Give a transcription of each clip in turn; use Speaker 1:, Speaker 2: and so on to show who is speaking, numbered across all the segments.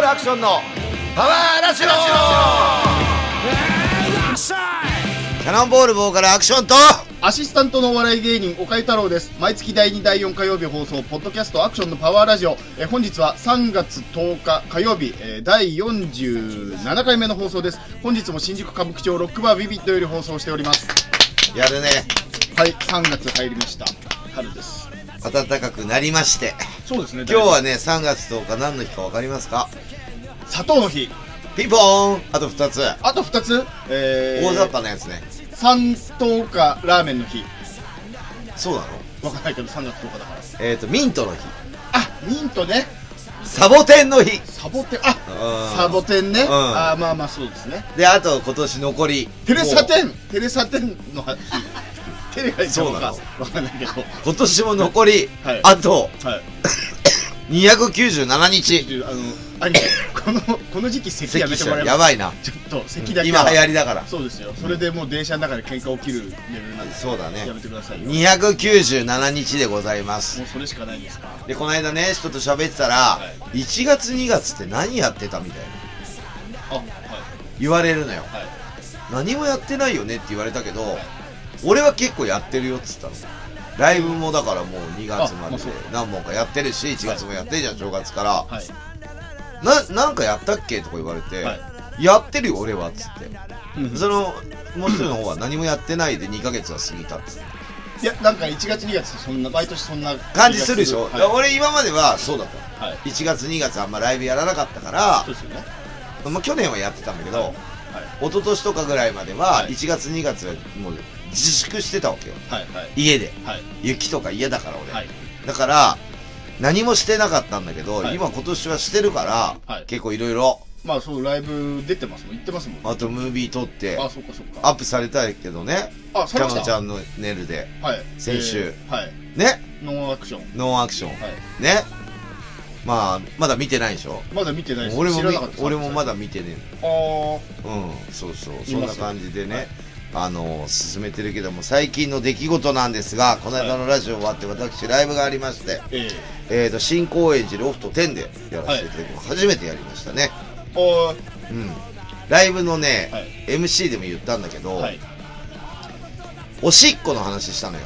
Speaker 1: ルアクションのパワーラジオキャノンボール棒からアクションと
Speaker 2: アシスタントのお笑い芸人、岡井太郎です。毎月第2、第4火曜日放送、ポッドキャストアクションのパワーラジオ。えー本日は3月10日火曜日、えー第47回目の放送です。本日も新宿歌舞伎町ロックバービビットより放送しております。
Speaker 1: やるね
Speaker 2: はい、3月入りました。春です。
Speaker 1: 暖かくなりまして
Speaker 2: そうですね
Speaker 1: 今日はね3月10日何の日か分かりますか
Speaker 2: 砂糖の日。
Speaker 1: ピンポーンあと2つ
Speaker 2: あと2つ、え
Speaker 1: 大雑把なやつね
Speaker 2: 三等かラーメンの日。
Speaker 1: そうなの
Speaker 2: わかんないけど3月10日だから。
Speaker 1: えっ、とミントの日
Speaker 2: あ、ミントね。
Speaker 1: サボテンの日
Speaker 2: サボテン、あ、
Speaker 1: うん
Speaker 2: サボテンね。
Speaker 1: ん
Speaker 2: あーまあまあそうですね。
Speaker 1: であと今年残り
Speaker 2: テレサ
Speaker 1: ン
Speaker 2: テンテレサテンの話テレがいたのか
Speaker 1: そう
Speaker 2: わかんないけどは
Speaker 1: 今年も残り、
Speaker 2: はい
Speaker 1: あと
Speaker 2: い
Speaker 1: 297日
Speaker 2: あの兄貴このこの時期咳やめ
Speaker 1: 咳し
Speaker 2: ても
Speaker 1: た
Speaker 2: らえ
Speaker 1: ら
Speaker 2: ま
Speaker 1: や
Speaker 2: す
Speaker 1: ばいな
Speaker 2: ちょっと咳だけ
Speaker 1: 今
Speaker 2: は
Speaker 1: 流行りだから
Speaker 2: そうですよそれでもう電車の中で喧嘩起きるレベルなんで
Speaker 1: そうだね
Speaker 2: やめてくださいよも
Speaker 1: 297日でございます
Speaker 2: うそれしかないですか
Speaker 1: でこの間ね人と喋ってたら、
Speaker 2: は
Speaker 1: 1月2月って何やってたみたいな
Speaker 2: あはい
Speaker 1: 言われるのよ
Speaker 2: はい
Speaker 1: 何もやってないよねって言われたけど俺は結構やってるよっつったのライブもだからもう2月まで
Speaker 2: あまあ
Speaker 1: で
Speaker 2: そう
Speaker 1: 何本かやってるし1月もやってるじゃん正月から
Speaker 2: はい
Speaker 1: 「ななんかやったっけ?」とか言われて「
Speaker 2: は
Speaker 1: やってるよ俺は」っつって
Speaker 2: うん
Speaker 1: そのもう一人の方は何もやってないで2ヶ月は過ぎたっつって
Speaker 2: いやなんか1月2月そんな毎年そんな
Speaker 1: 感じするでしょ、
Speaker 2: はい
Speaker 1: だから俺今まではそうだった
Speaker 2: はい
Speaker 1: 1月2月あんまライブやらなかったから、
Speaker 2: そうですよね
Speaker 1: まあ、去年はやってたんだけど、
Speaker 2: はい
Speaker 1: 一昨年とかぐらいまでは
Speaker 2: はい
Speaker 1: 1月2月はもう自粛してたわけよ
Speaker 2: はいはい
Speaker 1: 家で
Speaker 2: はい
Speaker 1: 雪とか嫌だから俺、
Speaker 2: はい
Speaker 1: だから何もしてなかったんだけど、
Speaker 2: はい
Speaker 1: 今今年はしてるから、
Speaker 2: はい
Speaker 1: 結構いろいろ
Speaker 2: まあそうライブ出てますもん行ってますもん
Speaker 1: あとムービー撮って
Speaker 2: あそっかそっか
Speaker 1: アップされたけどね
Speaker 2: あ
Speaker 1: キ
Speaker 2: され
Speaker 1: ャ
Speaker 2: まし
Speaker 1: ノ
Speaker 2: た
Speaker 1: ちゃんのネルで
Speaker 2: はい、
Speaker 1: 先週
Speaker 2: えーはい、
Speaker 1: ね
Speaker 2: ノンアクション、
Speaker 1: ノンアクション、
Speaker 2: はい、
Speaker 1: ねまあまだ見てないでしょ
Speaker 2: まだ見てないです
Speaker 1: 俺も
Speaker 2: 知
Speaker 1: み
Speaker 2: らなかった
Speaker 1: 俺もま
Speaker 2: だ
Speaker 1: だ見てねえの
Speaker 2: あー
Speaker 1: うん、そうそう、
Speaker 2: い
Speaker 1: そん
Speaker 2: ま
Speaker 1: な
Speaker 2: す
Speaker 1: 感じでね、
Speaker 2: はい
Speaker 1: あの進めてるけども、最近の出来事なんですが、この間のラジオ終わって、私、ライブがありまして、
Speaker 2: ええ
Speaker 1: えー、と新高円寺ロフト10でやらせていただきます、初めてやりましたね、
Speaker 2: おー
Speaker 1: うん、ライブのね、
Speaker 2: はい
Speaker 1: MC でも言ったんだけど、
Speaker 2: はい
Speaker 1: おしっこの話したのよ、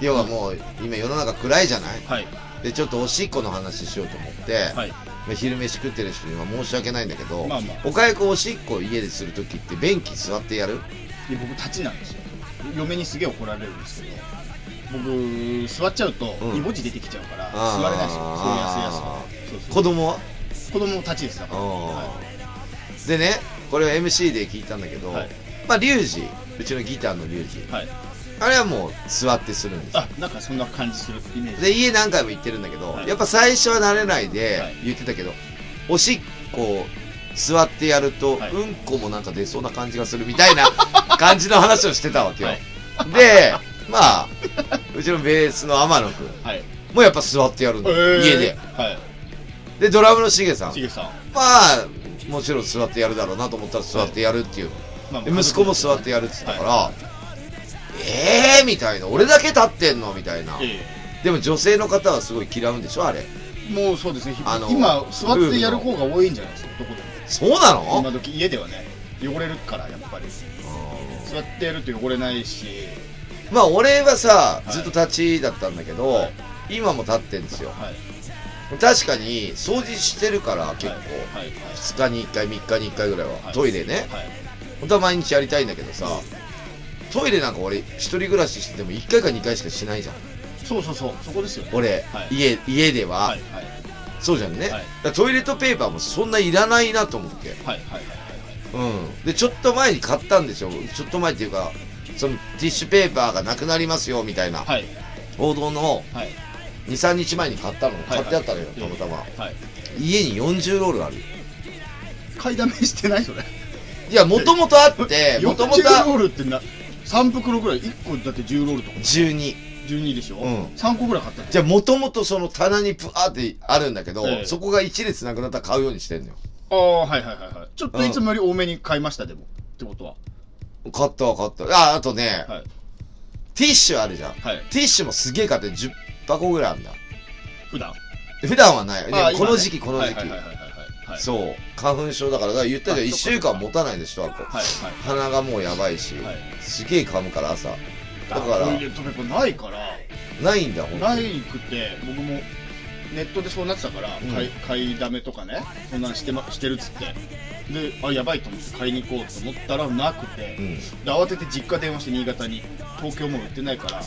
Speaker 1: 要はもう、今、世の中暗いじゃない
Speaker 2: はい
Speaker 1: で、ちょっとおしっこの話しようと思って、
Speaker 2: はい
Speaker 1: まあ昼飯食ってる人には申し訳ないんだけど、
Speaker 2: まあまあ
Speaker 1: おかゆくんおしっこ家でするときって、便器座ってやる
Speaker 2: で僕立ちなんですよ嫁にすげえ怒られるんですけど僕座っちゃうと
Speaker 1: うん
Speaker 2: イボ痔出てきちゃうから
Speaker 1: あー
Speaker 2: 座れないですよそうやすやすそうそ
Speaker 1: 子
Speaker 2: う
Speaker 1: 供は
Speaker 2: 子供も立ちですだからは
Speaker 1: うんでねこれは MC で聞いたんだけど、
Speaker 2: はい
Speaker 1: まあリュウジうちのギターのリュウジ
Speaker 2: い、はい、
Speaker 1: あれはもう座ってするんですよ
Speaker 2: あなんかそんな感じするイメージ
Speaker 1: で家何回も行ってるんだけど、
Speaker 2: はい
Speaker 1: やっぱ最初は慣れないで
Speaker 2: はい
Speaker 1: 言ってたけど、おしっこを座ってやると、
Speaker 2: はい
Speaker 1: うんこもなんか出そうな感じがするみたいな 感じの話をしてたわけよ、
Speaker 2: はい
Speaker 1: でまあうちのベースの天野くん
Speaker 2: はい、
Speaker 1: もやっぱ座ってやるんだよ、
Speaker 2: えー
Speaker 1: 家で
Speaker 2: は
Speaker 1: でドラムのしげさん
Speaker 2: いしげさん、
Speaker 1: まあもちろん座ってやるだろうなと思ったら座ってやるっていう、
Speaker 2: まあ
Speaker 1: で息子も座ってやるっつったから、
Speaker 2: は
Speaker 1: ええー、みたいな俺だけ立ってんのみたいな、
Speaker 2: いええ
Speaker 1: でも女性の方はすごい嫌うんでしょあれ
Speaker 2: もうそうですね、
Speaker 1: あの
Speaker 2: 今座ってやる方が多いんじゃないですかどこでも
Speaker 1: そうなの
Speaker 2: 今時家ではね汚れるからやっぱり座ってやると汚れないし
Speaker 1: まあ俺はさ
Speaker 2: はい
Speaker 1: ずっと立ちだったんだけど、
Speaker 2: はい
Speaker 1: 今も立ってんですよ
Speaker 2: はい
Speaker 1: 確かに掃除してるから結構、
Speaker 2: はいはい
Speaker 1: 2日に1回3日に1回ぐらいは、
Speaker 2: はい
Speaker 1: トイレね
Speaker 2: はい
Speaker 1: 本当は毎日やりたいんだけどさトイレなんか俺一人暮らししてても1回か2回しかしないじゃん
Speaker 2: そうそうそうそこですよね
Speaker 1: 俺、
Speaker 2: はい
Speaker 1: 家家では、
Speaker 2: はいはい
Speaker 1: そうじゃんね、
Speaker 2: はい
Speaker 1: だからトイレットペーパーもそんないらないなと思って
Speaker 2: はいはいはい
Speaker 1: うんでちょっと前に買ったんですよちょっと前っていうかそのティッシュペーパーがなくなりますよみたいな
Speaker 2: はい
Speaker 1: 報道の
Speaker 2: はい
Speaker 1: 23日前に買ったの買ってあったのよ
Speaker 2: はい
Speaker 1: たまたま
Speaker 2: はい
Speaker 1: 家に40ロールある
Speaker 2: 買いだめしてないそれ
Speaker 1: いやもともとあ ってもともと
Speaker 2: 40ロールってな3袋ぐらい1個だって10ロールとか
Speaker 1: 12
Speaker 2: 12でしょ、
Speaker 1: うん
Speaker 2: 3個ぐらい買ったの
Speaker 1: じゃあもともとその棚にプワーってあるんだけど、
Speaker 2: ええ
Speaker 1: そこが1列なくなったら買うようにしてんのよ
Speaker 2: ああはいはいはいはいちょっといつもより多めに買いましたでもってことは
Speaker 1: 買ったわ買ったああとね、
Speaker 2: はい
Speaker 1: ティッシュあるじゃん
Speaker 2: はい
Speaker 1: ティッシュもすげえ買って10箱ぐらいあるんだ
Speaker 2: 普段
Speaker 1: 普段はない。
Speaker 2: あー
Speaker 1: で
Speaker 2: 今
Speaker 1: こ
Speaker 2: ね
Speaker 1: の時期、この時期
Speaker 2: はい。はいはいはいはいはい
Speaker 1: そう花粉症だからだから言ったじゃん
Speaker 2: あ
Speaker 1: 1週間持たないでしょあと
Speaker 2: はい
Speaker 1: 鼻がもうやばいし、
Speaker 2: はい
Speaker 1: すげえ噛むから朝だ
Speaker 2: だ
Speaker 1: から
Speaker 2: からトイレットペーパーないから
Speaker 1: ないんだほんと
Speaker 2: な
Speaker 1: に
Speaker 2: いくて僕もネットでそうなってたか
Speaker 1: ん
Speaker 2: ら、買い買いだめとかねそんなんして,、ま、してるっつってであやばいと思って買いに行こうと思ったらなくて、
Speaker 1: うん
Speaker 2: で慌てて実家電話して新潟に東京も売ってないから
Speaker 1: 売っ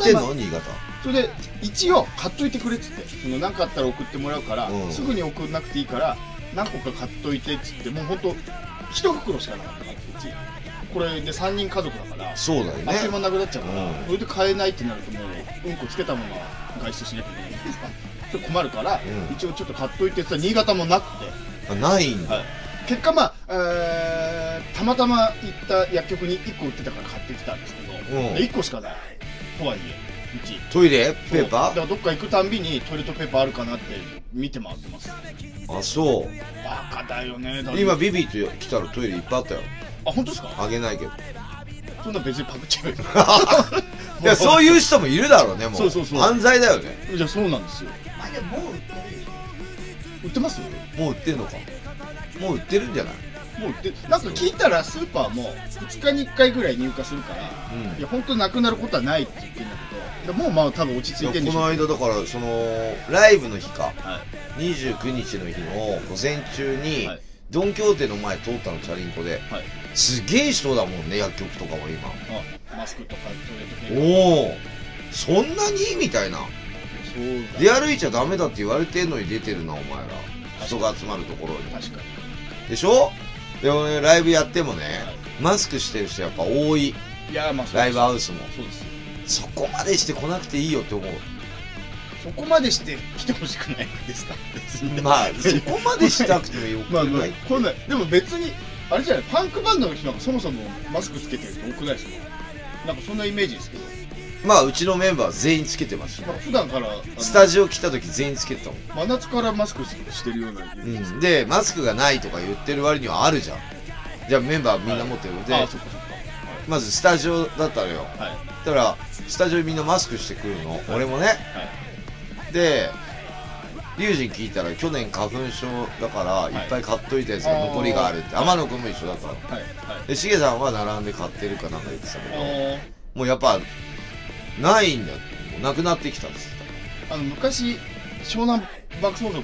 Speaker 1: てん
Speaker 2: ただま
Speaker 1: の新潟
Speaker 2: あそれで一応買っといてくれっつってその何かあったら送ってもらうから、
Speaker 1: うん
Speaker 2: すぐに送んなくていいから何個か買っといてっつってもうほんと一袋しかなかったからうちこれで3人家族だから
Speaker 1: そうだよ
Speaker 2: あっという間
Speaker 1: ね
Speaker 2: なくなっちゃうから、
Speaker 1: うん
Speaker 2: それで買えないってなるともううんこつけたまま外出しなきゃいけないじゃ ないですかそれ困るから、
Speaker 1: うん
Speaker 2: 一応ちょっと買っといてって言ったら新潟もなく
Speaker 1: あないん
Speaker 2: て、
Speaker 1: だ、
Speaker 2: 結果まあ、えーたまたま行った薬局に1個売ってたから買ってきたんですけど、
Speaker 1: ん
Speaker 2: 1個しかないとはいえうち
Speaker 1: トイレペー
Speaker 2: そうだ
Speaker 1: パ
Speaker 2: からどっか行くたんびにトイレットペーパーあるかなって見て回ってます
Speaker 1: ーあそう
Speaker 2: バカだよねだって
Speaker 1: 今ビビと来たらトイレいっぱいあったよ
Speaker 2: あ本当ですか
Speaker 1: あげない けど
Speaker 2: そんな別にパクっちゃうよ
Speaker 1: いやそういう人もいるだろうねもう
Speaker 2: そうそうそう
Speaker 1: 犯罪だよね
Speaker 2: じゃあそうなんですよ
Speaker 3: まあでももう売ってるでし
Speaker 2: 売
Speaker 3: ょ
Speaker 2: ってます
Speaker 1: もう売ってんのかもう売ってるんじゃない
Speaker 2: もうでなんか聞いたらスーパーも2日に1回ぐらい入荷するから、
Speaker 1: うん
Speaker 2: いや本当なくなることはないって言ってんだけどでもうまあ多分落ち
Speaker 1: い
Speaker 2: 着い
Speaker 1: や
Speaker 2: てんで
Speaker 1: こ
Speaker 2: し
Speaker 1: の
Speaker 2: ょ
Speaker 1: 間だからそのライブの日か
Speaker 2: は
Speaker 1: 29日の日の午前中
Speaker 2: い
Speaker 1: に、
Speaker 2: はい
Speaker 1: ドン・キョーテの前通ったのチャリンコで
Speaker 2: はい
Speaker 1: すげえ人だもんね薬局とかも今
Speaker 2: あマスクとかトイレットペー
Speaker 1: おおそんなにみたいな
Speaker 2: パーそう
Speaker 1: 出歩いちゃダメだって言われてんのに出てるなお前ら人が集まるところに
Speaker 2: だ確かに
Speaker 1: でしょでもねライブやってもねマスクしてる人やっぱ多い
Speaker 2: いやまあそうです
Speaker 1: ライブハウスも
Speaker 2: そうですよ
Speaker 1: そこまでしてこなくていいよって思う
Speaker 2: そこまでして来てほしくないですか別に
Speaker 1: まあそこまでしたくてもよく
Speaker 2: まあま
Speaker 1: な
Speaker 2: あ
Speaker 1: い
Speaker 2: こんなでも別にあれじゃないパンクバンドの人なんかそもそもマスクつけてる人多くないですかなんかそんなイメージですけど、
Speaker 1: まあうちのメンバー全員つけてました
Speaker 2: まあ、
Speaker 1: ね
Speaker 2: 普段からあの
Speaker 1: スタジオ来た時全員つけてたもん
Speaker 2: 真夏からマスクしてるようなイメージですけど
Speaker 1: うん、でマスクがないとか言ってる割にはあるじゃんじゃあメンバーみんな持ってるで、
Speaker 2: あそっかそっ
Speaker 1: まずスタジオだったのよ
Speaker 2: かはい
Speaker 1: だからスタジオにみんなマスクしてくるの、俺もね、で龍神聞いたら去年花粉症だからいっぱい買っといたやつが
Speaker 2: はい
Speaker 1: 残りがあるって、天野くんも一緒だったの
Speaker 2: はい
Speaker 1: でしげさんは並んで買ってるかなんか言ってたけど
Speaker 2: はい
Speaker 1: もうやっぱないんだよもうなくなってきたんですって
Speaker 2: あのあの昔湘南爆走族の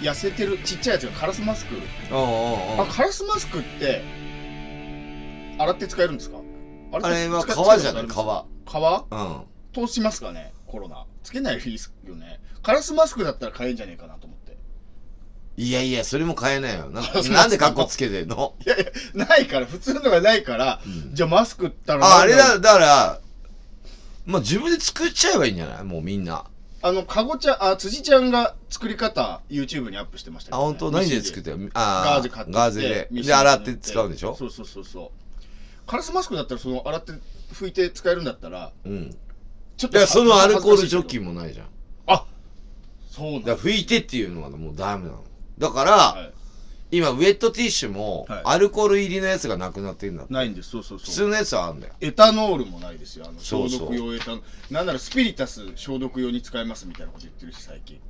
Speaker 2: 痩せてるちっちゃいやつがカラスマスク
Speaker 1: うんうんうんう
Speaker 2: あ
Speaker 1: ん
Speaker 2: カラスマスクって洗って使えるんですかあ
Speaker 1: あれは
Speaker 2: 使っ
Speaker 1: 皮じゃない皮
Speaker 2: 使えるんですか
Speaker 1: うん
Speaker 2: 皮通しますかねコロナつけないよりいいですよねカラスマスクだったら買えんじゃねえかなと思って
Speaker 1: いやいや、それも買えないよ。な
Speaker 2: そう
Speaker 1: なんでカッコつけてんの、
Speaker 2: いやいや ないから普通のがないから
Speaker 1: うん
Speaker 2: じゃあマスクったら
Speaker 1: あ、あれ
Speaker 2: なん
Speaker 1: だ、だから、まあ、自分で作っちゃえばいいんじゃないもうみんな。
Speaker 2: あのかごちゃんあ辻ちゃんが作り方 YouTube にアップしてましたけ
Speaker 1: あ、
Speaker 2: どね
Speaker 1: 本当何で作ってるあ
Speaker 2: ガーゼ買ってきて
Speaker 1: ガーゼで。
Speaker 2: ミシン
Speaker 1: で、洗って使うんでしょ
Speaker 2: そうそうそうそうカラスマスクだったらその洗って拭いて使えるんだったら
Speaker 1: うん。
Speaker 2: ちょっ
Speaker 1: だからそのアルコール除
Speaker 2: キ
Speaker 1: 菌もないじゃん。
Speaker 2: そうなんだ
Speaker 1: だから拭いてっていうのはもうダメなの。だから、
Speaker 2: はい
Speaker 1: 今、ウェットティッシュも
Speaker 2: はい、
Speaker 1: アルコール入りのやつがなくなってんだって。
Speaker 2: ないんですそうそう
Speaker 1: 普
Speaker 2: そ
Speaker 1: 通
Speaker 2: う
Speaker 1: のやつはあるんだよ。
Speaker 2: エタノールもないですよあの
Speaker 1: そ
Speaker 2: 消
Speaker 1: うそう
Speaker 2: 毒用エタノールなんならスピリタス消毒用に使えますみたいなこと言ってるし最近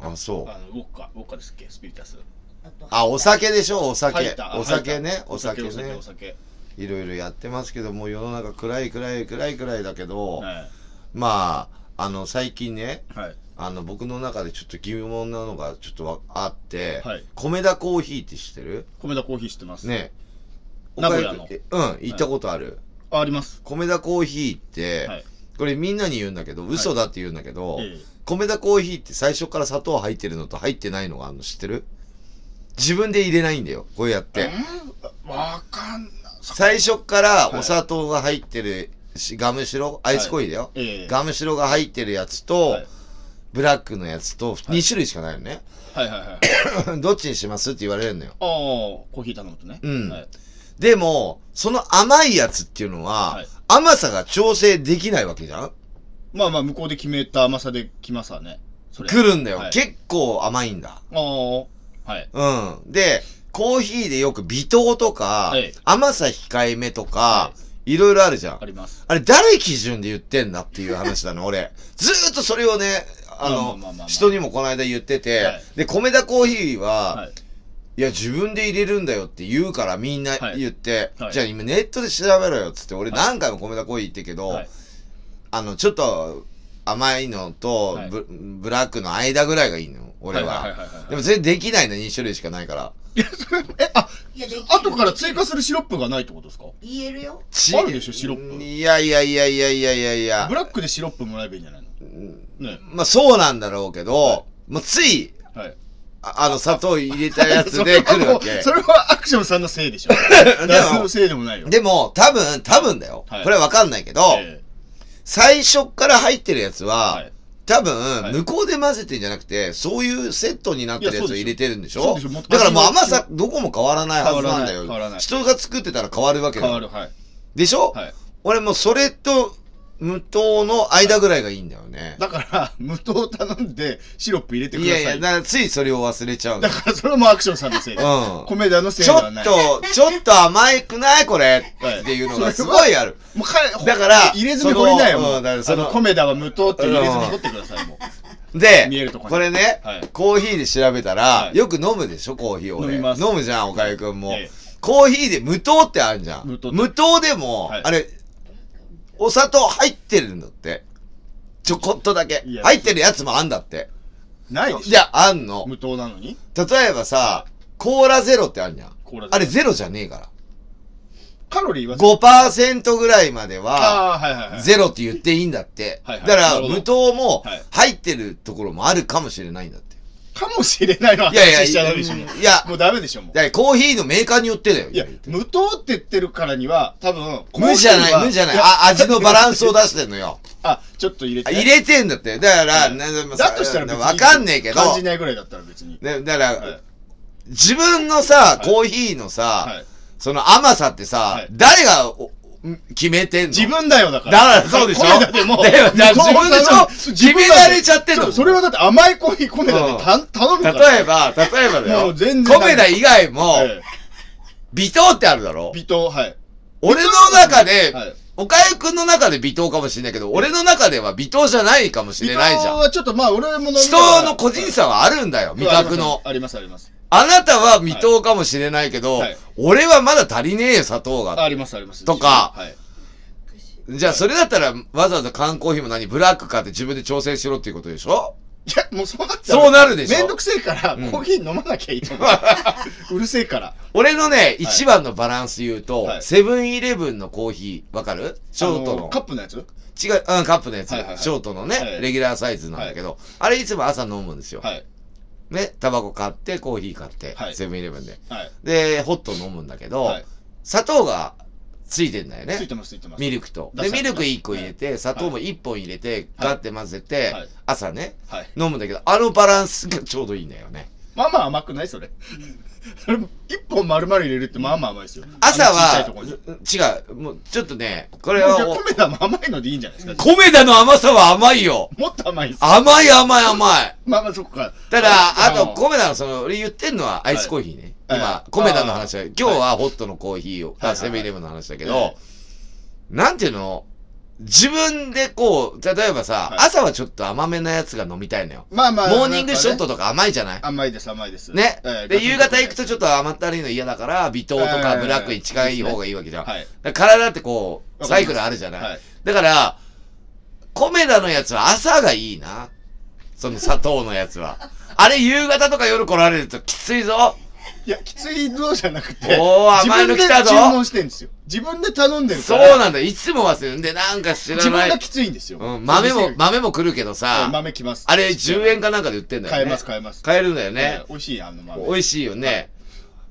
Speaker 1: あ、そう。
Speaker 2: あのウォッカウォッカですっけスピリタス
Speaker 3: あと
Speaker 1: あ、お酒でしょお
Speaker 2: 入
Speaker 1: 酒
Speaker 2: った。あ
Speaker 1: お酒
Speaker 2: 入っ
Speaker 1: ね。
Speaker 2: た
Speaker 1: お酒
Speaker 2: お酒
Speaker 1: ね
Speaker 2: お。酒
Speaker 1: いろいろやってますけど、もう世の中暗い暗い暗い暗いだけど、
Speaker 2: は
Speaker 1: まあ、あの、最近ね、
Speaker 2: いはい
Speaker 1: あの、僕の中でちょっと疑問なのがちょっとわあって、
Speaker 2: はい
Speaker 1: 米田コーヒーって知ってる
Speaker 2: 米田コーヒー知ってます
Speaker 1: ね。
Speaker 2: 名古屋の
Speaker 1: 岡山えうん、行ったことある。
Speaker 2: ああります
Speaker 1: 米田コーヒーって、
Speaker 2: はい
Speaker 1: これみんなに言うんだけど、嘘だって言うんだけど、
Speaker 2: え
Speaker 1: 米田コーヒーって最初から砂糖入ってるのと入ってないのがあるの知ってる自分で入れないんだよ、こうやっ
Speaker 2: え
Speaker 1: て。
Speaker 2: うんわかんない
Speaker 1: 最初からお砂糖が入ってるし、ガムシロ、アイスコーヒーだよ。
Speaker 2: ええ
Speaker 1: ガムシロが入ってるやつと、
Speaker 2: はい
Speaker 1: ブラックのやつと、2種類しかないのね。
Speaker 2: はいはいはい
Speaker 1: どっちにしますって言われるのよ。
Speaker 2: ああ、コーヒー頼むとね。
Speaker 1: うん
Speaker 2: はい、
Speaker 1: でも、その甘いやつっていうのは、
Speaker 2: はい
Speaker 1: 甘さが調整できないわけじゃん
Speaker 2: まあまあ、向こうで決めた甘さで来ますわね。それ。
Speaker 1: 来るんだよ、
Speaker 2: はい
Speaker 1: 結構甘いんだ。
Speaker 2: ああ、はい。
Speaker 1: うん。で、コーヒーでよく微糖とか、
Speaker 2: はい
Speaker 1: 甘さ控えめとか、
Speaker 2: はい
Speaker 1: いろいろあるじゃん
Speaker 2: あ。ります。
Speaker 1: あれ誰基準で言ってんだっていう話 なの、俺。ずーっとそれをね、あ
Speaker 2: まあまあまあま
Speaker 1: の
Speaker 2: あ、
Speaker 1: 人にもこの間言ってて、
Speaker 2: はい
Speaker 1: で、米田コーヒーは、
Speaker 2: はい
Speaker 1: い、や、自分で入れるんだよって言うからみんな
Speaker 2: はい
Speaker 1: 言って、
Speaker 2: はい
Speaker 1: じゃあ今ネットで調べろよっつって、俺
Speaker 2: はい
Speaker 1: 何回も米田コーヒー言ってけど、
Speaker 2: はい
Speaker 1: あの、ちょっと甘いのと
Speaker 2: はい
Speaker 1: ブ、ブラックの間ぐらいがいいの、俺は。
Speaker 2: はいはいはいはいはい
Speaker 1: でも全然できないの、2種類しかないから。
Speaker 2: え、あ、
Speaker 3: いや、できる
Speaker 2: 後から追加するシロップがないってことですか
Speaker 3: 言えるよ。
Speaker 1: ち
Speaker 2: あるでしょシロップ
Speaker 1: いやいやいやいやいやいやいや
Speaker 2: ブ。ラックでシロップもらえばいいんじゃないのね。
Speaker 1: まあそうなんだろうけど、
Speaker 2: はい
Speaker 1: もうつい、
Speaker 2: はい。
Speaker 1: ああの、砂糖入れたやつで来るわけ。
Speaker 2: それはアクションさんのせ いでしょ。誰のせいでもないよ。
Speaker 1: でも、多分、多分だよ。
Speaker 2: はい
Speaker 1: これはわかんないけど、
Speaker 2: え
Speaker 1: 最初から入ってるやつ
Speaker 2: え
Speaker 1: は、
Speaker 2: はい
Speaker 1: 多
Speaker 2: は
Speaker 1: 分、
Speaker 2: い
Speaker 1: 向こうで混ぜてんじゃなくて、そういうセットになってるやつを入れてるんでし
Speaker 2: いやそ
Speaker 1: ょ
Speaker 2: うでしょそうでし
Speaker 1: だ
Speaker 2: ょ
Speaker 1: からもう
Speaker 2: もっと
Speaker 1: 甘さ、どこも変わらないはずなんだよ
Speaker 2: 変わらない変わらな。い
Speaker 1: 人が作ってたら変わるわけ
Speaker 2: 変
Speaker 1: だ
Speaker 2: わ
Speaker 1: よ。
Speaker 2: る。はい。
Speaker 1: でしょ、
Speaker 2: はい。
Speaker 1: 俺もうそれと、無糖の間ぐらいがいいんだよね。
Speaker 2: だから、無糖頼んでシロップ入れてく
Speaker 1: い
Speaker 2: だ
Speaker 1: や
Speaker 2: さい。
Speaker 1: いや、だからついそれを忘れちゃうんだ
Speaker 2: だ
Speaker 1: よ。
Speaker 2: から、それもアクションさんのせいで
Speaker 1: うん
Speaker 2: 米田のせ
Speaker 1: ち
Speaker 2: いで
Speaker 1: ょっ
Speaker 2: はない。
Speaker 1: と、ちょっと甘いくないこれ
Speaker 2: はい
Speaker 1: っていうのがすごいある。
Speaker 2: もう彼、
Speaker 1: だから
Speaker 2: 入れ墨掘りなよ。
Speaker 1: その
Speaker 2: も
Speaker 1: うん
Speaker 2: う
Speaker 1: だからその
Speaker 2: あの米田は無糖って入れ墨掘ってください、も
Speaker 1: で
Speaker 2: 見えるとこ、に
Speaker 1: これね
Speaker 2: はい、
Speaker 1: コーヒーで調べたら
Speaker 2: は、い
Speaker 1: よく飲むでしょ、コーヒーを
Speaker 2: 飲みます
Speaker 1: 飲むじゃん、おかゆくんも
Speaker 2: ええ。
Speaker 1: コーヒーで無糖ってあるじゃん
Speaker 2: 無糖。って
Speaker 1: 無糖でも
Speaker 2: はい、
Speaker 1: あれ、お砂糖入ってるんだって。ちょこっとだけ
Speaker 2: い。や
Speaker 1: 入ってるやつもあんだって。
Speaker 2: う。ないでし
Speaker 1: じゃあ、あんの
Speaker 2: ょ。。無糖なのに
Speaker 1: 例えばさ、コーラゼロってあるじゃん。
Speaker 2: コーラゼロ
Speaker 1: あれゼロじゃねえから。
Speaker 2: カロリーは
Speaker 1: 5%ぐらいまでは、
Speaker 2: ああ、はいはいはい。
Speaker 1: ゼロって言っていいんだって。
Speaker 2: はいはい
Speaker 1: だか
Speaker 2: な
Speaker 1: ら、
Speaker 2: るほど
Speaker 1: 無糖も
Speaker 2: はい
Speaker 1: 入ってるところもあるかもしれないんだって。
Speaker 2: かもしれないの
Speaker 1: いやいや
Speaker 2: 話しちゃダメでしょ。もう
Speaker 1: いや
Speaker 2: もうダメでしょ、もう。
Speaker 1: だからコーヒーのメーカーによってだよ。
Speaker 2: いや、無糖って言ってるからには、多分、
Speaker 1: 無じゃない、無じゃない。あ、味のバランスを出してんのよ。
Speaker 2: あ、ちょっと入れて。
Speaker 1: 入れてんだって。だから、な
Speaker 2: だとしたら別に。
Speaker 1: わかんねえけど。
Speaker 2: 感じないぐらいだったら別に。
Speaker 1: ねだから、
Speaker 2: はい
Speaker 1: 自分のさ、
Speaker 2: い
Speaker 1: コーヒーのさ、
Speaker 2: はい
Speaker 1: その甘さってさ、
Speaker 2: はい
Speaker 1: 誰がお決めてんの
Speaker 2: 自分だよ、だか。
Speaker 1: だかららそうでしょ
Speaker 2: 米田でも。
Speaker 1: だよだから
Speaker 2: 無糖
Speaker 1: 自分でしょ
Speaker 2: 自分だ
Speaker 1: 決め
Speaker 2: よ
Speaker 1: られちゃってんの
Speaker 2: そうそれはだって甘いコーヒー米田
Speaker 1: うん
Speaker 2: でた頼むから。
Speaker 1: 例えば、例え ばだ
Speaker 2: も
Speaker 1: よ。
Speaker 2: う全然ダメ
Speaker 1: 米田以外も、
Speaker 2: ええ
Speaker 1: 微糖ってあるだろ
Speaker 2: 微糖、はい。
Speaker 1: 俺の中で、
Speaker 2: はい
Speaker 1: おかゆくんの中で微糖かもしれないけど、俺の中では微糖じゃないかもし
Speaker 2: 微
Speaker 1: れ
Speaker 2: 糖
Speaker 1: ないじゃん。
Speaker 2: はちょっとまあ俺も飲みながら
Speaker 1: 人の個人差はあるんだよ、味覚の。
Speaker 2: ありますあります。
Speaker 1: あなたは微糖かもしれないけど、
Speaker 2: はい
Speaker 1: 俺はまだ足りねえよ、砂糖
Speaker 2: あ
Speaker 1: が。
Speaker 2: りますあります。
Speaker 1: とか
Speaker 2: はい。
Speaker 1: じゃあ、それだったら、わざわざ缶コーヒーも何、ブラック買って自分で調整しろっていうことでしょ
Speaker 2: いや、もうそうなっちゃ
Speaker 1: そうなるでしょ
Speaker 2: めんどくせえから、
Speaker 1: うん
Speaker 2: コーヒー飲まなきゃいいと 思う。うるせえから。
Speaker 1: 俺のね、一番のバランス言うと、
Speaker 2: はい
Speaker 1: セブンイレブンのコーヒー、わかるショート
Speaker 2: あ
Speaker 1: の。
Speaker 2: カップのやつ
Speaker 1: 違う、うん、カップのやつ、
Speaker 2: はいはいはい
Speaker 1: ショートのね、
Speaker 2: はい
Speaker 1: レギュラーサイズなんだけど、あれいつも朝飲むんですよ。
Speaker 2: はい。
Speaker 1: ね、タバコ買って、コーヒー買って、
Speaker 2: はい
Speaker 1: セブンイレブンで。
Speaker 2: はい。
Speaker 1: で、ホット飲むんだけど、
Speaker 2: はい
Speaker 1: 砂糖がついてんだよ
Speaker 2: つい
Speaker 1: ね。
Speaker 2: てますついてます。
Speaker 1: ミルクと。
Speaker 2: 出
Speaker 1: で、
Speaker 2: さな
Speaker 1: ミ
Speaker 2: い
Speaker 1: ルク1個入れて、砂糖も1本入れて、
Speaker 2: はい
Speaker 1: ガッて混ぜて、
Speaker 2: はい
Speaker 1: 朝ね、
Speaker 2: はい。
Speaker 1: 飲むんだけど、あのバランスがちょうどいいんだよね。
Speaker 2: まあまあ甘くないそれ。それ、一本丸々入れるってまあまあ甘いですよ。
Speaker 1: 朝
Speaker 2: あの
Speaker 1: は
Speaker 2: ちっちゃいとこに、
Speaker 1: 違う、もうちょっとね、こ
Speaker 2: こ
Speaker 1: れ
Speaker 2: れは
Speaker 1: は
Speaker 2: じゃあ
Speaker 1: お、
Speaker 2: 米田も甘いのでいいんじゃないですか。
Speaker 1: 米田の甘さは甘いよ。
Speaker 2: もっと甘いです。
Speaker 1: 甘い甘い甘い。
Speaker 2: まあまあそっか。
Speaker 1: ただ、あ
Speaker 2: の
Speaker 1: と、コメダの、その、俺言ってんのはアイスコーヒーね。
Speaker 2: はいは
Speaker 1: 今
Speaker 2: い、
Speaker 1: コメダの話は、
Speaker 2: あー
Speaker 1: 今日はホットのコーヒーを、
Speaker 2: は
Speaker 1: あ
Speaker 2: い
Speaker 1: セブンイレブンの話だけ
Speaker 2: はい
Speaker 1: ど、なんていうの自分でこう、例えばさ
Speaker 2: は、い
Speaker 1: 朝はちょっと甘めなやつが飲みたいのよ。
Speaker 2: まあまあ。
Speaker 1: モーニングショット
Speaker 2: なん
Speaker 1: と
Speaker 2: かね
Speaker 1: か甘いじゃない
Speaker 2: 甘いです甘いです。
Speaker 1: ね
Speaker 2: ええ。
Speaker 1: で、夕方行くとちょっと甘ったるいの嫌だから、微糖とか
Speaker 2: ええ
Speaker 1: ブラックに近い方がいいわけじゃん。
Speaker 2: はい。
Speaker 1: だから体ってこう、
Speaker 2: わか
Speaker 1: サ
Speaker 2: ります
Speaker 1: イクルあるじゃない、
Speaker 2: はい
Speaker 1: だから、コメダのやつは朝がいいな。その砂糖のやつ は。あれ夕方とか夜来られるときついぞ。
Speaker 2: いや、きついのじゃなくて、
Speaker 1: おー甘いの来たぞ
Speaker 2: 自分で注文してんですよ。自分で頼んでる
Speaker 1: そ
Speaker 2: か
Speaker 1: う
Speaker 2: ら。
Speaker 1: なんだ。いつも忘れるんで、なんか知ら
Speaker 2: 自
Speaker 1: な
Speaker 2: 分が
Speaker 1: い。
Speaker 2: きついんですよ。
Speaker 1: うん、豆
Speaker 2: そう
Speaker 1: も
Speaker 2: 店、が
Speaker 1: 豆も来るけど
Speaker 2: はい
Speaker 1: さ、
Speaker 2: 豆きます。
Speaker 1: あれ10円かなんかで売ってんだよね。
Speaker 2: 買えます買えます
Speaker 1: 買えるんだよ
Speaker 2: ね
Speaker 1: ね。。
Speaker 2: 美味しいあの豆。
Speaker 1: 美味しいよね。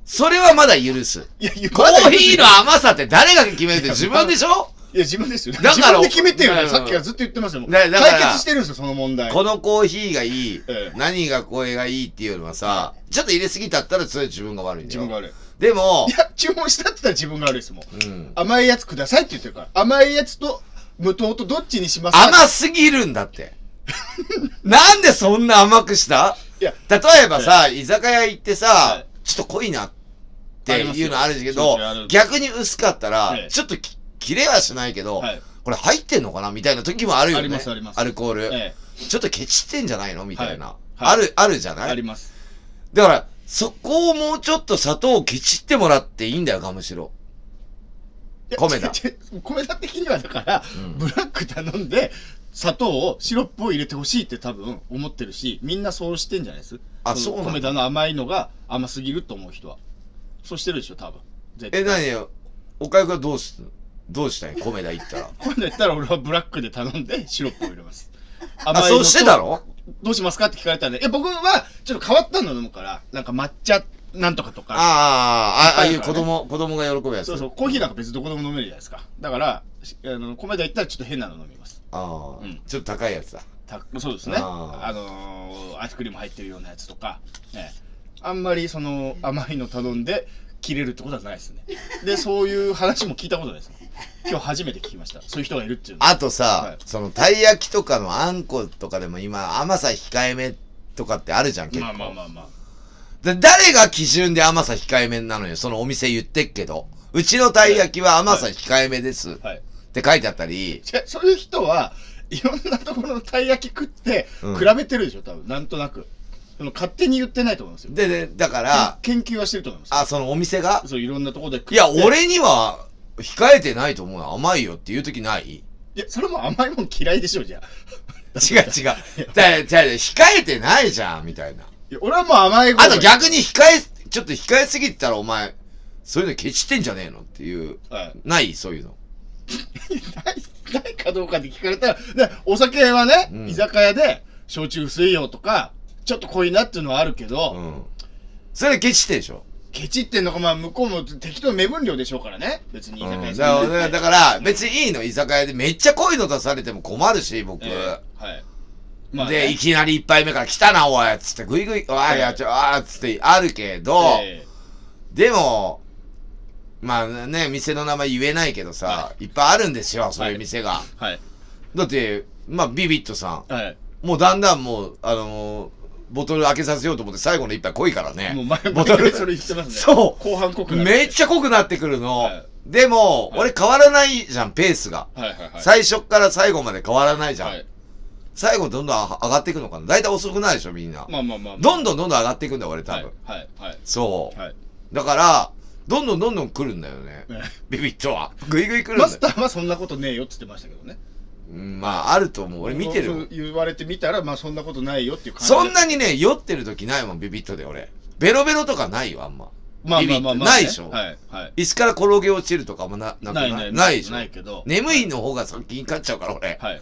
Speaker 1: それはまだ許す。
Speaker 2: いや、いや
Speaker 1: コーヒーの甘さって誰が決めるって自分でしょ
Speaker 2: いや、自分ですよ。だ
Speaker 1: だ
Speaker 2: か
Speaker 1: からら
Speaker 2: 自分で決めてよ
Speaker 1: う
Speaker 2: ね。
Speaker 1: ん
Speaker 2: さっきからずっと言ってますよ。もう
Speaker 1: だ
Speaker 2: 解
Speaker 1: だから
Speaker 2: 決してるんですよ、その問題。
Speaker 1: このコーヒーがいい
Speaker 2: ええ、
Speaker 1: 何がこれがいいっていうのはさ、ちょっと入れすぎたったらそれ自分が悪いんだ
Speaker 2: 自
Speaker 1: よ。
Speaker 2: 分が悪い。
Speaker 1: でも
Speaker 2: い、や、注文したって言ったら自分が悪いですもん。
Speaker 1: うん、
Speaker 2: 甘いやつくださいって言ってるから。甘いやつと無糖とどっちにしますか
Speaker 1: 甘すぎるんだって。 なんでそんな甘くした
Speaker 2: いや、
Speaker 1: 例えばさ、居酒屋行ってさ、
Speaker 2: はい
Speaker 1: ちょっと濃いなっていうのあるけ
Speaker 2: あ
Speaker 1: ど
Speaker 2: りますよ、
Speaker 1: 逆に薄かったら、
Speaker 2: ええ
Speaker 1: ちょっとき切れはしないけど、
Speaker 2: はい
Speaker 1: これ入ってんのかなみたいな時もあるよね。
Speaker 2: ありますあります
Speaker 1: アルコール。
Speaker 2: ええ
Speaker 1: ちょっとケチってんじゃないのみたいな、
Speaker 2: はい
Speaker 1: ある、あるじゃな
Speaker 2: あり
Speaker 1: い
Speaker 2: ます
Speaker 1: だから、そこをもうちょっと砂糖をケチってもらっていいんだよ、ガムシロ。
Speaker 2: いや
Speaker 1: 米田
Speaker 2: ちち米田的にはだから、
Speaker 1: うん
Speaker 2: ブラック頼んで砂糖をシロップを入れてほしいって多分思ってるしみんなそうしてんじゃないです
Speaker 1: あ
Speaker 2: の
Speaker 1: そうなんだ
Speaker 2: 米田の甘いのが甘すぎると思う人はそうしてるでしょ多分絶対
Speaker 1: え、何よ。おかゆがどうす、どうしたん米田行ったら。
Speaker 2: 今度やったら俺はブラックで頼んでシロップを入れます
Speaker 1: あ、
Speaker 2: 甘いの
Speaker 1: そう
Speaker 2: と
Speaker 1: してたろ
Speaker 2: どうしますかって聞かれたんでいや僕はちょっと変わったの飲むからなんか抹茶なんとかとか
Speaker 1: ああ、ああ、ああ
Speaker 2: い
Speaker 1: い
Speaker 2: っ
Speaker 1: う
Speaker 2: ぱいあ
Speaker 1: 子
Speaker 2: るから
Speaker 1: 供、子供が喜ぶやつ。
Speaker 2: そうそう、コーヒーなんか別にどこでも飲めるじゃないですか。だから、しあの、米田行ったらちょっと変なの飲みます。
Speaker 1: ああ、
Speaker 2: うん
Speaker 1: ちょっと高いやつだ。
Speaker 2: たそうですね。
Speaker 1: あ
Speaker 2: あ
Speaker 1: ー
Speaker 2: のーアイスクリーム入ってるようなやつとか、ね。あんまりその、甘いの頼んで、切れるってことはないですね。で、そういう話も聞いたことないです。今日初めて聞きました。そういう人がいるっていうの。
Speaker 1: あとさ、
Speaker 2: はい
Speaker 1: そのたい焼きとかのあんことかでも今甘さ控えめとかってあるじゃん結構、
Speaker 2: まあまあまあまあ。
Speaker 1: で誰が基準で甘さ控えめなのよそのお店言ってっけどうちのたい焼きは甘さ控えめです、
Speaker 2: はい
Speaker 1: って書いてあったり
Speaker 2: 違うそういう人はいろんなところのたい焼き食って
Speaker 1: うん
Speaker 2: 比べてるでしょ、多分なんとなくその勝手に言ってないと思いますよ
Speaker 1: ででだから、
Speaker 2: 研究はしてると思います
Speaker 1: あそのお店が
Speaker 2: そういろんなところで食っ
Speaker 1: い
Speaker 2: て
Speaker 1: や俺には控えてないと思うよ甘いよっていう時ない
Speaker 2: いや、それも甘いもん嫌いでしょ、じゃあ。
Speaker 1: 違う違う。だだだ控えてないじゃん、みたいな。
Speaker 2: いや俺はもう甘い方が
Speaker 1: あと逆に控え、ちょっと控えすぎてたらお前、そういうのケチってんじゃねえのっていう。
Speaker 2: はい。
Speaker 1: ないそういうの。
Speaker 2: ない、ないかどうかって聞かれたら、で、お酒はね、
Speaker 1: うん
Speaker 2: 居酒屋で、焼酎薄いよとか、ちょっと濃いなっていうのはあるけど、
Speaker 1: うん。それケチってでしょ。
Speaker 2: ケチってんのか、まあ、向こうも適当に目分量でしょうからね。別に居酒
Speaker 1: うん
Speaker 2: 屋
Speaker 1: だ
Speaker 2: さん
Speaker 1: か
Speaker 2: に行っ
Speaker 1: ら、
Speaker 2: て
Speaker 1: だから別にいいの、居酒屋で。めっちゃ濃いの出されても困るし、僕。
Speaker 2: ええはい。まあね、
Speaker 1: で、いきなり一杯目から来たな、おいっつって、ぐいぐい、お
Speaker 2: ええ
Speaker 1: い、やっちゃう、あーっつってあるけど、
Speaker 2: え
Speaker 1: でも、まあね、店の名前言えないけどさ、、
Speaker 2: はい
Speaker 1: っぱいあるんですよ、そういう店が。
Speaker 2: えはい。
Speaker 1: だって、まあ、ビビットさ
Speaker 2: はい。
Speaker 1: ん、もうだんだんもう、あのーボトル開けさせようと思って最後の一杯濃いからね。
Speaker 2: もう前、
Speaker 1: ボ
Speaker 2: 毎
Speaker 1: トル
Speaker 2: 回それ言ってますね。
Speaker 1: そう
Speaker 2: 後半濃くなる
Speaker 1: めっちゃ濃くなってくるの。
Speaker 2: はい
Speaker 1: でも、
Speaker 2: はい
Speaker 1: 俺変わらないじゃん、ペースが。
Speaker 2: はいはいはい。
Speaker 1: 最初から最後まで変わらないじゃん。
Speaker 2: はい。
Speaker 1: 最後どんどん上がっていくのかな。だいたい遅くないでしょ、みんな。
Speaker 2: まあまあまあ、まあ。
Speaker 1: どん
Speaker 2: どん、
Speaker 1: どんどんどん上がっていくんだよ、俺多
Speaker 2: は
Speaker 1: 分。
Speaker 2: い。はい。はい。
Speaker 1: そう、
Speaker 2: はい。
Speaker 1: だから、どんどんどんどん来るんだよね。
Speaker 2: ええ
Speaker 1: ビビッとは。ぐいぐい来るんだよ
Speaker 2: マス。ターはそんなことねえよって言ってましたけどね。
Speaker 1: うんまあ、あると思う。俺見てるも。
Speaker 2: そうん言われてみたら、まあそんなことないよっていう感じで。
Speaker 1: そんなにね、酔ってる時ないもん、ビビッとで俺。ベロベロとかないよ、あんま。
Speaker 2: まあまあまあまあ、
Speaker 1: ビビってないでしょ
Speaker 2: はい。はい。
Speaker 1: 椅子から転げ落ちるとかもな、なくないないでしょ。
Speaker 2: ないけど。
Speaker 1: 眠いの方が先に勝っちゃうから、俺。
Speaker 2: はい。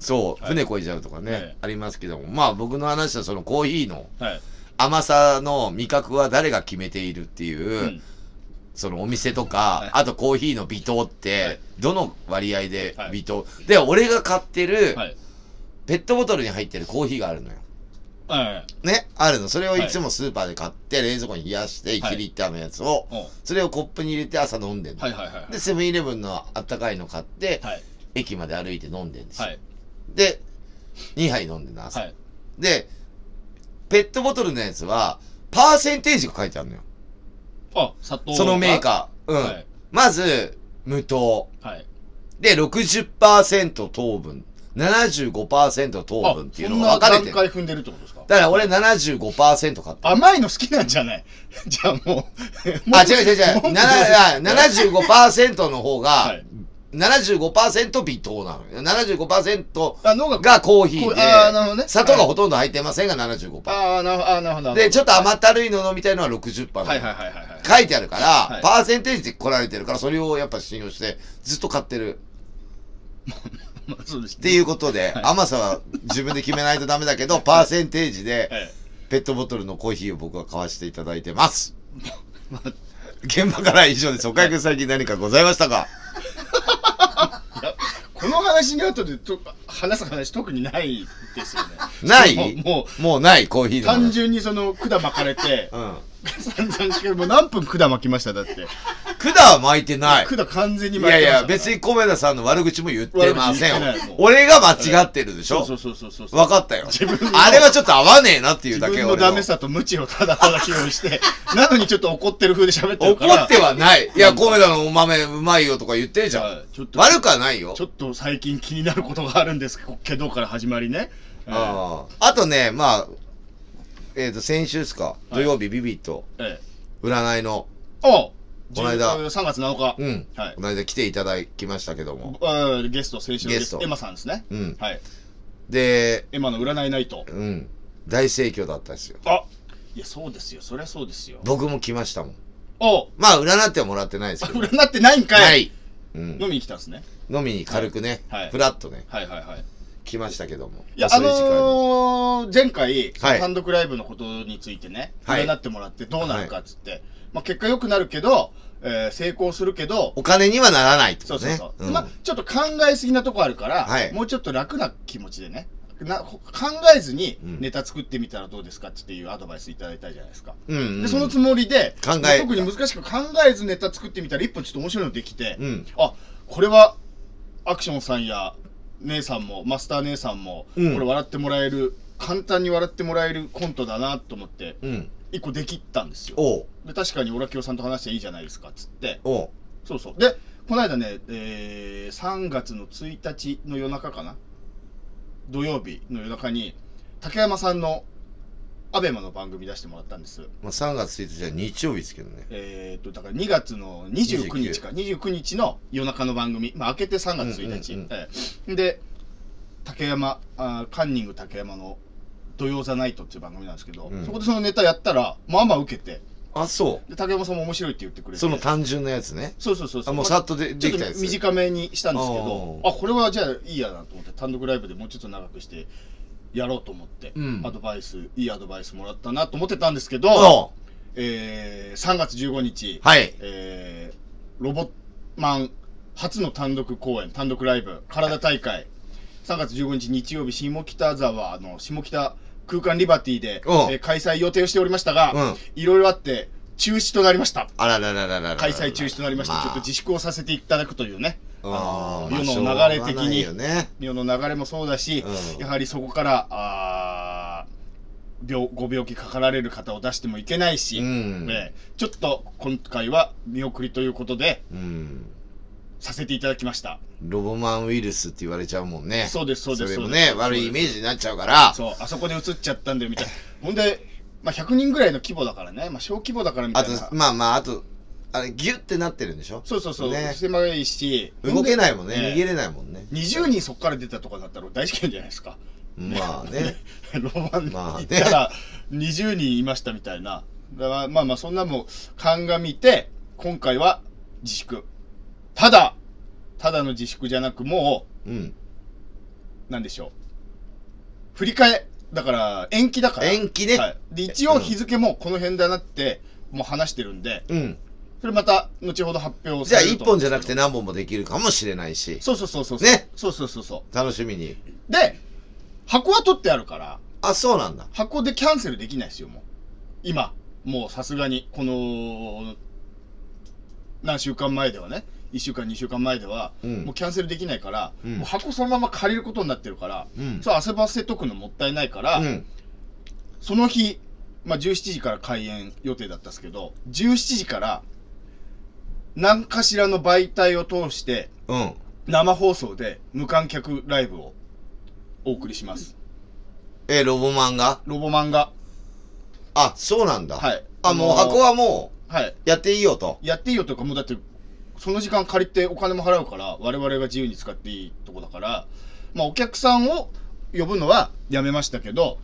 Speaker 1: そう、
Speaker 2: はい
Speaker 1: 船越えちゃうとかね、
Speaker 2: ええ
Speaker 1: ありますけども、まあ僕の話はそのコーヒーの
Speaker 2: はい。
Speaker 1: 甘さの味覚は誰が決めているっていう、
Speaker 2: うん。
Speaker 1: そのお店と
Speaker 2: はい
Speaker 1: か、あとコーヒーの微糖っ
Speaker 2: は
Speaker 1: て
Speaker 2: い、
Speaker 1: どの割合で
Speaker 2: はい
Speaker 1: 微糖、で、俺が買ってる、
Speaker 2: はい。
Speaker 1: ペットボトルに入ってるコーヒーがあるのよ。
Speaker 2: はい。
Speaker 1: ね、あるの。それを
Speaker 2: はい
Speaker 1: いつもスーパーで買って、冷蔵庫に冷やして、
Speaker 2: はい
Speaker 1: 1リッターのやつを、
Speaker 2: おう
Speaker 1: それをコップに入れて朝飲んでんの。
Speaker 2: はいはいはい。
Speaker 1: で、セブンイレブンのあったかいの買って、
Speaker 2: はい。
Speaker 1: 駅まで歩いて飲んでんですよ。
Speaker 2: はい。
Speaker 1: で、2杯飲んでんの、朝。
Speaker 2: はい。
Speaker 1: で、ペットボトルのやつは、パーセンテージが書いてあるのよ。
Speaker 2: あ、砂糖が。
Speaker 1: そのメーカー。うん。
Speaker 2: はい。
Speaker 1: まず、無糖。
Speaker 2: はい。
Speaker 1: で、60%糖分。75%糖分っていうのが分かれて
Speaker 2: そんな
Speaker 1: る。
Speaker 2: 段階踏んでるってことですか
Speaker 1: だから俺75%買った。
Speaker 2: 甘いの好きなんじゃない じゃあもうも。
Speaker 1: あ、違う違う違う。
Speaker 2: も
Speaker 1: なあ75%の方
Speaker 2: は
Speaker 1: が
Speaker 2: い、
Speaker 1: 75%微糖なのよ。75%
Speaker 2: あ、脳が。
Speaker 1: がコーヒー
Speaker 2: こうあーなるほど
Speaker 1: で
Speaker 2: ね、
Speaker 1: 砂糖がほとんど入ってませんが75%。
Speaker 2: あーなるほどあー、なるほど。
Speaker 1: で、ちょっと甘ったるいの飲みたいのは60%なの。
Speaker 2: はいはいはいはいはい。
Speaker 1: 書いてあるから、
Speaker 2: はい
Speaker 1: パーセンテージで来られてるから、それをやっぱ信用して、ずっと買ってる。
Speaker 2: まあそうです
Speaker 1: っていうことで、
Speaker 2: はい
Speaker 1: 甘さは自分で決めないとダメだけど、パーセンテージで、
Speaker 2: ええ
Speaker 1: ペットボトルのコーヒーを僕は買わせていただいてます。
Speaker 2: まあ
Speaker 1: 現場からは以上です。おかゆくん最近何かございましたか
Speaker 2: いやこの話の後でと話す話特にないですよね。
Speaker 1: ない
Speaker 2: もうも
Speaker 1: もうない、コーヒー
Speaker 2: う
Speaker 1: の話。
Speaker 2: 単純にその管巻かれて
Speaker 1: う、ん。
Speaker 2: 散々聞かれもう何分管巻きましただって。
Speaker 1: 管巻いてない。
Speaker 2: 管完全に
Speaker 1: い
Speaker 2: 巻い
Speaker 1: やい
Speaker 2: てました
Speaker 1: や、別に米田さんの悪口も言ってませんよ
Speaker 2: 悪口言ってない。
Speaker 1: 俺が間違ってるでし
Speaker 2: そう
Speaker 1: ょ
Speaker 2: そうそうそうそう
Speaker 1: 分かったよ。
Speaker 2: 分の
Speaker 1: あれはちょっと合わねえなっていう
Speaker 2: 自
Speaker 1: だけ
Speaker 2: 分の
Speaker 1: 俺
Speaker 2: ダ
Speaker 1: は
Speaker 2: メさと無知をただただ披露して、なのにちょっと怒ってる風で喋っ
Speaker 1: 怒
Speaker 2: てるから。
Speaker 1: ってはない。いや、米田のお豆うまいよとか言ってるじゃん。
Speaker 2: ちょっと、
Speaker 1: 悪くはないよ
Speaker 2: ちょ。っと最近気になることがあるんですけどから始まりね。あ。
Speaker 1: あーあとね、まあ、えっと、先週ですか。土曜日、ビビッと、
Speaker 2: ええ。
Speaker 1: 占いの、
Speaker 2: お
Speaker 1: この間
Speaker 2: 3月7日。
Speaker 1: うん。
Speaker 2: はい
Speaker 1: この間来ていただきましたけども。
Speaker 2: あゲスト、先週のゲス
Speaker 1: ゲス
Speaker 2: ト、
Speaker 1: ト
Speaker 2: エマさんですね。
Speaker 1: うん。
Speaker 2: はい。
Speaker 1: で、
Speaker 2: エマの占いナイト。
Speaker 1: うん。大盛況だったですよ。
Speaker 2: あいや、そうですよ。そりゃそうですよ。
Speaker 1: 僕も来ましたもん。
Speaker 2: お
Speaker 1: まあ、占ってはもらってないです けど。
Speaker 2: 占ってないんかい、
Speaker 1: はい。うん。
Speaker 2: 飲みに来たんですね。
Speaker 1: 飲みに軽くね、
Speaker 2: はい
Speaker 1: ふらっとね、
Speaker 2: はいはいはい。
Speaker 1: 来ましたけども。
Speaker 2: いや、
Speaker 1: ま
Speaker 2: あ
Speaker 1: そういう時間に
Speaker 2: のー、前回、その
Speaker 1: はい
Speaker 2: 単独ライブのことについてね、
Speaker 1: はい
Speaker 2: 占ってもらってどうなるかっつって、まあ結果良くなるけど、えー成功するけど、
Speaker 1: お金にはならないって
Speaker 2: そ
Speaker 1: こ
Speaker 2: う
Speaker 1: と
Speaker 2: そう
Speaker 1: ね。
Speaker 2: そう。
Speaker 1: ん
Speaker 2: まあちょっと考えすぎなとこあるから、
Speaker 1: はい
Speaker 2: もうちょっと楽な気持ちでね、な考えずに
Speaker 1: うん
Speaker 2: ネタ作ってみたらどうですかっていうアドバイスいただいたじゃないですか。
Speaker 1: うんうん。
Speaker 2: で、そのつもりで、
Speaker 1: 考え
Speaker 2: 特に難しく考えずネタ作ってみたら一本ちょっと面白いのできて、
Speaker 1: うん。
Speaker 2: あこれはアクションさんや姉さんもマスター姉さんも、
Speaker 1: うん
Speaker 2: これ笑ってもらえる簡単に笑ってもらえるコントだなと思って
Speaker 1: うん。
Speaker 2: 一個できたんですよ
Speaker 1: おう。
Speaker 2: で確かにオラキオさんと話していいじゃないですかっつって
Speaker 1: おう。
Speaker 2: そうそうでこの間ね、えー3月の1日の夜中かな土曜日の夜中に竹山さんのアベマの番組出してもらったんです
Speaker 1: まあ、3月1日は日曜日ですけどね。
Speaker 2: えー、とだから2月の29日か29日の夜中の番組、まあ、明けて3月1日、
Speaker 1: うんうんうん
Speaker 2: ええで竹山あーカンニング竹山の「土曜ザナイト」っていう番組なんですけど、
Speaker 1: うん
Speaker 2: そこでそのネタやったらまあまあ受けて
Speaker 1: あ、そ
Speaker 2: で竹山さんも面白いって言ってくれ
Speaker 1: う。
Speaker 2: て
Speaker 1: その単純なやつね。
Speaker 2: そうそうそうそ
Speaker 1: あ、
Speaker 2: う
Speaker 1: もうさっとで
Speaker 2: ち
Speaker 1: で
Speaker 2: ょ
Speaker 1: き
Speaker 2: った
Speaker 1: や
Speaker 2: と
Speaker 1: つ。
Speaker 2: 短めにしたんですけど
Speaker 1: あ
Speaker 2: あこれはじゃあいいやなと思って単独ライブでもうちょっと長くしてやろうと思って、
Speaker 1: うん
Speaker 2: アドバイスいいアドバイスもらったなと思ってたんですけ
Speaker 1: お
Speaker 2: ど、
Speaker 1: う
Speaker 2: えー、3月15日、
Speaker 1: はい。
Speaker 2: えーロボットマン初の単独公演、単独ライブ、体大会、3月15日日曜日、下北沢の下北空間リバティで、え
Speaker 1: おう
Speaker 2: ー開催予定をしておりましたが、
Speaker 1: うん。
Speaker 2: いろいろあって、中止となりました。
Speaker 1: あららららららら。
Speaker 2: 開催中止となりました。ちょっと自粛をさせていただくというね、
Speaker 1: あー
Speaker 2: あの世の
Speaker 1: まあ
Speaker 2: 流れ的に
Speaker 1: しょうがないよね。
Speaker 2: 世の流れもそうだし、
Speaker 1: うん
Speaker 2: やはりそこから、あー病ご病気かかられる方を出してもいけないし、
Speaker 1: うん。
Speaker 2: えーちょっと今回は見送りということで、
Speaker 1: うん。
Speaker 2: させていただきました。
Speaker 1: ロボマンウイルスって言われちゃうもんね。
Speaker 2: そうです、そうです。
Speaker 1: それも
Speaker 2: そう
Speaker 1: ね
Speaker 2: で、す
Speaker 1: 悪いイメージになっちゃうから。
Speaker 2: そう、あそこで映っちゃったんだよ、みたいな。ほんで、まあ、100人ぐらいの規模だからね、まあ、小規模だからみた
Speaker 1: あ
Speaker 2: いな。
Speaker 1: と、まあまあ、あと、あれ、ギュってなってるんでしょ
Speaker 2: そうそうそう、
Speaker 1: ね
Speaker 2: 狭いし。
Speaker 1: 動けないもんね。
Speaker 2: ほで
Speaker 1: 逃げれないもんね。
Speaker 2: 20人そこから出たとかだったら大事件じゃないですか。
Speaker 1: まあね。
Speaker 2: ロマンに
Speaker 1: まあ
Speaker 2: 行
Speaker 1: ね
Speaker 2: ったら20人いましたみたいな。だからまあまあ、そんなもん鑑みて、今回は自粛。ただ、ただの自粛じゃなく、も
Speaker 1: うん。
Speaker 2: う、なんでしょう。振り替え。だから、延期だから。
Speaker 1: 延期ね。
Speaker 2: はい、で一応日付もこの辺だなってもう話してるんで
Speaker 1: うん。
Speaker 2: それまた後ほど発表
Speaker 1: じゃ
Speaker 2: さ
Speaker 1: あ、
Speaker 2: れる
Speaker 1: 一
Speaker 2: と
Speaker 1: 本じゃなくて何本もできるかもしれないし。
Speaker 2: そうそうそうそう
Speaker 1: ね
Speaker 2: そうそうそうそ
Speaker 1: 楽しみに。
Speaker 2: うで箱は取ってあるから
Speaker 1: あ、そうなんだ。
Speaker 2: 箱でキャンセルできないですよもう今もうさすがにこの何週間前ではね1週間2週間前では
Speaker 1: うん
Speaker 2: もうキャンセルできないから、
Speaker 1: うん
Speaker 2: もう箱そのまま借りることになってるから、
Speaker 1: うん。
Speaker 2: そう汗ばせとくのもったいないから、
Speaker 1: うん。
Speaker 2: その日、まあ、17時から開演予定だったんですけど、17時から、何かしらの媒体を通して、
Speaker 1: うん。
Speaker 2: 生放送で無観客ライブをお送りします。
Speaker 1: え、ロボマンが
Speaker 2: ロボ漫画。
Speaker 1: あ、そうなんだ。
Speaker 2: はい。
Speaker 1: あ、もう箱
Speaker 2: は、
Speaker 1: はも
Speaker 2: はい。
Speaker 1: う、やっていいよと。
Speaker 2: やっていいよというか、もうだって、その時間借りてお金も払うから、我々が自由に使っていいとこだから、まあ、お客さんを呼ぶのはやめましたけど、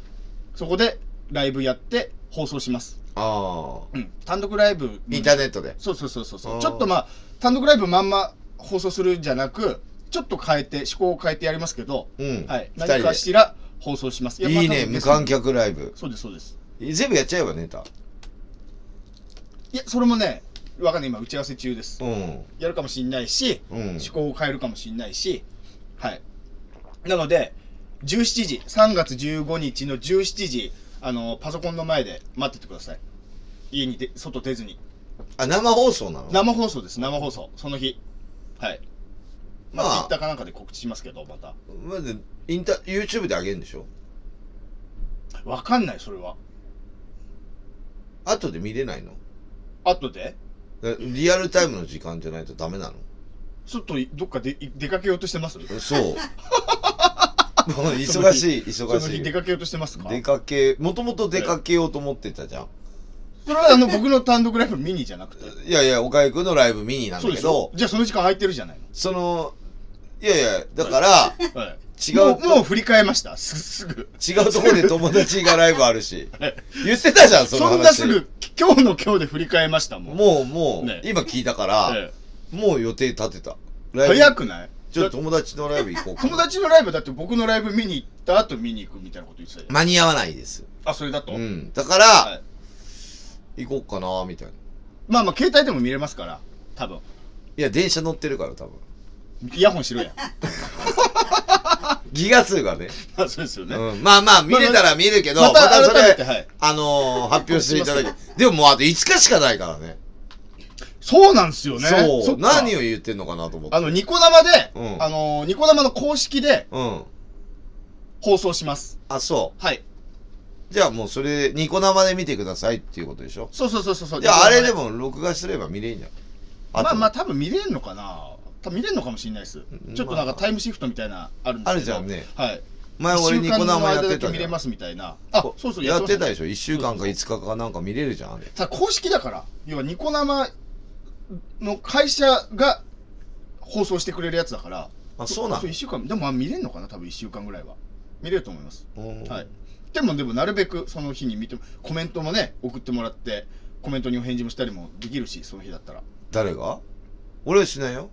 Speaker 2: そこでライブやって放送します。
Speaker 1: ああ。
Speaker 2: うん。単独ライブ
Speaker 1: インターネットで。
Speaker 2: そうそうそうそうそ
Speaker 1: あー
Speaker 2: う。ちょっとまあ、単独ライブまんま放送するんじゃなく、ちょっと変えて、思考を変えてやりますけど、
Speaker 1: うん。
Speaker 2: はい。
Speaker 1: 二
Speaker 2: 何
Speaker 1: 人
Speaker 2: かしら放送します。
Speaker 1: で。いいね、無観
Speaker 2: 客。
Speaker 1: 客ライブ。
Speaker 2: そうです、そうです。
Speaker 1: 全部やっちゃえばネタ。
Speaker 2: いや、それもね、わかんない、今、打ち合わせ中です。
Speaker 1: うん。
Speaker 2: やるかもしんないし、
Speaker 1: うん。
Speaker 2: 思考を変えるかもしんないし、はい。なので、17時、3月15日の17時、あの、パソコンの前で待っててください。家にで、外出ずに。
Speaker 1: あ、生放送なの
Speaker 2: 生放送です、生放送。その日。はい。まあ、
Speaker 1: まあ
Speaker 2: Twitter かなんかで告知しますけど、また。
Speaker 1: まず、インタ、YouTube で上げるんでしょ
Speaker 2: わかんない、それは。
Speaker 1: 後で見れないの
Speaker 2: 後で
Speaker 1: えリアルタイムの時間じゃないとダメなの
Speaker 2: ちょっとい、どっかでい出かけようとしてます
Speaker 1: そう。もう忙しい、
Speaker 2: そ
Speaker 1: 忙
Speaker 2: の日
Speaker 1: しい
Speaker 2: 出。かけようとしてますか
Speaker 1: 出かけ、もともと出かけようと思ってたじゃん。
Speaker 2: それはあの、僕の単独ライブ見にじゃなくて。
Speaker 1: いやいや、岡井くんのライブ見になん
Speaker 2: そう
Speaker 1: だ
Speaker 2: で
Speaker 1: け
Speaker 2: しょ
Speaker 1: ど、
Speaker 2: じゃあその時間空いてるじゃないの。
Speaker 1: その、いやいや、だから、
Speaker 2: はい。
Speaker 1: 違
Speaker 2: も
Speaker 1: う
Speaker 2: う、もう振り返りました。す、すぐ。
Speaker 1: 違うところで友達がライブある し
Speaker 2: はい、
Speaker 1: 言ってたじゃん、その話。
Speaker 2: そんなすぐ、今日の今日で振り返りましたもん。
Speaker 1: もう、もう
Speaker 2: ね、
Speaker 1: 今聞いたから、
Speaker 2: え
Speaker 1: もう予定立てた。
Speaker 2: え
Speaker 1: ライブ
Speaker 2: 早くない
Speaker 1: ちょっと友達のライブ行こうか
Speaker 2: 友
Speaker 1: な。
Speaker 2: 達のライブだって僕のライブ見に行った後見に行くみたいなこと言ってたじゃん。
Speaker 1: 間に合わないです。
Speaker 2: あ、それだと。
Speaker 1: うん。だから、
Speaker 2: はい
Speaker 1: 行こうかな、みたいな。
Speaker 2: まあまあ、携帯でも見れますから、多分。
Speaker 1: いや、電車乗ってるから、多分。
Speaker 2: イヤホンしろや。
Speaker 1: ギガ数がね。
Speaker 2: あ そうですよね。
Speaker 1: うん、まあまあ、見れたら見るけど、
Speaker 2: ま
Speaker 1: ま
Speaker 2: た
Speaker 1: た
Speaker 2: 改
Speaker 1: そ
Speaker 2: めて、
Speaker 1: れ、
Speaker 2: はい。
Speaker 1: あのー、発表していただき。でももうあと5日しかないからね。
Speaker 2: そうなんですよね。
Speaker 1: そ
Speaker 2: そっ
Speaker 1: う。
Speaker 2: か
Speaker 1: 何を言ってんのかなと思って。
Speaker 2: あの、ニコ生で、
Speaker 1: うん
Speaker 2: あの、ニコ生の公式で
Speaker 1: うん。
Speaker 2: 放送します。
Speaker 1: あ、そ
Speaker 2: はい。
Speaker 1: う。じゃあもうそれ、ニコ生で見てくださいっていうことでしょ
Speaker 2: そうそうそうそうそう。
Speaker 1: じゃああれで
Speaker 2: も。
Speaker 1: も録画すれば見れんじゃん。
Speaker 2: まあまあ、
Speaker 1: と、
Speaker 2: 多分見れんのかな。多分見れんのかもしれないです
Speaker 1: ん。
Speaker 2: ちょっとなんかタイムシフトみたいな、あるんですけど。
Speaker 1: あるじゃんね。
Speaker 2: はい。
Speaker 1: 前
Speaker 2: 一
Speaker 1: 俺
Speaker 2: 週
Speaker 1: ニ
Speaker 2: 間
Speaker 1: コ
Speaker 2: の
Speaker 1: 生やっ
Speaker 2: 間
Speaker 1: て
Speaker 2: だけ
Speaker 1: た
Speaker 2: 見
Speaker 1: じ
Speaker 2: れ
Speaker 1: ゃん。
Speaker 2: ますみたいな。あ、そうそう、
Speaker 1: やってた
Speaker 2: まし
Speaker 1: でしょ ?1 週間か5日かなんか見れるじゃん、あれ。
Speaker 2: ただ公式だから、要はニコ生の会社が放送してくれるやつだから。
Speaker 1: あ、そうな
Speaker 2: そう、一週間。でもまあ見れんのかな多分一週間ぐらいは。見れると思います。
Speaker 1: の。
Speaker 2: はいうでも、でも、なるべくその日に見ても、コメントもね、送ってもらって、コメントにお返事もしたりもできるし、その日だったら。
Speaker 1: 誰が俺はしない よ。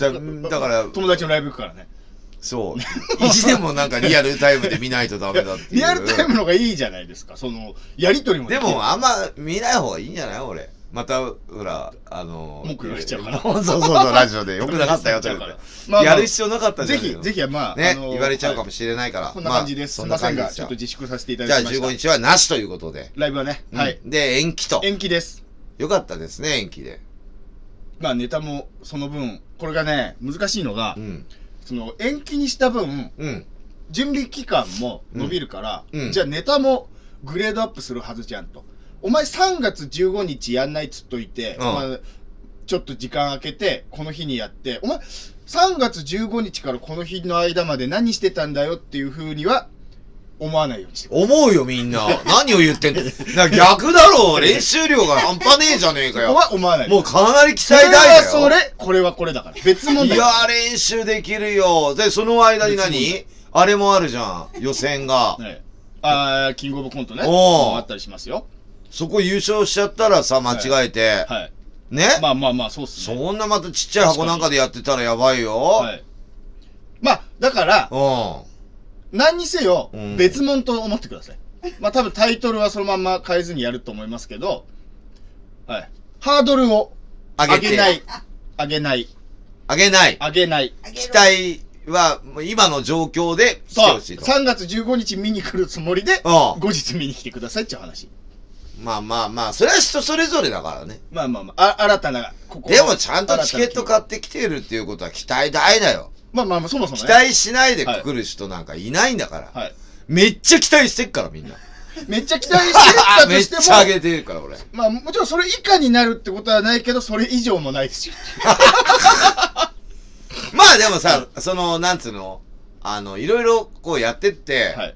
Speaker 1: だだから
Speaker 2: 友達のライブ行くからね。
Speaker 1: そう。意地でもなんかリアルタイムで見ないとダメだっていう。
Speaker 2: リアルタイムのがいいじゃないですか。その、やりとりも
Speaker 1: で
Speaker 2: きる
Speaker 1: も、あんま見ない方がいいんじゃない俺。また、ほら、あの
Speaker 2: 文句言われちゃうか ら
Speaker 1: そうそうそう、ラジオで。よくなかったよ、とか言っ
Speaker 2: まあ
Speaker 1: て。
Speaker 2: まあ
Speaker 1: やる必要なかったじ
Speaker 2: ぜ
Speaker 1: ゃん。
Speaker 2: ひ、ぜひ、まあ、
Speaker 1: ね、
Speaker 2: あの
Speaker 1: 言われちゃうかも
Speaker 2: は
Speaker 1: しれないから。
Speaker 2: いこんな感じです。す
Speaker 1: ま
Speaker 2: み
Speaker 1: あ
Speaker 2: ません
Speaker 1: そ
Speaker 2: が、
Speaker 1: 感じです
Speaker 2: ちょ
Speaker 1: よ
Speaker 2: っと自粛させていた
Speaker 1: じゃ
Speaker 2: だ
Speaker 1: あ
Speaker 2: きました。
Speaker 1: 15日はなしということで。
Speaker 2: ライブはね、
Speaker 1: うん
Speaker 2: はい。
Speaker 1: で、延期と。
Speaker 2: 延期です。
Speaker 1: よかったですね、延期で。
Speaker 2: まあ、ネタもその分、これがね、難しいのが
Speaker 1: う、ん。
Speaker 2: その、延期にした分、
Speaker 1: うん。
Speaker 2: 準備期間も伸びるから、
Speaker 1: うんうん
Speaker 2: じゃあネタもグレードアップするはずじゃんと。お前3月15日やんないっつっといて、
Speaker 1: うん
Speaker 2: まあちょっと時間空けて、この日にやって、お前3月15日からこの日の間まで何してたんだよっていうふうには思わないようにしてく
Speaker 1: 思うよ、みんな。 何を言ってんのな逆だろ、練習量が半端ねえじゃねえか
Speaker 2: れ。そ
Speaker 1: よ。
Speaker 2: こは思わない。
Speaker 1: もうかなり期
Speaker 2: それ
Speaker 1: 待大
Speaker 2: は
Speaker 1: だよ。
Speaker 2: それ、これはこれだから。別問
Speaker 1: い
Speaker 2: 題。
Speaker 1: やー、練習できるよ。で、その間に
Speaker 2: 別
Speaker 1: 何あれもあるじゃん。予選が。
Speaker 2: ねあーキングオブコントね。
Speaker 1: おー
Speaker 2: もうあったりしますよ。
Speaker 1: そこ優勝しちゃったらさ、間違えて。
Speaker 2: はい。
Speaker 1: ね、
Speaker 2: まあまあまあ、そうっすね。
Speaker 1: そんなまたちっちゃい箱なんかでやってたらやばいよ。
Speaker 2: はい。まあ、だから、何にせよ
Speaker 1: うん、
Speaker 2: 別物と思ってください。まあ多分タイトルはそのまんま変えずにやると思いますけど、はい。ハードルを
Speaker 1: うん。
Speaker 2: 上
Speaker 1: 上げて。
Speaker 2: げない。上げない。
Speaker 1: 上げない。
Speaker 2: 上げない。
Speaker 1: 期待は、もう今の状況で来て
Speaker 2: そう。
Speaker 1: ほしいと。
Speaker 2: 3月15日見に来るつもりで、
Speaker 1: う
Speaker 2: 後日見に来てくださいっていう話。
Speaker 1: ん。まあまあまあ、それは人それぞれだからね。
Speaker 2: まあまあまあ、あ新たな、ここ
Speaker 1: でもちゃんとチケット買
Speaker 2: て。
Speaker 1: ってきてるっていうことは期待大だよ。
Speaker 2: まあまあまあ、そもそも
Speaker 1: 期
Speaker 2: ね。
Speaker 1: 待しないで来る人なんかいないんだから。
Speaker 2: はい。
Speaker 1: めっちゃ期待してっからみんな。
Speaker 2: めっちゃ期待 してたと
Speaker 1: めっ
Speaker 2: し
Speaker 1: ちゃ上
Speaker 2: ても、
Speaker 1: げてるから俺。
Speaker 2: まあもちろんそれ以下になるってことはないけど、それ以上もないですよ。
Speaker 1: まあでもさ、その、なんつうの、あの、いろいろこうやってって、
Speaker 2: はい。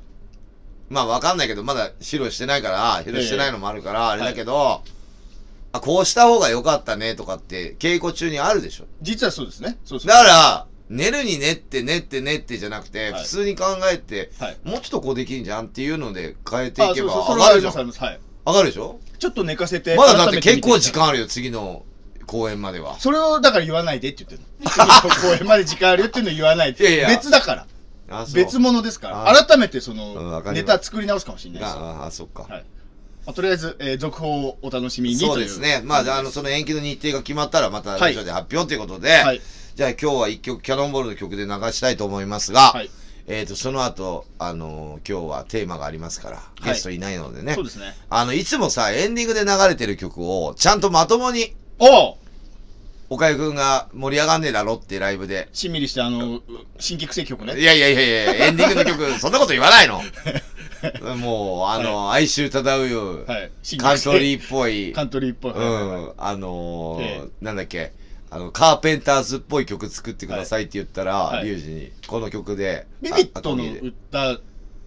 Speaker 1: まあわかんないけど、まだ披露してないから、披露してないのもあるから、あれだけど、あこうした方が良かったねとかって稽古中にあるでしょ。
Speaker 2: 実はそうですね。そうそう。
Speaker 1: だから、練るに練って練って練ってじゃなくて、
Speaker 2: はい
Speaker 1: 普通に考えて、
Speaker 2: はい。
Speaker 1: もうちょっとこうできんじゃんっていうので変えてい
Speaker 2: あ、
Speaker 1: け
Speaker 2: そう
Speaker 1: ば
Speaker 2: そう、そ
Speaker 1: 上
Speaker 2: れ
Speaker 1: が
Speaker 2: はあ
Speaker 1: る
Speaker 2: り
Speaker 1: じゃ
Speaker 2: ます、あ
Speaker 1: ん。
Speaker 2: ります。はい。
Speaker 1: 上がるでしょ
Speaker 2: ちょっと寝かせて。
Speaker 1: まだだって
Speaker 2: 改め
Speaker 1: 結
Speaker 2: て見
Speaker 1: 構
Speaker 2: て
Speaker 1: 時
Speaker 2: みたい。
Speaker 1: 間あるよ、次の公演までは。
Speaker 2: それをだから言わないでって言ってるの。次の公演まで時間あるよっていうのを言わないで。
Speaker 1: いやいや
Speaker 2: 別だから。
Speaker 1: あ、そう。
Speaker 2: 別物ですか
Speaker 1: あ
Speaker 2: ら。改めてそ
Speaker 1: うん
Speaker 2: の
Speaker 1: わ、かり
Speaker 2: ネ
Speaker 1: ます
Speaker 2: タ作り直すかもしれないです。
Speaker 1: あ、あそっか。
Speaker 2: はい。まあとりあえず、えー続報をお楽しみにという。
Speaker 1: そうですね。まあ、じゃあ、あの、その延期の日程が決まったら、また
Speaker 2: い
Speaker 1: ラジオで発表ということで、
Speaker 2: はい。
Speaker 1: じゃあ今日は一曲、キャノンボールの曲で流したいと思いますが、
Speaker 2: はい。
Speaker 1: えっ、と、その後、あのー今日はテーマがありますから、
Speaker 2: い
Speaker 1: ゲストいないのでね。
Speaker 2: そうですね。
Speaker 1: あの、いつもさ、エンディングで流れてる曲を、ちゃんとまともに、
Speaker 2: おう
Speaker 1: 岡井くんが盛り上がんねえだろってライブで。
Speaker 2: しんみりして、あの、う新規癖曲
Speaker 1: い
Speaker 2: ね。
Speaker 1: やいやいやいや、エンディングの曲、そんなこと言わないの もう、あの、哀愁漂う、
Speaker 2: はい。新
Speaker 1: カ
Speaker 2: 規
Speaker 1: ン
Speaker 2: 癖
Speaker 1: トリーっぽい、
Speaker 2: カントリーっぽい。
Speaker 1: うん、あのー
Speaker 2: え
Speaker 1: なんだっけ、あの、カーペンターズっぽい曲作ってくださいって言ったら、
Speaker 2: はい
Speaker 1: リュウジに、この曲で、
Speaker 2: ビビット
Speaker 1: あ
Speaker 2: の
Speaker 1: アコギで
Speaker 2: 歌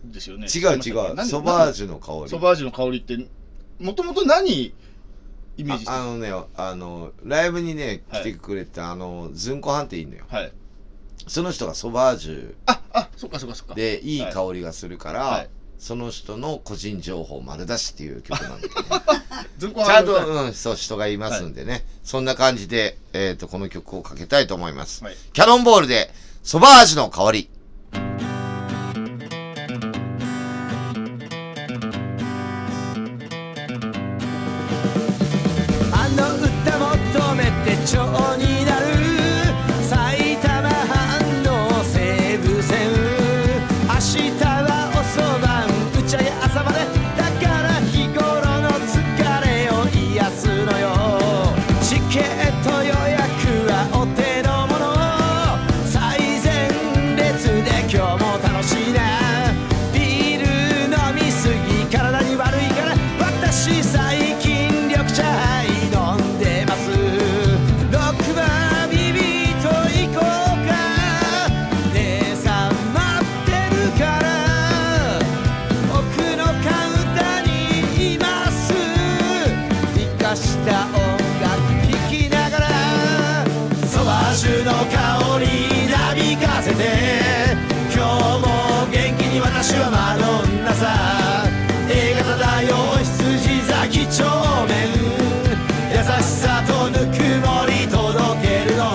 Speaker 2: ですよね。
Speaker 1: 違う違う、ソバー
Speaker 2: ジ
Speaker 1: ジュの香り。
Speaker 2: ソバージュの香りって、もともと何イメージして
Speaker 1: ああ
Speaker 2: る
Speaker 1: のね、あの、ライブにね、
Speaker 2: は
Speaker 1: 来
Speaker 2: い
Speaker 1: てくれた、あの、ズンコハンっていいのよ。
Speaker 2: はい。
Speaker 1: その人がソバージ
Speaker 2: あ、あ、そっかそっかそっか。
Speaker 1: ュでいい香りがするから、
Speaker 2: はい
Speaker 1: その人の個人情報丸出しっていう曲なんだけどね、
Speaker 2: ずんこ
Speaker 1: ちゃ
Speaker 2: は
Speaker 1: んと、うん、そう、人がいますんでね。そんな感じで、えっ、と、この曲をかけたいと思います。
Speaker 2: はい
Speaker 1: キャノンボールで、ソバージュの香り。
Speaker 3: あの歌求めて蝶になる埼玉藩の西武線明日は遅晩打ち上げ朝までだから日頃の疲れを癒すのよチケット予約はお手のもの最前列で今日も楽しいなビール飲みすぎ体に悪いから私最近緑茶飲んでますロックはビビッと行こうか姉さん待ってるから奥のカウンターにいます生かした音楽聴きながらソバージュの香りなびかせて今日も元気に私はマドンナさ A 型だよ羊座几帳面優しさとぬくもり届けるの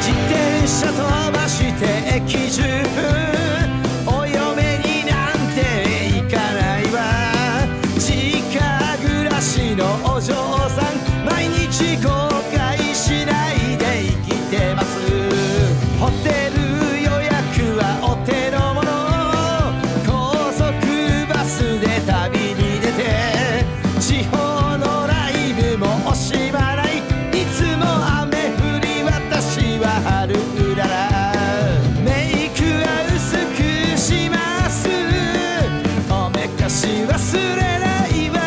Speaker 3: 自転車飛ばして駅10分お嫁になんて行かないわ実家暮らしのお嬢さん毎日後悔しないで生きてますホテル予約はお手のもの高速バスで旅に出て地方のライブも惜しまないいつも雨降り私は春うららメイクは薄くしますおめかし忘れないわ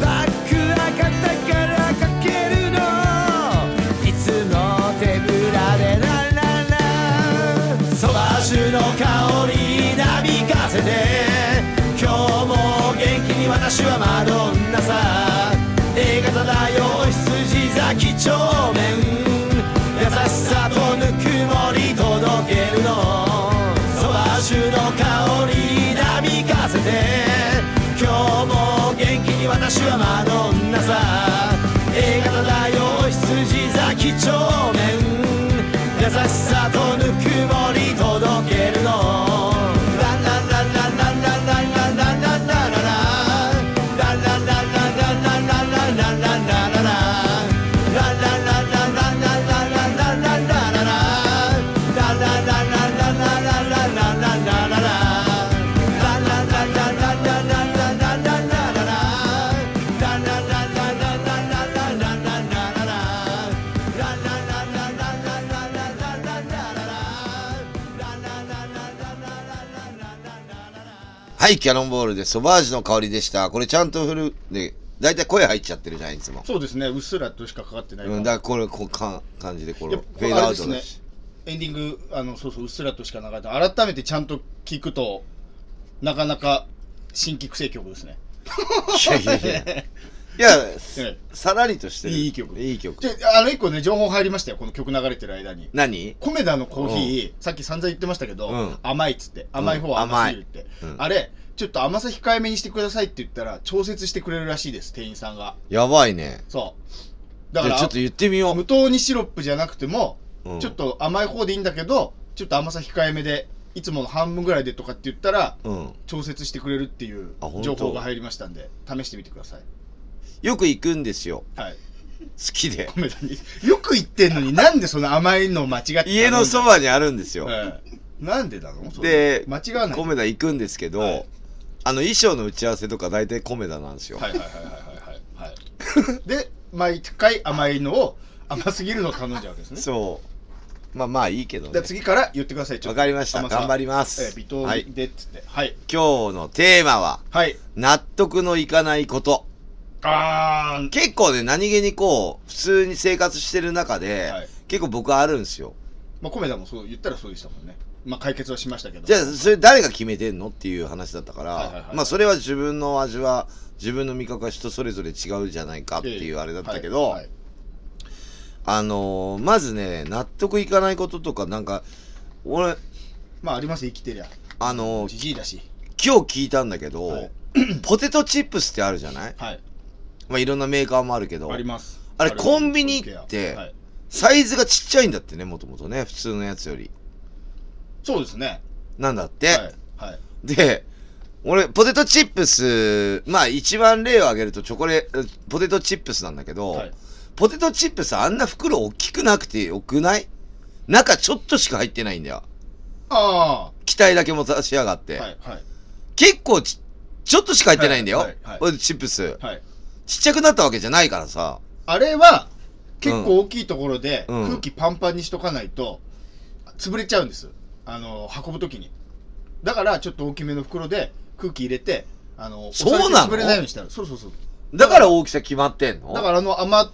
Speaker 3: バックは肩からかけるのいつも手ぶらでランランランそばジュの香りなびかせて今日も元気に私はマドンナさ A 型だよ羊座几帳面優しさとぬくもり届けるのソワジュの香りなびかせて今日も元気に私はマドンナさ A 型だよ羊座几帳面優しさとぬくもり届けるのランランランランランランランランランランラン
Speaker 1: はい、キャノンボールで、ソバージュの香りでした。これちゃんと振る、で、だいたい声入っちゃってるじゃん、いつも。
Speaker 2: そうですね、うっすらとしかかかってないか
Speaker 1: う
Speaker 2: ら
Speaker 1: ん、だからこれ、こう、か感じで、こ
Speaker 2: い
Speaker 1: れ、
Speaker 2: や
Speaker 1: フェードアウ
Speaker 2: こ
Speaker 1: トだ
Speaker 2: れあれです
Speaker 1: し。
Speaker 2: エンディング、あの、そうそう、うっすらとしか流れてない、改めてちゃんと聞くと、なかなか新規癖曲ですね。
Speaker 1: いやい やいや。いや、
Speaker 2: え
Speaker 1: さらりとしてる。
Speaker 2: いい曲
Speaker 1: いい曲。
Speaker 2: で、あの、一個ね、情報入りましたよ、この曲流れてる間に。
Speaker 1: 何
Speaker 2: コメダのコーヒー、さっき散々言ってましたけど、
Speaker 1: うん
Speaker 2: 甘いっつって、甘い方は甘すぎるって、
Speaker 1: 甘いうん
Speaker 2: あれ、ちょっと甘さ控えめにしてくださいって言ったら、調節してくれるらしいです、店員さんが。
Speaker 1: やばいね。
Speaker 2: そう。だか
Speaker 1: じゃあ
Speaker 2: ら、
Speaker 1: ちょっと言ってみよ
Speaker 2: 無糖にシロップじゃなくても、
Speaker 1: う。うん
Speaker 2: ちょっと甘い方でいいんだけど、ちょっと甘さ控えめでいつもの半分ぐらいでとかって言ったら
Speaker 1: うん。
Speaker 2: 調節してくれるっていう
Speaker 1: あ本当
Speaker 2: 情報が入りましたんで試してみてください
Speaker 1: よく行くんですよ。
Speaker 2: はい
Speaker 1: 好き で。
Speaker 2: 米田によく言ってんのになんでその甘いのを間違って頼む
Speaker 1: 家のそばにあるんですよ。
Speaker 2: ええなんでなのそれ
Speaker 1: で
Speaker 2: 間違わない
Speaker 1: 米田行くんですけど、
Speaker 2: はい
Speaker 1: あの衣装の打ち合わせとか大体米田なんですよ。
Speaker 2: はいはいはいはいはいはいで毎回甘いのを甘すぎるのを頼んじゃうわけですね
Speaker 1: そう。まあまあいいけど
Speaker 2: じゃ
Speaker 1: ね
Speaker 2: あ。次から言ってくださいちょっ
Speaker 1: わ
Speaker 2: と
Speaker 1: かりました。
Speaker 2: 甘さ
Speaker 1: 頑張りま
Speaker 2: え
Speaker 1: す
Speaker 2: ー、微。糖
Speaker 1: はい。
Speaker 2: でっつってはい
Speaker 1: 今日のテーマは、
Speaker 2: はい
Speaker 1: 納得のいかないこと。
Speaker 2: あー
Speaker 1: 結構ね、何気にこう、普通に生活してる中で、
Speaker 2: はい
Speaker 1: 結構僕あるんですよ。
Speaker 2: まあ、コメダもそう言ったらそうでしたもんね。まあ、解決はしましたけど。
Speaker 1: じゃあ、それ誰が決めてんのっていう話だったから、
Speaker 2: はいはいはい
Speaker 1: まあ、それは自分の味は、自分の味覚は人それぞれ違うじゃないかっていうあれだったけど、
Speaker 2: はいはい
Speaker 1: あのーまずね、納得いかないこととか、なんか、俺、
Speaker 2: まあ、あります、生きてりゃ。
Speaker 1: あのー
Speaker 2: じじいだし。
Speaker 1: 今日聞いたんだけど、
Speaker 2: はい
Speaker 1: ポテトチップスってあるじゃない
Speaker 2: はい。
Speaker 1: まあ、いろんなメーカーもあるけど
Speaker 2: あ、ります。
Speaker 1: あれコンビニって
Speaker 2: はい
Speaker 1: サイズがちっちゃいんだってね、もともとね、普通のやつより。
Speaker 2: そうですね。
Speaker 1: なんだって。
Speaker 2: はい。はい。
Speaker 1: で、俺、ポテトチップス、まあ一番例を挙げるとチョコレポテトチップスなんだけど、
Speaker 2: はい
Speaker 1: ポテトチップスあんな袋大きくなくてよくない中ちょっとしか入ってないんだよ。
Speaker 2: あ
Speaker 1: 機体だけ持たしやがっ
Speaker 2: あ。
Speaker 1: て。
Speaker 2: はい。はい。
Speaker 1: 結構ち、ちょっとしか入ってないんだよ。
Speaker 2: はいはいはい
Speaker 1: ポテトチップス。
Speaker 2: はい。
Speaker 1: ちっちゃくなったわけじゃないからさ。
Speaker 2: あれは、結構大きいところで、
Speaker 1: うん
Speaker 2: 空気パンパンにしとかないと、潰れちゃうんです。あの、運ぶときに。だから、ちょっと大きめの袋で空気入れて、あの、
Speaker 1: そうなの
Speaker 2: 押されて潰れないようにしたそうそうそう。
Speaker 1: だから大きさ決まってんの
Speaker 2: だから、あの、余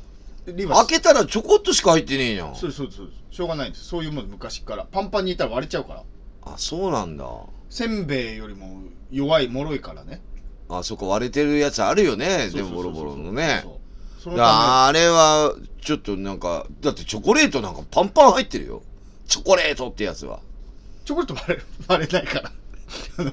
Speaker 2: りは
Speaker 1: 開けたらちょこっとしか入ってねえじゃん。
Speaker 2: そうですそうですそうですしょうがないんですそういうもの昔からパンパンにいたら割れちゃうから
Speaker 1: あ、そうなんだ。
Speaker 2: せんべいよりも弱い脆いからね
Speaker 1: あ、そこ割れてるやつあるよね。でもボ
Speaker 2: そうそ
Speaker 1: ロボ
Speaker 2: うそうそう
Speaker 1: ロのね。
Speaker 2: そうその
Speaker 1: い
Speaker 2: ため
Speaker 1: やあれは、ちょっとなんか、だってチョコレートなんかパンパン入ってるよ。チョコレートってやつは。
Speaker 2: チョコレートバレ バレないから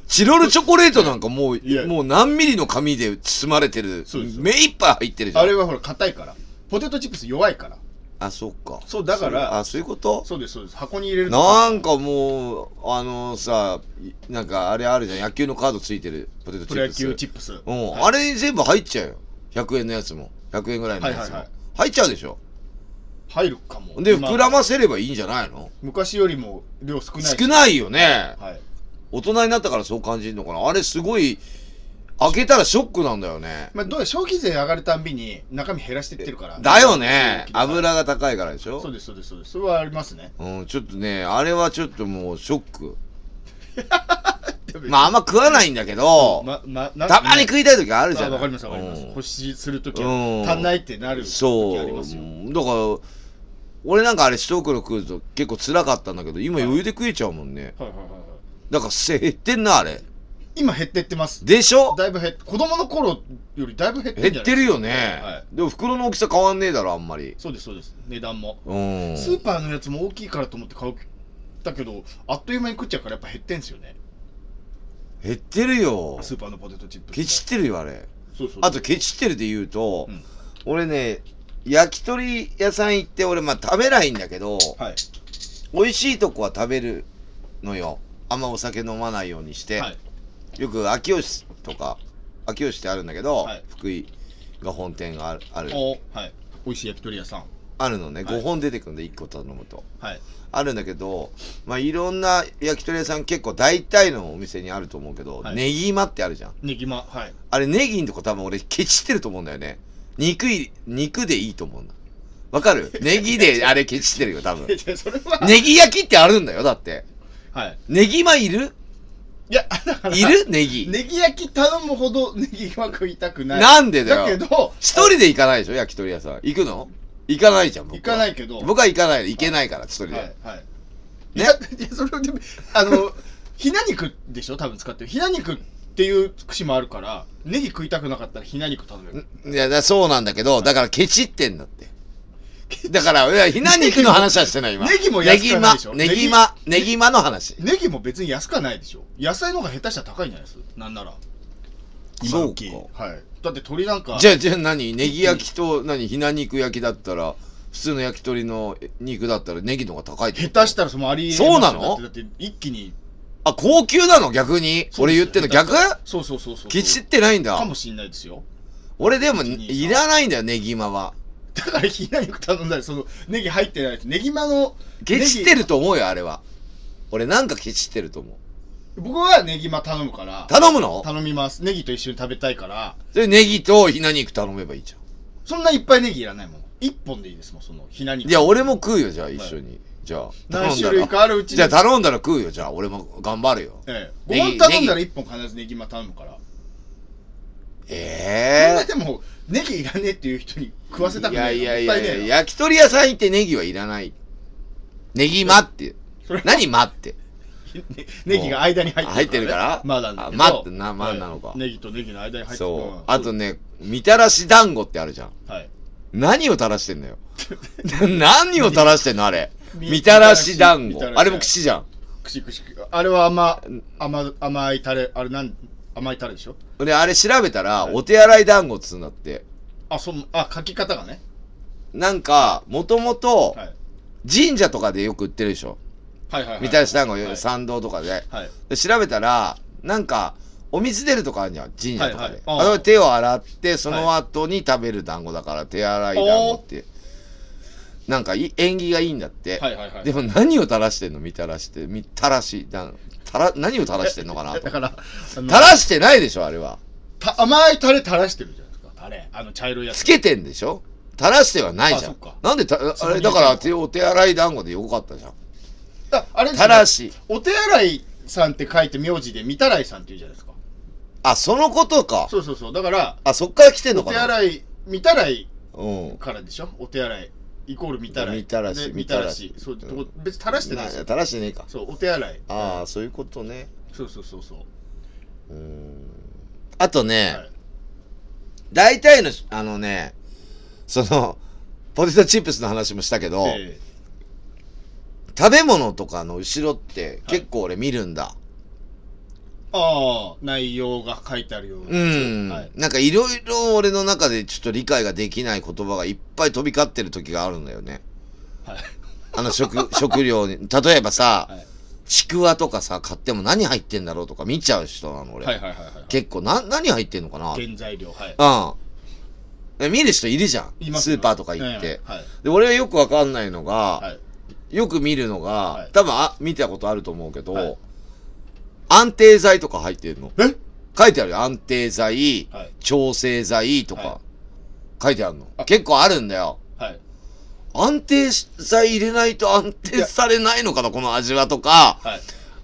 Speaker 1: チロルチョコレートなんかもう
Speaker 2: いや、
Speaker 1: もう何ミリの紙で包まれてる
Speaker 2: そうで。す
Speaker 1: 目いっぱい入ってるじゃん。
Speaker 2: あれはほら硬いからポテトチップス弱いから
Speaker 1: あ、そっか。
Speaker 2: そうだから
Speaker 1: そあ、そういうこと
Speaker 2: そうですそうです箱に入れると
Speaker 1: なんかもう、あのさ、いなんかあれあるじゃん。野球のカードついてるポテトチ
Speaker 2: プロ
Speaker 1: ッ
Speaker 2: 野
Speaker 1: プス。
Speaker 2: 球チップス
Speaker 1: うん、
Speaker 2: はい
Speaker 1: あれに全部入っちゃうよ。100円のやつも。100円ぐらいのやつも。
Speaker 2: はいはいはい
Speaker 1: 入っちゃうでしょ。
Speaker 2: 入るかも
Speaker 1: で、
Speaker 2: 今
Speaker 1: 膨らませればいいんじゃないの
Speaker 2: 昔よりも量少ない
Speaker 1: 少ないよね。
Speaker 2: はい
Speaker 1: 大人になったからそう感じるのかな。あれすごい、開けたらショックなんだよね。
Speaker 2: まあどうや消費税上がるたんびに中身減らしてってるから
Speaker 1: だよね。
Speaker 2: はい
Speaker 1: 油が高いからでし
Speaker 2: そう
Speaker 1: ょ。
Speaker 2: ですそうですそうですそれはありますね
Speaker 1: うん、ちょっとね、あれはちょっともうショック。 まああんま食わないんだけど、
Speaker 2: ままなんか
Speaker 1: たまに食いたい時あ
Speaker 2: あ
Speaker 1: るじゃん。
Speaker 2: わかりますわかります。
Speaker 1: うん
Speaker 2: 保湿するとき
Speaker 1: うん
Speaker 2: は足んないってなる時あり
Speaker 1: そ
Speaker 2: ますよ。
Speaker 1: う。だから、俺なんかあれ一袋食うと結構辛かったんだけど、今余裕で食えちゃうもんね。
Speaker 2: はいはいはいはい。
Speaker 1: だからせ減ってんな、あれ。
Speaker 2: 今減ってってます。
Speaker 1: でしょ
Speaker 2: だいぶ減っ子供の頃よりだいぶ減ってん
Speaker 1: 減
Speaker 2: じゃ
Speaker 1: っ
Speaker 2: ない
Speaker 1: てる
Speaker 2: ですか
Speaker 1: よね。
Speaker 2: はい。
Speaker 1: でも袋の大きさ変わんねえだろ、あんまり。
Speaker 2: そうですそうです。値段も。
Speaker 1: うん。
Speaker 2: スーパーのやつも大きいからと思って買うだけどあっという間に食っちゃうからやっぱ減ってんすよね。
Speaker 1: 減ってるよ。
Speaker 2: スーパーのポテトチップス。
Speaker 1: ケチってるよ、あれ。
Speaker 2: そうそう。
Speaker 1: あと、ケチってるで言うと、
Speaker 2: うん
Speaker 1: 俺ね、焼き鳥屋さん行って、俺、まあ食べないんだけど、
Speaker 2: はい
Speaker 1: 美味しいとこは食べるのよ。あんまお酒飲まないようにして。
Speaker 2: はい
Speaker 1: よく秋吉とか秋吉ってあるんだけど、
Speaker 2: はい
Speaker 1: 福井が本店があるある
Speaker 2: おはい。美味しい焼き鳥屋さん。
Speaker 1: あるのね、
Speaker 2: はい
Speaker 1: 5本出てくるんで1個頼むと
Speaker 2: はい
Speaker 1: あるんだけどまあいろんな焼き鳥屋さん結構大体のお店にあると思うけど、
Speaker 2: はい
Speaker 1: ネギまってあるじゃん
Speaker 2: ネギマ はい。
Speaker 1: あれネギんとこ多分俺ケチってると思うんだよね肉い肉でいいと思うんだわか るネギであれケチってるよ多分
Speaker 2: いやそれは
Speaker 1: ネギ焼きってあるんだよだって
Speaker 2: はい。
Speaker 1: ネギまい る
Speaker 2: いやだから
Speaker 1: いるネギ
Speaker 2: ネギ焼き頼むほどネギマ食いたくない。
Speaker 1: なんでだよ
Speaker 2: だけど
Speaker 1: 一人で行かないでしょ焼き鳥屋さん行くの行かないじゃん僕は
Speaker 2: 行かないけど。
Speaker 1: 僕は行かない行けないから一人で、
Speaker 2: はいはい。い
Speaker 1: ね
Speaker 2: や、いやそれでも、あの、ひな肉でしょ多分使ってる。ひな肉っていう串もあるから、ネギ食いたくなかったらひな肉頼める。
Speaker 1: いやだそうなんだけどだからケチってんだってだからいやひな肉の話はしてない今
Speaker 2: ネギも安くはないでしょ
Speaker 1: ネギマネギマネギマの話
Speaker 2: ネギも別に安くはないでしょ野菜の方が下手したら高いんじゃないですなんなら。今
Speaker 1: そう
Speaker 2: の時
Speaker 1: か
Speaker 2: はい。だって鳥なんか、
Speaker 1: じゃあじゃあ何ネギ焼きと何ひな肉焼きだったら普通の焼き鳥の肉だったらネギの方が高いってこと
Speaker 2: 下手したらそのありえますよ
Speaker 1: そうなの
Speaker 2: だってだって一気に
Speaker 1: あ、高級なの逆に。
Speaker 2: そう
Speaker 1: 俺
Speaker 2: です
Speaker 1: 言ってんの
Speaker 2: 下手し
Speaker 1: 逆
Speaker 2: たらそうそうそうそう
Speaker 1: ケチってないんだ
Speaker 2: か。もしんないですよ
Speaker 1: 俺でも、
Speaker 2: 1 2 3
Speaker 1: いらないんだよ、ネギマは。
Speaker 2: だからひら肉頼んだりそのネギ入ってないやつネギマの
Speaker 1: ケチってると思うよ、あれは。俺なんかケチってると思う。
Speaker 2: 僕はネギマ頼むから
Speaker 1: 頼むの
Speaker 2: 頼みますネギと一緒に食べたいから
Speaker 1: それネギとひな肉頼めばいいじゃ
Speaker 2: そんないっぱいネギいらないもん一本でいいですもんそのひな肉
Speaker 1: ん。いや、俺も食うよ、じゃあ一緒に。じゃあ、頼
Speaker 2: 何
Speaker 1: んだ
Speaker 2: 種類
Speaker 1: ら。
Speaker 2: かあるうちに
Speaker 1: じゃあ頼んだら食うよ、じゃあ。俺も頑張るよ。
Speaker 2: ええ、
Speaker 1: ネギ
Speaker 2: 5本頼んだら1本必ずネギマ頼むから、そん
Speaker 1: え
Speaker 2: なでもネギいらねえっていう人に食わせた
Speaker 1: え。い
Speaker 2: く
Speaker 1: や
Speaker 2: ない
Speaker 1: い
Speaker 2: から
Speaker 1: やいや
Speaker 2: もったねえ
Speaker 1: い
Speaker 2: な
Speaker 1: や、焼き鳥屋さん行ってネギはいらない。ネギマって
Speaker 2: それ。
Speaker 1: 何マって。
Speaker 2: ねネギが間に入ってるから、ね、
Speaker 1: 入ってるから
Speaker 2: まあなんだけど
Speaker 1: あまってなまあ
Speaker 2: はい
Speaker 1: なのか
Speaker 2: ネギとネギの間に入ってる
Speaker 1: そう。
Speaker 2: から
Speaker 1: あとね、みたらし団子ってあるじゃん。
Speaker 2: はい
Speaker 1: 何を垂らしてんの よ。何を垂らしてんのあれ。
Speaker 2: み
Speaker 1: みたらし団
Speaker 2: み
Speaker 1: 子
Speaker 2: たら。し
Speaker 1: あれも串じゃん。
Speaker 2: くしくしあれは甘甘甘いタレあれなん甘いタレでしょ
Speaker 1: で、あれ調べたら、お手洗い団子っつうんだって。
Speaker 2: あそんあ書き方がね
Speaker 1: なんか、もともと
Speaker 2: は、い
Speaker 1: 神社とかでよく売ってるでしょ。
Speaker 2: はいはいはい
Speaker 1: みたらし団子、
Speaker 2: はい
Speaker 1: 参道とかで。
Speaker 2: はい
Speaker 1: で調べたら、なんか、お水出るとかあるじゃん、神社とか
Speaker 2: はいはい
Speaker 1: で。
Speaker 2: あ
Speaker 1: あ
Speaker 2: あ
Speaker 1: れは手を洗って、その後に食べる団子だから、手洗い団子って。なんかい、縁起がいいんだって。
Speaker 2: はいはいはい
Speaker 1: でも何を垂らしてんのみたらして、みたらし、だたら、何を垂らしてんのかなと。
Speaker 2: だ
Speaker 1: 垂
Speaker 2: からあの
Speaker 1: らしてないでしょ、あれは。
Speaker 2: た甘いタレ垂らしてるじゃないですかタレあの茶色いやつ
Speaker 1: つけてんでしょ垂らしてはないじゃ
Speaker 2: あ
Speaker 1: ん
Speaker 2: そっか。
Speaker 1: なんでた、
Speaker 2: そ
Speaker 1: あ
Speaker 2: こに
Speaker 1: れ、だから、手お手洗い団子でよかったじゃん。
Speaker 2: ああれです
Speaker 1: た
Speaker 2: ね
Speaker 1: らし。
Speaker 2: お手洗いさんって書いて名字でみたらいさんって言うじゃないですか
Speaker 1: あ、そのことか。
Speaker 2: そうそうそうだから
Speaker 1: あ、そっから来てん
Speaker 2: お
Speaker 1: のか
Speaker 2: 手
Speaker 1: な
Speaker 2: 洗いみたらい
Speaker 1: うん。
Speaker 2: からでしょお手洗いイコールみたらい
Speaker 1: みたらし
Speaker 2: でみ
Speaker 1: み
Speaker 2: た
Speaker 1: た
Speaker 2: ら
Speaker 1: ら
Speaker 2: し
Speaker 1: し
Speaker 2: そうどこ別に垂らしてないですよ
Speaker 1: 垂らしてねえか。
Speaker 2: そうお手洗い
Speaker 1: ああ、そういうことね。
Speaker 2: そうそうそうそ
Speaker 1: う
Speaker 2: う
Speaker 1: ーん。あとね、
Speaker 2: はい
Speaker 1: 大体の、あのね、その、ポテトチップスの話もしたけど、
Speaker 2: え
Speaker 1: 食べ物とかの後ろって結構俺見るんだ。
Speaker 2: えああ内容が書いてあるような
Speaker 1: うん、
Speaker 2: はい
Speaker 1: なんかいろいろ俺の中でちょっと理解ができない言葉がいっぱい飛び交ってる時があるんだよね。
Speaker 2: はい
Speaker 1: あの食、 食料に。例えばさ、
Speaker 2: はい
Speaker 1: ちくわとかさ、買っても何入ってんだろうとか見ちゃう人なの俺。
Speaker 2: はいはいはいはい
Speaker 1: 結構な、何入ってんのかなう
Speaker 2: 原材料はい
Speaker 1: んで。見る人いるじゃ
Speaker 2: い
Speaker 1: ん。
Speaker 2: ます
Speaker 1: ス
Speaker 2: よ
Speaker 1: ーパーとか行って。
Speaker 2: ええはい
Speaker 1: で、俺はよくわかんないのが、
Speaker 2: はい
Speaker 1: よく見るのが、
Speaker 2: はい
Speaker 1: 多分あ見たことあると思うけど、
Speaker 2: はい
Speaker 1: 安定剤とか入ってるの。
Speaker 2: え
Speaker 1: 書いてあるよ。安定剤、
Speaker 2: はい
Speaker 1: 調整剤とか、
Speaker 2: は
Speaker 1: 書いてあるの
Speaker 2: あ。
Speaker 1: 結構あるんだよ。
Speaker 2: はい
Speaker 1: 安定剤入れないと安定されないのかな、この味はとか。
Speaker 2: はい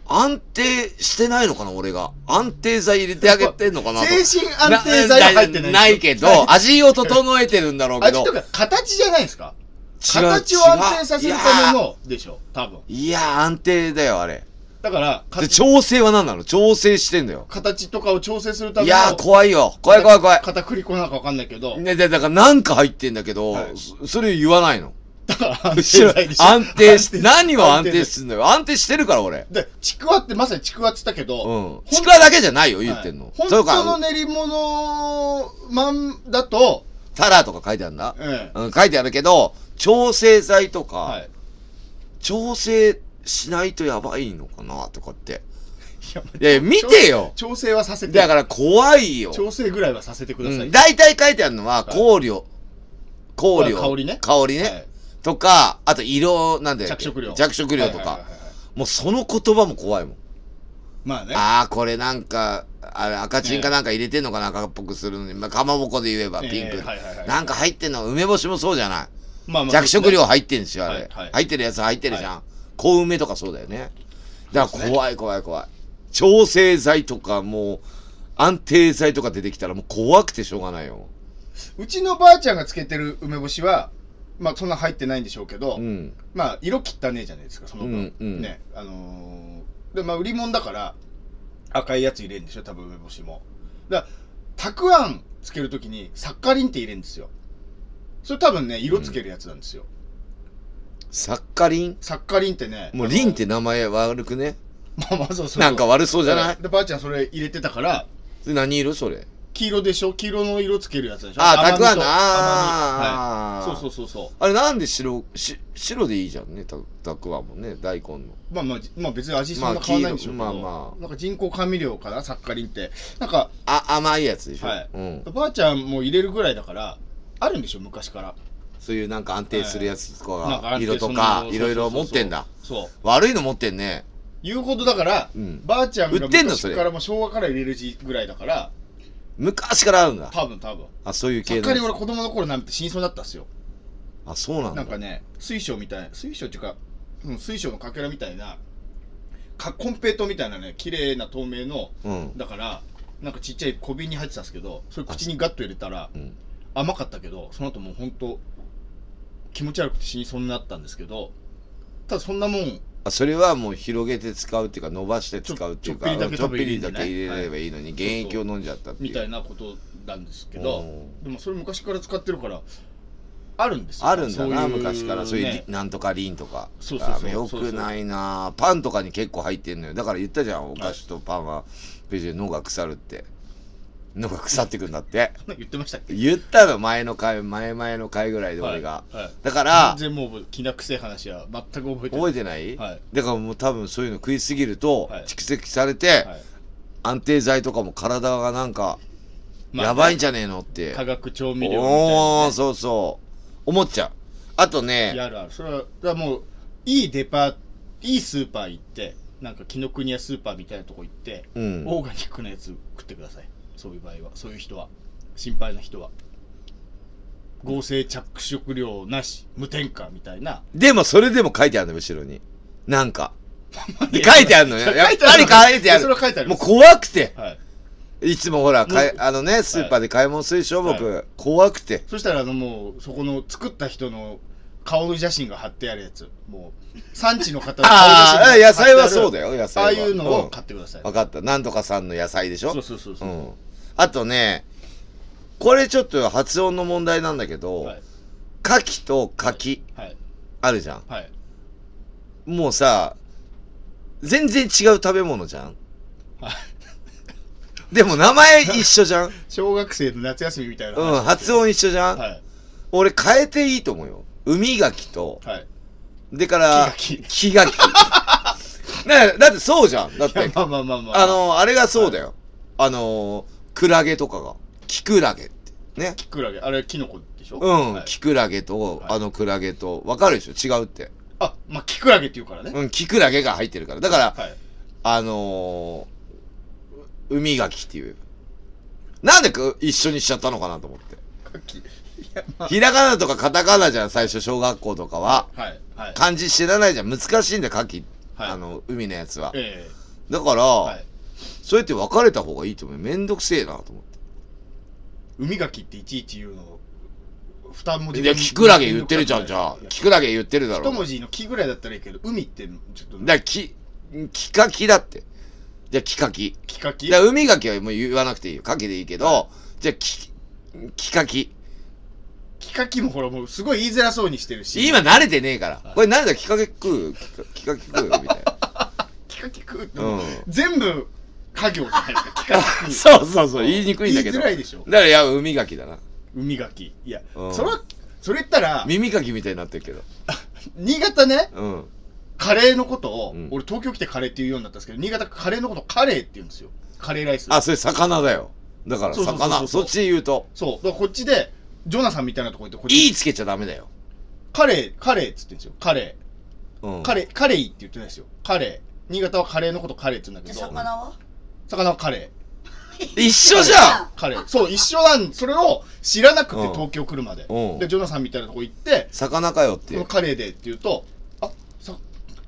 Speaker 1: 安定してないのかな、俺が。安定剤入れてあげてんのかなと。
Speaker 2: 精神安定剤は入ってない
Speaker 1: なないけ
Speaker 2: はい
Speaker 1: ど、味を整えてるんだろうけ
Speaker 2: 味
Speaker 1: ど
Speaker 2: と。か形じゃないですか
Speaker 1: 違う
Speaker 2: 形を安定させるためのでしょ多分
Speaker 1: いやーいやー、安定だよ、あれ。
Speaker 2: だからか
Speaker 1: で、調整は何なの調整してんだよ。
Speaker 2: 形とかを調整するため
Speaker 1: い
Speaker 2: の
Speaker 1: やー、怖いよ。怖い怖い怖い。
Speaker 2: 片栗粉なんかわかんないけど、
Speaker 1: ね、で、だからなんか入ってんだけど、
Speaker 2: はい
Speaker 1: そそれ言わないの。
Speaker 2: だから安定
Speaker 1: 後ろ
Speaker 2: 剤でしょ
Speaker 1: 安定して、何を安定
Speaker 2: 剤
Speaker 1: してんのよ。安定してるから、俺。
Speaker 2: でちくわってまさにちくわって言ったけど、
Speaker 1: うん
Speaker 2: ほ。ん
Speaker 1: ちくわだけじゃないよ、言ってんの。
Speaker 2: はい本
Speaker 1: そう
Speaker 2: 当の
Speaker 1: か、
Speaker 2: 練り物まんだと、
Speaker 1: タラとか書いてあるんだ。
Speaker 2: ええ
Speaker 1: うん、書いてあるけど、調整剤とか、
Speaker 2: はい、い
Speaker 1: 調整しないとやばいのかな、とかって。
Speaker 2: やまあ
Speaker 1: いやいや、見てよ
Speaker 2: 調整はさせて
Speaker 1: だから怖いよ。
Speaker 2: 調整ぐらいはさせてく
Speaker 1: う
Speaker 2: ださい、
Speaker 1: ん。大体書いてあるのは、
Speaker 2: はい
Speaker 1: 香料。香料。
Speaker 2: あ香りね
Speaker 1: 香りね。
Speaker 2: はい
Speaker 1: とか、あと色、なんだよ。
Speaker 2: 着色料
Speaker 1: 着色料と
Speaker 2: はいはい
Speaker 1: か
Speaker 2: はい。はい
Speaker 1: もうその言葉も怖いもん。
Speaker 2: まあね
Speaker 1: ああ、これなんか、あれ赤チンかなんか入れてんのかな、赤っぽくするのに。まあ、かまぼこで言えば
Speaker 2: ええ
Speaker 1: ピンク。
Speaker 2: はいはいはい
Speaker 1: なんか入ってんの、梅干しもそうじゃない。
Speaker 2: まあまあ
Speaker 1: 着色料入ってんですよ、あれ。
Speaker 2: はいはい
Speaker 1: 入ってるやつ入ってるじゃん。小梅とかそうだよね。だから怖い怖い怖い。調整剤とかもう、安定剤とか出てきたらもう怖くてしょうがないよ。
Speaker 2: うちのばあちゃんがつけてる梅干しはまあそんな入ってないんでしょうけど、
Speaker 1: うん。
Speaker 2: まあ色汚ねえじゃないですかその分、
Speaker 1: うんうん
Speaker 2: ねあのーでまあ売り物だから赤いやつ入れるんでしょ多分梅干しもだからたくあんつけるときにサッカリンって入れるんですよそれ多分ね色つけるやつなんですよ、
Speaker 1: サッカリン
Speaker 2: サッカリンってね
Speaker 1: もうリンって名前悪くね。
Speaker 2: あのまあまあそうそう
Speaker 1: なんか悪そうじゃない
Speaker 2: でばあちゃんそれ入れてたから
Speaker 1: で何色それ
Speaker 2: 黄色でしょ黄色の色つけるやつでしょ
Speaker 1: あー、たくあんな
Speaker 2: 甘みと
Speaker 1: あ
Speaker 2: 甘み
Speaker 1: ー
Speaker 2: はい。そうそうそうそ
Speaker 1: あれなんで白、し白でいいじゃんね、たたくあんもね、大根の。
Speaker 2: う。まあまあ、じまあ別に味そんな変わらないんでしょうけど、
Speaker 1: まあ黄色まあまあ
Speaker 2: なんか人工甘味料かなサッカリンって。なんか、
Speaker 1: あ、甘いやつでしょ。
Speaker 2: はい
Speaker 1: うん。
Speaker 2: ばあちゃんも入れるぐらいだから、あるんでしょ昔から。
Speaker 1: そういうなんか安定するやつと
Speaker 2: なん
Speaker 1: か
Speaker 2: あ、る
Speaker 1: 色
Speaker 2: 程度
Speaker 1: と
Speaker 2: その
Speaker 1: か、
Speaker 2: そう
Speaker 1: い
Speaker 2: そうそうそう
Speaker 1: ろいろ持ってんだ。。
Speaker 2: そう。
Speaker 1: 悪いの持ってんね。
Speaker 2: 言うほどだから、
Speaker 1: うん
Speaker 2: ばあちゃんが
Speaker 1: 売ってんのそれ
Speaker 2: 昔からもう昭和から入れる字ぐらいだから、
Speaker 1: 昔からあるんだ。
Speaker 2: 多分多分。
Speaker 1: あ、そういう
Speaker 2: さっ
Speaker 1: 系
Speaker 2: かり俺
Speaker 1: の。
Speaker 2: 子供の頃なんて真相だったっすよ。
Speaker 1: あ、そうなん
Speaker 2: な
Speaker 1: だ
Speaker 2: ん。かね、水晶みたいな、水晶っていうか、うん、水晶のかけらみたいな、かコンペイトーみたいなね、綺麗な透明の、
Speaker 1: うん。
Speaker 2: だから、なんかちっちゃい小瓶に入ってたんですけど、それ口にガッと入れたら
Speaker 1: うん。
Speaker 2: 甘かったけど、その後もう本当気持ち悪くて死にそうになったんですけど、ただそんなもん、
Speaker 1: あそれはもう広げて使うっていうか、伸ばして使うっていうか、
Speaker 2: ちょ
Speaker 1: ち
Speaker 2: ち
Speaker 1: ょ
Speaker 2: ょ
Speaker 1: っ
Speaker 2: っ
Speaker 1: ぴ
Speaker 2: ぴ
Speaker 1: り
Speaker 2: り
Speaker 1: だ
Speaker 2: だ
Speaker 1: け
Speaker 2: け
Speaker 1: 入
Speaker 2: 入れ
Speaker 1: れ
Speaker 2: れ
Speaker 1: れば
Speaker 2: ば
Speaker 1: いいのに、原液を飲んじゃったっていう。
Speaker 2: みたいなことなんですけ
Speaker 1: う
Speaker 2: ど、
Speaker 1: ん
Speaker 2: でもそれ昔から使ってるから、あるんですよ。
Speaker 1: あるんだな、
Speaker 2: そういう
Speaker 1: 昔から。そういうり、
Speaker 2: ね
Speaker 1: なんとかリンとか。
Speaker 2: そうそうそう
Speaker 1: よくないなパンとかに結構入ってんのよ。だから言ったじゃん、お菓子とパンは、別に脳が腐るって。脳が腐ってくんだって。
Speaker 2: 言ってましたっけ
Speaker 1: 言ったの、前の回、前々の回ぐらいで俺が。
Speaker 2: はいはい
Speaker 1: だから、
Speaker 2: 全然もう気なくせえ話は全く覚えてない
Speaker 1: 覚えてない、
Speaker 2: はい
Speaker 1: だからもう多分そういうの食いすぎると
Speaker 2: はい
Speaker 1: 蓄積されて、
Speaker 2: はい
Speaker 1: 安定剤とかも体がなんか
Speaker 2: まあ
Speaker 1: やばいんじゃねえのって、
Speaker 2: 化学調味料みたいな
Speaker 1: おおー、
Speaker 2: ね
Speaker 1: そうそう思っちゃうあと
Speaker 2: いや
Speaker 1: ね
Speaker 2: あるあるそれはだからもういいデパーいいスーパー行ってなんか紀ノ国屋スーパーみたいなとこ行って、
Speaker 1: うん
Speaker 2: オーガニックのやつ食ってくださいそういう場合はそういう人は心配な人は合成着色料なし無添加みたいな
Speaker 1: でもそれでも書いてあるの後ろになんかで
Speaker 2: いや
Speaker 1: 書いてあるのよ
Speaker 2: それ
Speaker 1: やっ
Speaker 2: 書いて
Speaker 1: ぱり書いてあ
Speaker 2: そ
Speaker 1: る
Speaker 2: れは書いてある
Speaker 1: もう怖くて
Speaker 2: はい
Speaker 1: いつもほらかい
Speaker 2: もう
Speaker 1: あのねスーパーで買い物するでしょ、僕、怖くて
Speaker 2: そしたらあのもうそこの作った人の顔の写真が貼ってあるやつもう産地の方 の顔
Speaker 1: ああ
Speaker 2: 写
Speaker 1: 野
Speaker 2: 真が貼ってあ
Speaker 1: 菜
Speaker 2: る
Speaker 1: はそうだよ野菜
Speaker 2: あ
Speaker 1: は
Speaker 2: あいうのを買
Speaker 1: う
Speaker 2: ってください、
Speaker 1: ん、分かったなんとかさんの野菜でしょ
Speaker 2: そうそうそうそうう、
Speaker 1: ん、あとねこれちょっと発音の問題なんだけど、
Speaker 2: はい
Speaker 1: 牡蠣と柿
Speaker 2: はい
Speaker 1: あるじゃん
Speaker 2: はい
Speaker 1: もうさ全然違う食べ物じゃん
Speaker 2: はい
Speaker 1: でも名前一緒 じゃん、う
Speaker 2: 小学生の夏休みみたいな話
Speaker 1: ん、発音一緒じゃん、
Speaker 2: はい
Speaker 1: 俺変えていいと思うよ海柿と
Speaker 2: はい
Speaker 1: でから
Speaker 2: 木
Speaker 1: 柿木 柿ねだってそうじゃんだっ
Speaker 2: いや
Speaker 1: て
Speaker 2: まあまあまあまあ
Speaker 1: あのあれがそうだよ、あのクラゲとかがキクラゲってね
Speaker 2: キクラゲあれキノコでしょ
Speaker 1: うん、
Speaker 2: はい
Speaker 1: キクラゲと、
Speaker 2: はい
Speaker 1: あのクラゲと、わかるでしょ違うって。
Speaker 2: あまあキクラゲって言うからね
Speaker 1: うん、キクラゲが入ってるから。だから、
Speaker 2: はい
Speaker 1: あのー、海垣っていう。なんでく一緒にしちゃったのかなと思って。
Speaker 2: カキいやま
Speaker 1: ひらがなとかカタカナじゃん、最初、小学校とかは。
Speaker 2: あはいはい
Speaker 1: 漢字知らないじゃん。難しいんだよ、牡蠣。
Speaker 2: はい
Speaker 1: あの、海のやつは。
Speaker 2: え
Speaker 1: だから、
Speaker 2: えはい
Speaker 1: そうやって別れた方がいいと思う。めんどくせえなと思って。
Speaker 2: 海ガキっていちいち言うの二文字
Speaker 1: いや、キクラゲ言ってるじゃん、じゃあ
Speaker 2: い。や
Speaker 1: キクラゲ言ってるだろ。
Speaker 2: 一文字のキぐらいだったらいいけど海ってちょっと
Speaker 1: だから、き、きかきだって。じゃあ、きかき。
Speaker 2: キカキ
Speaker 1: じゃあ、海きはもう言わなくていいよ。かきでいいけど、じゃあ、き、きかき。
Speaker 2: キカキもほらもうすごい言いづらそうにしてるし
Speaker 1: 今慣れてねえから。これなんだ、きかき食うきかきかき食うみたい な。
Speaker 2: キカキ食うって
Speaker 1: うん
Speaker 2: 全部家業じゃないですかキカキ食う
Speaker 1: そうそうそう、 言いにくいんだけど。
Speaker 2: 言いづらいでしょ
Speaker 1: だから、いや、海きだな。
Speaker 2: 海ガキいや、
Speaker 1: うん
Speaker 2: それはそれ言ったら
Speaker 1: 耳かきみたいになってるけど。
Speaker 2: 新潟ね
Speaker 1: うん。
Speaker 2: カレーのことを、
Speaker 1: うん
Speaker 2: 俺東京来てカレーって言うようになったんですけど新潟カレーのことをカレーって言うんですよカレーライス
Speaker 1: あ、それ魚だよ。だから、
Speaker 2: そうそうそうそう
Speaker 1: 魚。そっちで言うと、
Speaker 2: そうだからこっちでジョナサンみたいなとこ行ってこっ
Speaker 1: い
Speaker 2: ち
Speaker 1: いつけちゃダメだよ。
Speaker 2: カレーカレーっつってんですよカレ
Speaker 1: うん。
Speaker 2: ーカレーカレーって言ってないですよカレー新潟はカレーのことカレーって言うんだ
Speaker 4: じ
Speaker 2: け
Speaker 4: ゃあ
Speaker 2: ど
Speaker 4: 魚は
Speaker 2: 魚はカレ
Speaker 1: 一緒じゃん
Speaker 2: ーカレーそう一緒なんそれを知らなくて
Speaker 1: うん
Speaker 2: 東京来るまで、
Speaker 1: うん
Speaker 2: でジョナサンみたいなとこ行って
Speaker 1: 魚かよっ
Speaker 2: この
Speaker 1: て。
Speaker 2: カレーでって言うとあさ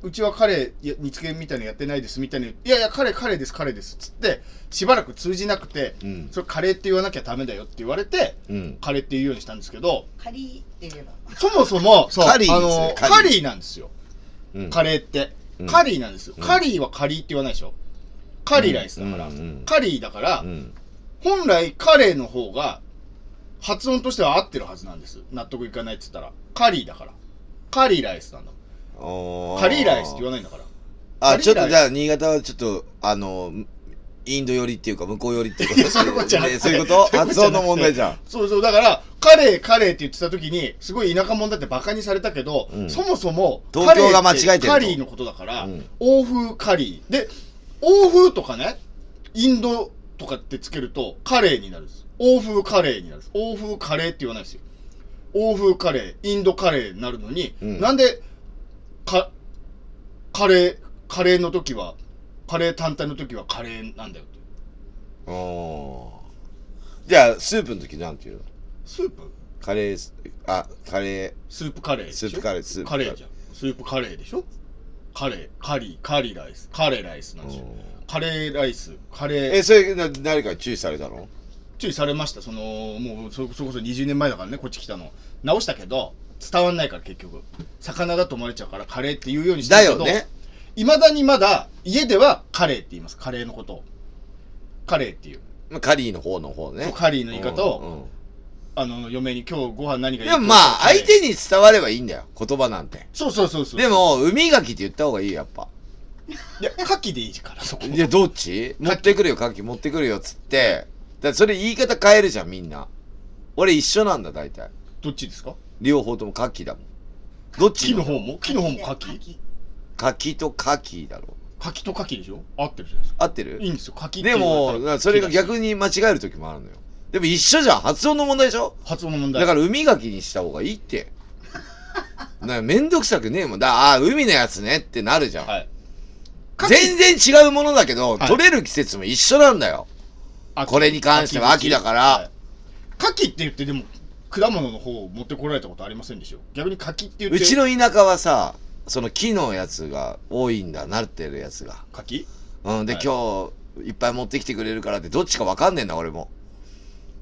Speaker 2: うちはカレーや煮つけみたいなのやってないですみたいないやいやカレーカレーですカレーですっつってしばらく通じなくて、
Speaker 1: うん
Speaker 2: それカレーって言わなきゃダメだよって言われて
Speaker 1: うん。
Speaker 2: カレーって言うようにしたんですけど
Speaker 4: カリーって言えば
Speaker 2: そもそもそう
Speaker 1: カリー
Speaker 2: あ
Speaker 1: ですね
Speaker 2: の
Speaker 1: カ
Speaker 2: カ
Speaker 1: リー
Speaker 2: リーなんですよ
Speaker 1: うん。
Speaker 2: カレーって、
Speaker 1: うん
Speaker 2: カリーなんですよ、
Speaker 1: うん
Speaker 2: カリーはカリーって言わないでしょカリーライスだから、
Speaker 1: うんうん
Speaker 2: カリーだから、
Speaker 1: うん。
Speaker 2: 本来カレーの方が発音としては合ってるはずなんです納得いかないって言ったらカリーだからカリーライスなんだもん
Speaker 1: お
Speaker 2: カリーライスって言わ
Speaker 1: ない。
Speaker 2: ないんだから
Speaker 1: あ、
Speaker 2: カリー
Speaker 1: ちょ
Speaker 2: ライス
Speaker 1: っとじゃあ、新潟はちょっと、あの、インド寄りっていうか向こう寄りっていうこと
Speaker 2: そういうことじゃなくて
Speaker 1: ねそういうこと
Speaker 2: そういう
Speaker 1: 発
Speaker 2: ことじゃなくて
Speaker 1: 音の問題じゃん
Speaker 2: そうそう、だから、カレー、カレーって言ってた時に、すごい田舎者だってバカにされたけど、
Speaker 1: うん
Speaker 2: そもそも、
Speaker 1: 東京が間違えてると
Speaker 2: カレーってカリーのことだから、
Speaker 1: うん
Speaker 2: 欧風カリー。で、欧風とかね、インドとかってつけると、カレーになるんです。欧風カレーになるんです。欧風カレーって言わないですよ。欧風カレー、インドカレーになるのに、
Speaker 1: うん
Speaker 2: なんで、か、カレー、カレーの時は、カレー単体の時はカレーなんだよって。
Speaker 1: おーじゃあスープの時なんていうの
Speaker 2: スープ
Speaker 1: カレースあカレ
Speaker 2: スープカレーでしょ
Speaker 1: スープカレースープ
Speaker 2: カ
Speaker 1: カレー
Speaker 2: レーじゃんスープカレーでしょカレーカリーカリーライスカレーライスなん
Speaker 1: ー
Speaker 2: ですよカレーライスカ
Speaker 1: え
Speaker 2: レー
Speaker 1: それな誰かに注意されたの
Speaker 2: 注意されましたそのもうそそれこそ20年前だからねこっち来たの直したけど伝わんないから結局魚だと思われちゃうからカレーって言うようにして
Speaker 1: だ
Speaker 2: るけ
Speaker 1: よ
Speaker 2: ど
Speaker 1: ね
Speaker 2: いまだにまだ家ではカレーって言いますカレーのことをカレーっていう
Speaker 1: まあカリーの方の方ね
Speaker 2: カリーの言い方を、
Speaker 1: うんうん
Speaker 2: あの嫁に今日ご飯何がいい
Speaker 1: でもまあ
Speaker 2: カレー
Speaker 1: 相手に伝わればいいんだよ言葉なんて
Speaker 2: そうそうそうそう
Speaker 1: でも海牡蠣って言った方がいいよやっぱ
Speaker 2: いや牡蠣でいいからそこ
Speaker 1: い やどっち持ってくるよ牡蠣持ってくるよっつってだからそれ言い方変えるじゃんみんな俺一緒なんだ大体
Speaker 2: どっちですか
Speaker 1: 両方とも牡蠣だもんどっち
Speaker 2: 木の方も木の方も牡蠣
Speaker 1: 牡蠣と牡蠣だろ
Speaker 2: 柿と柿でしょ合ってるじゃないですか
Speaker 1: 合ってる
Speaker 2: いいんですよ柿ってい
Speaker 1: で
Speaker 2: うのは
Speaker 1: もだからそれが逆に間違える時もあるのよでも一緒じゃん発音の問題でしょ
Speaker 2: 発音の問題
Speaker 1: だから海牡蠣にした方がいい ってなめんどくさくねえもんだあー海のやつねってなるじゃん、
Speaker 2: はい
Speaker 1: 全然違うものだけど、
Speaker 2: はい
Speaker 1: 取れる季節も一緒なんだよ
Speaker 2: あ
Speaker 1: これに関しては秋だから
Speaker 2: はい柿って言ってでも果物の方を持ってこられたことありませんでしょ逆に柿って言って
Speaker 1: うちの田舎はさその木のやつが多いんだなってるやつが、
Speaker 2: 柿
Speaker 1: うん、で、
Speaker 2: はい
Speaker 1: 今日いっぱい持ってきてくれるからってどっちかわかんねえんだ俺も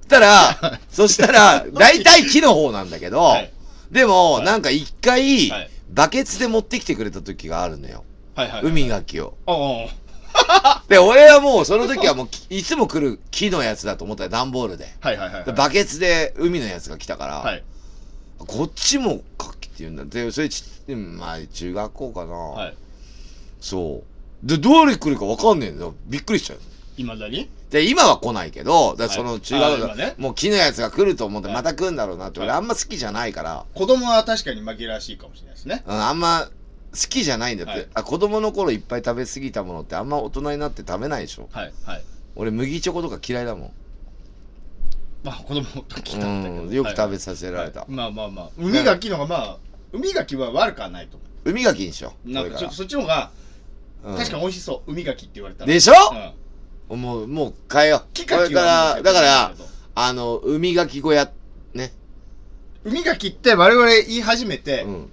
Speaker 1: した らそしたら大体木の方なんだけど、
Speaker 2: はい
Speaker 1: でも、
Speaker 2: はい
Speaker 1: なんか一回、
Speaker 2: はい
Speaker 1: バケツで持ってきてくれた時があるのよ、
Speaker 2: はいはい
Speaker 1: 海牡蠣を
Speaker 2: ああ
Speaker 1: で俺はもうその時はもう きいつも来る木のやつだと思ったよ段ボールで
Speaker 2: はいはいはい
Speaker 1: でバケツで海のやつが来たから、
Speaker 2: はい
Speaker 1: こっちも牡蠣って言うんだでそれちうんまあ中学校かな、
Speaker 2: はい
Speaker 1: そうでどれ来るか分かんねえんだよびっくりしちゃう
Speaker 2: いまだに
Speaker 1: で今は来ないけどだから
Speaker 2: はい
Speaker 1: その中学校
Speaker 2: あー、今ね
Speaker 1: もう木のやつが来ると思って
Speaker 2: はい
Speaker 1: また来るんだろうなって、俺
Speaker 2: は
Speaker 1: あんま好きじゃないから、
Speaker 2: 子供は確かに紛らわしいかもしれないですね
Speaker 1: うん、あんま好きじゃないんだって、
Speaker 2: はい
Speaker 1: あ子供の頃いっぱい食べ過ぎたものってあんま大人になって食べないでしょ
Speaker 2: はいはい
Speaker 1: 俺麦チョコとか嫌いだもん
Speaker 2: まあ子供の時だったけ
Speaker 1: う
Speaker 2: ど
Speaker 1: んよく食べ
Speaker 2: て
Speaker 1: させられた、
Speaker 2: まあまあまあ海柿の方がまあ海柿は悪くはないと思
Speaker 1: 海牡蠣にしよ
Speaker 2: う
Speaker 1: う
Speaker 2: なん
Speaker 1: こ
Speaker 2: か
Speaker 1: れ
Speaker 2: ち
Speaker 1: ら
Speaker 2: ょっとそっちの方が
Speaker 1: うん
Speaker 2: 確かに美味しそう海柿って言われたら
Speaker 1: でしょ
Speaker 2: うん
Speaker 1: もうもう変えよう
Speaker 2: 木
Speaker 1: これ
Speaker 2: 柿
Speaker 1: か
Speaker 2: は
Speaker 1: らだからあの海牡蠣小屋ね、
Speaker 2: 海が切って我々言い始めて、
Speaker 1: うん、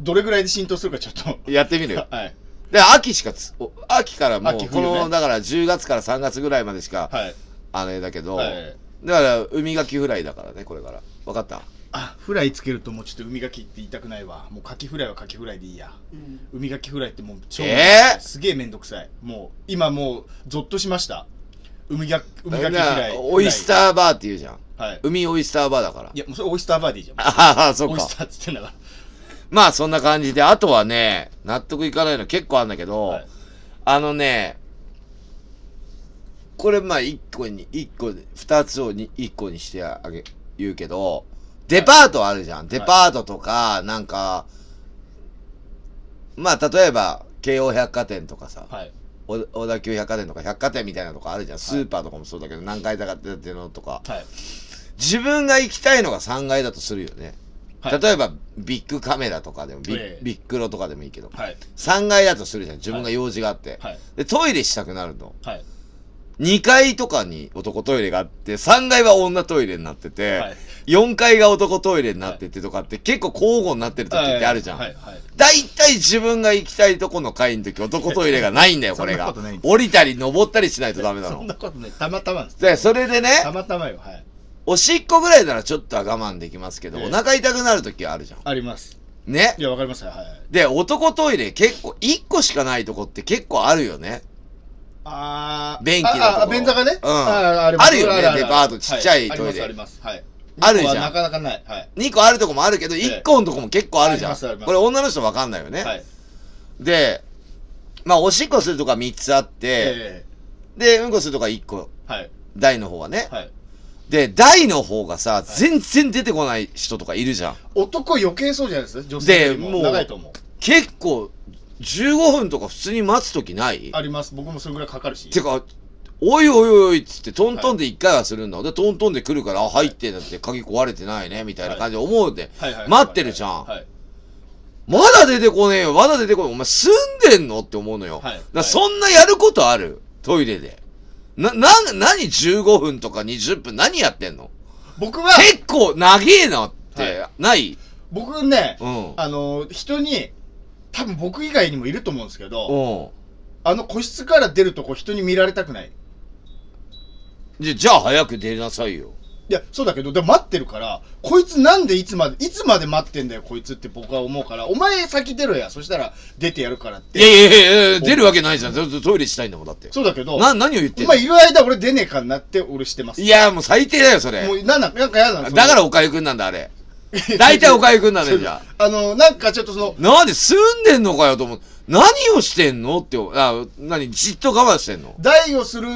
Speaker 2: どれぐらいで浸透するかちょっと
Speaker 1: やってみるよ
Speaker 2: はい
Speaker 1: で秋しかつお秋からもう
Speaker 2: 秋冬
Speaker 1: この、
Speaker 2: ね
Speaker 1: だから10月から3月ぐらいまでしか、
Speaker 2: はい
Speaker 1: あれだけど、
Speaker 2: はい
Speaker 1: だから海牡蠣フライだからねこれから分かった
Speaker 2: あフライつけるともうちょっと海が切って言いたくないわもうカキフライはカキフライでいいや海がきフライってもう超、
Speaker 1: えー
Speaker 2: すげえめんどくさいもう今もうゾッとしました海が海
Speaker 1: だ
Speaker 2: がき
Speaker 1: か
Speaker 2: フラ
Speaker 1: ら
Speaker 2: イ
Speaker 1: オイスターバーって言うじゃん
Speaker 2: ーはい
Speaker 1: 海オイスターバーだから
Speaker 2: いやもうそれオイスターバーディーじゃん
Speaker 1: ああそう
Speaker 2: オイ
Speaker 1: か
Speaker 2: スターっつってんだか
Speaker 1: まあそんな感じであとはね納得いかないの結構あるんだけ
Speaker 2: ら、
Speaker 1: ど、
Speaker 2: はい、
Speaker 1: あのねこれまあ1個に1個で2つをに1個にしてあげ言うけどデパートあるじゃん、デパートとかなんかまあ例えば京王百貨店とかさ、
Speaker 2: はい、
Speaker 1: 小小田急百貨店とか百貨店みたいなとこあるじゃんスーパーとかもそうだけど、何階だっていうのとか
Speaker 2: はい
Speaker 1: 自分が行きたいのが3階だとするよね、
Speaker 2: はい
Speaker 1: 例えばビッグカメラとかでもビ,、
Speaker 2: ええ
Speaker 1: ビッグロとかでもいいけど
Speaker 2: はい
Speaker 1: 3階だとするじゃん自分が用事があって、
Speaker 2: はい
Speaker 1: でトイレしたくなると
Speaker 2: はい
Speaker 1: 2階とかに男トイレがあって3階は女トイレになってて、
Speaker 2: はい
Speaker 1: 4階が男トイレになっててとかって結構交互になってる時ってあるじゃん、
Speaker 2: はいはい
Speaker 1: 大体自分が行きたいとこの階の時男トイレがないんだよ、これ
Speaker 2: そんな
Speaker 1: が
Speaker 2: ことないん。です
Speaker 1: 降りたり登ったりしないとダメな
Speaker 2: そ
Speaker 1: の
Speaker 2: んな。ことないたまたまです
Speaker 1: で、それでね、
Speaker 2: たまたまよはい
Speaker 1: おしっこぐらいならちょっとは我慢できますけど、
Speaker 2: ええ
Speaker 1: お腹痛くなる時はあるじゃん。
Speaker 2: あります
Speaker 1: ね
Speaker 2: い。やわかりますはいはい
Speaker 1: で、男トイレ結構、1個しかないとこって結構あるよね。
Speaker 2: あー
Speaker 1: 便器のところ
Speaker 2: ああ便座がね。
Speaker 1: うん
Speaker 2: ああります
Speaker 1: あるよね
Speaker 2: る
Speaker 1: デパートちっちゃい
Speaker 2: は
Speaker 1: トイレ
Speaker 2: あります、あります。
Speaker 1: あ
Speaker 2: はい。
Speaker 1: るじゃん
Speaker 2: 日本はなかなかない。はい。
Speaker 1: 2個あるとこもあるけど、
Speaker 2: え
Speaker 1: 1個のとこも結構あるじゃ
Speaker 2: ありま
Speaker 1: ん。
Speaker 2: すあります
Speaker 1: これ女の人わかんないよね。
Speaker 2: はい。
Speaker 1: で、まあ、おしっこするとこは3つあって、
Speaker 2: え
Speaker 1: で、うんこするとか1個。
Speaker 2: はい。
Speaker 1: 大の方はね。
Speaker 2: はい。
Speaker 1: で、大の方がさ、全然出てこない人とかいるじゃん。
Speaker 2: 男余計そうじゃないですか女性より
Speaker 1: でも
Speaker 2: も
Speaker 1: う
Speaker 2: 長いと思う。
Speaker 1: 結構、15分とか普通に待つときない
Speaker 2: あります。僕もそれぐらいかかるし。
Speaker 1: てか、おいおいおいっつってトントンで1回はするんだ。で、トントンで来るから、あ、入ってんだって鍵壊れてないね、みたいな感じで思うで。
Speaker 2: はいはいはい
Speaker 1: 待ってるじゃん
Speaker 2: はい。
Speaker 1: まだ出てこねえよ、まだ出てこねえ。お前住んでんのって思うのよ。
Speaker 2: はい
Speaker 1: だからそんなやることあるトイレで。な、な、何15分とか20分何やってんの
Speaker 2: 僕は、
Speaker 1: 結構長えなって、ない
Speaker 2: 僕ね
Speaker 1: う、ん。
Speaker 2: あの、人に、多分僕以外にもいると思うんですけど、
Speaker 1: うん。
Speaker 2: あの個室から出るとこ人に見られたくない。
Speaker 1: じゃ、じゃあ早く出なさいよ。
Speaker 2: いや、そうだけど、でも待ってるから、こいつなんでいつまで、いつまで待ってんだよ、こいつって僕は思うから、お前先出ろや、そしたら出てやるからっ
Speaker 1: いや
Speaker 2: て。
Speaker 1: いやいやいや、出るわけないじゃん。ずっとトイレしたいんだもん、だって。
Speaker 2: そうだけど、
Speaker 1: な、何を言って
Speaker 2: お
Speaker 1: んの
Speaker 2: 前いる間俺出ねえかなって俺してます。
Speaker 1: いや、もう最低だよ、それ
Speaker 2: も。うなんなんなんか嫌なの
Speaker 1: だからおかゆくんなんだ、あれ。大体おかゆくんなん だよ、じゃあ。
Speaker 2: あ。あの、なんかちょっとその、
Speaker 1: なんで住んでんのかよと思う。何をしてんのって、あ、何、じっと我慢してんの
Speaker 2: 代をする、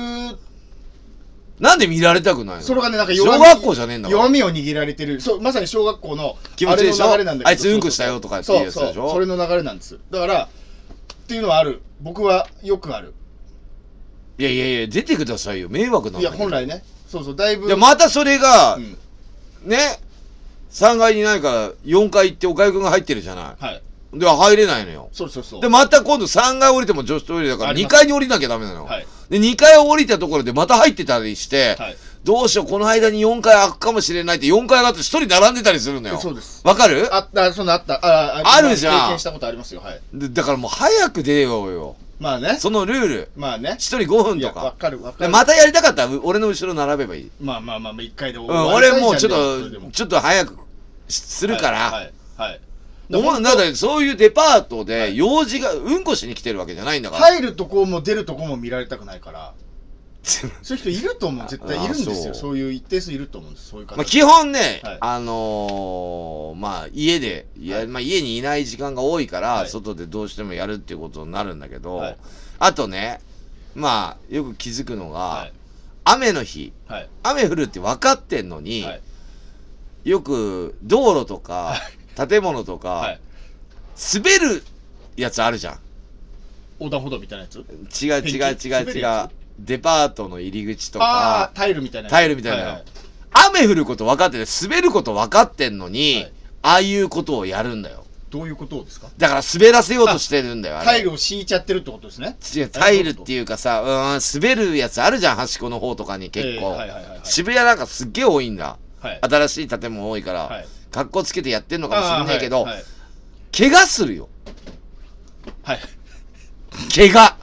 Speaker 1: なんで見られたくないの
Speaker 2: それがね、なんか
Speaker 1: 小
Speaker 2: み
Speaker 1: 学校じゃねえんだから
Speaker 2: 弱。みを握られてる。そう、まさに小学校の、
Speaker 1: 気持ちいいでしょ
Speaker 2: あれの流れなんだけど。
Speaker 1: あいつうんこしたよとかっていうやつでしょ
Speaker 2: そうそうそれの流れなんです。だから、っていうのはある。僕はよくある。
Speaker 1: いやいやいや、出てくださいよ。迷惑なんだ
Speaker 2: い
Speaker 1: け
Speaker 2: や、
Speaker 1: ど
Speaker 2: 本。来ね。そうそう、だいぶ。
Speaker 1: で、またそれが、
Speaker 2: うん
Speaker 1: ね、3階にないから4階行っておかゆくんが入ってるじゃな
Speaker 2: はい。
Speaker 1: い。で、入れないのよ。
Speaker 2: そうそうそう。
Speaker 1: で、また今度3階降りても女子トイレだから
Speaker 2: あり
Speaker 1: 2
Speaker 2: ます
Speaker 1: 階に降りなきゃダメなの。
Speaker 2: はい
Speaker 1: で、2階降りたところでまた入ってたりして、
Speaker 2: はい
Speaker 1: どうしよう、この間に4階開くかもしれないって4階上がって1人並んでたりするのよ。
Speaker 2: そうです
Speaker 1: わかる
Speaker 2: あった、そんなあった。あ
Speaker 1: あるじゃん
Speaker 2: 経験したことありますよ、はい。
Speaker 1: でだからもう早く出ようよ。
Speaker 2: まあね。
Speaker 1: そのルール。
Speaker 2: まあね
Speaker 1: 1。人5分
Speaker 2: い
Speaker 1: と
Speaker 2: や、わ
Speaker 1: か。
Speaker 2: かるわか
Speaker 1: で
Speaker 2: る。
Speaker 1: またやりたかったらう俺の後ろ並べばいい。
Speaker 2: まあまあまあ、一回で終
Speaker 1: う
Speaker 2: わ
Speaker 1: ん、
Speaker 2: りたい
Speaker 1: 俺もう
Speaker 2: じ
Speaker 1: ち
Speaker 2: ゃん
Speaker 1: ょ
Speaker 2: それ
Speaker 1: っ
Speaker 2: でも
Speaker 1: と、ちょっと早くしするか
Speaker 2: は
Speaker 1: ら。
Speaker 2: い。はい。
Speaker 1: お前
Speaker 2: はい
Speaker 1: なんだってそういうデパートで
Speaker 2: い
Speaker 1: 用事がうんこしに来てるわけじゃないんだから。
Speaker 2: 入るとこも出るとこも見られたくないから。そういう人いると思う。絶対いるんで
Speaker 1: あ
Speaker 2: す
Speaker 1: そ
Speaker 2: よ。
Speaker 1: う
Speaker 2: そういう一定数いると思うんです。そういう方。
Speaker 1: まあ、基本ね、
Speaker 2: はい
Speaker 1: あのーまあ、家で、いや
Speaker 2: はい
Speaker 1: まあ、家にいない時間が多いから、
Speaker 2: はい
Speaker 1: 外でどうしてもやるっていうことになるんだけど、
Speaker 2: はい
Speaker 1: あとね、まあ、よく気づくのが、
Speaker 2: はい。
Speaker 1: 雨の日、
Speaker 2: はい。
Speaker 1: 雨降るって分かってんのに、
Speaker 2: はい。
Speaker 1: よく道路とか、建物とか、
Speaker 2: はい。
Speaker 1: 滑るやつあるじゃん。
Speaker 2: 横断歩道みたいなやつ
Speaker 1: 違う違う
Speaker 2: ペンキ
Speaker 1: 違う
Speaker 2: 滑る
Speaker 1: 違
Speaker 2: や
Speaker 1: う。デパートの入り口と
Speaker 2: ああ
Speaker 1: か
Speaker 2: ー、、タイルみたいなやつ
Speaker 1: タイルみたいなの
Speaker 2: はは
Speaker 1: 雨降ること分かってて、滑ること分かってんのに、
Speaker 2: はい
Speaker 1: ああいうことをやるんだよ。
Speaker 2: どういうことですか
Speaker 1: だから滑らせようとしてるんだよ、あれ。
Speaker 2: タイルを敷いちゃってるってことですね。
Speaker 1: 違うタイルっていうかさ、うーん、滑るやつあるじゃん、端っこの方とかに結
Speaker 2: えー
Speaker 1: 構。
Speaker 2: はいはいはいはい
Speaker 1: 渋谷なんかすっげえ多いんだ。
Speaker 2: はい。
Speaker 1: 新しい建物多いから、
Speaker 2: はい
Speaker 1: 格好つけてやってんのかもしんないけど、
Speaker 2: あーはいはい
Speaker 1: 怪我するよ。
Speaker 2: はい。
Speaker 1: 怪 我。